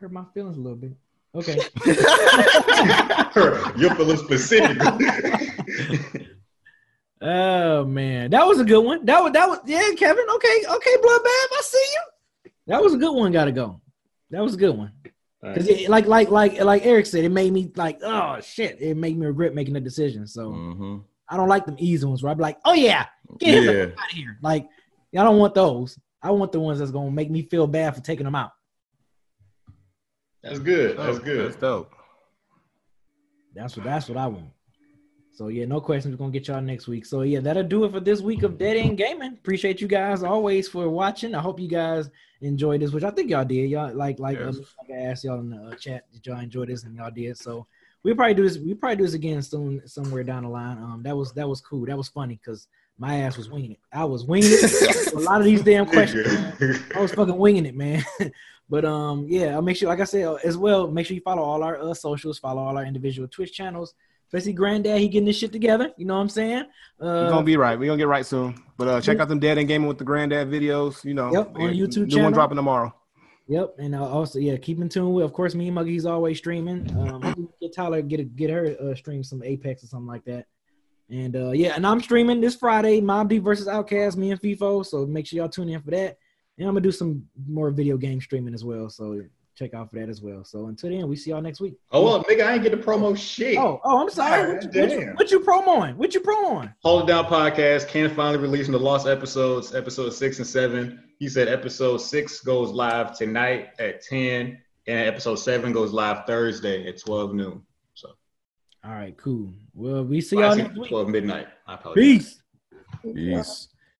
[SPEAKER 1] Hurt my feelings a little bit. Okay.
[SPEAKER 5] you're feeling specific.
[SPEAKER 1] Oh man, that was a good one. That was that was yeah, Kevin. Okay, okay, bloodbath. I see you. That was a good one. Gotta go. That was a good one. Cause it, like like like like Eric said, it made me like oh shit. It made me regret making a decision. So
[SPEAKER 4] Mhm.
[SPEAKER 1] I don't like them easy ones where I'm like oh yeah, get him the
[SPEAKER 4] Yeah.
[SPEAKER 1] fuck out of here. Like I don't want those. I want the ones that's gonna make me feel bad for taking them out.
[SPEAKER 5] That's good. That's
[SPEAKER 3] That's
[SPEAKER 5] good.
[SPEAKER 3] dope.
[SPEAKER 1] That's what that's what I want. So yeah, no questions. We're gonna get y'all next week. So yeah, that'll do it for this week of Dead End Gaming. Appreciate you guys always for watching. I hope you guys enjoyed this, which I think y'all did. Y'all like like
[SPEAKER 3] Yes.
[SPEAKER 1] uh, like I asked y'all in the uh, chat, did y'all enjoy this and y'all did. So we probably do this. We probably do this again soon, somewhere down the line. Um, that was that was cool. That was funny because my ass was winging it. I was winging it. a lot of these damn questions. man. I was fucking winging it, man. but um, yeah, I'll make sure, like I said, uh, as well, make sure you follow all our uh, socials, follow all our individual Twitch channels. Especially Granddad, he getting this shit together. You know what I'm saying?
[SPEAKER 3] We're
[SPEAKER 1] Uh,
[SPEAKER 3] gonna be right. We're gonna get right soon. But uh, check out them Dad and Gaming with the Granddad videos. You know,
[SPEAKER 1] Yep, on
[SPEAKER 3] Yeah,
[SPEAKER 1] YouTube
[SPEAKER 3] new
[SPEAKER 1] channel.
[SPEAKER 3] one dropping tomorrow.
[SPEAKER 1] yep, and uh, also yeah, keep in tune with, of course, me and Muggy. He's always streaming. Um, hopefully we get Tyler get a, get her uh, stream some Apex or something like that. And uh, yeah, and I'm streaming this Friday, Mob D versus Outcast, me and FIFO. So make sure y'all tune in for that. And I'm gonna do some more video game streaming as well. So check out for that as well. So until then, we see y'all next week.
[SPEAKER 5] Hold up, Oh, nigga. I ain't get to promo shit.
[SPEAKER 1] Oh, oh, I'm sorry. What
[SPEAKER 5] God
[SPEAKER 1] you, what, you,
[SPEAKER 5] damn.
[SPEAKER 1] what you promoing? What you promoing?
[SPEAKER 5] Hold It Down podcast can finally release the lost episodes, episode six and seven. He said episode six goes live tonight at 10, and episode seven goes live Thursday at 12 noon. So,
[SPEAKER 1] All right, cool. Well, we see
[SPEAKER 5] well,
[SPEAKER 1] y'all
[SPEAKER 5] actually,
[SPEAKER 1] next week.
[SPEAKER 5] 12 midnight. I apologize.
[SPEAKER 1] Peace.
[SPEAKER 4] Peace.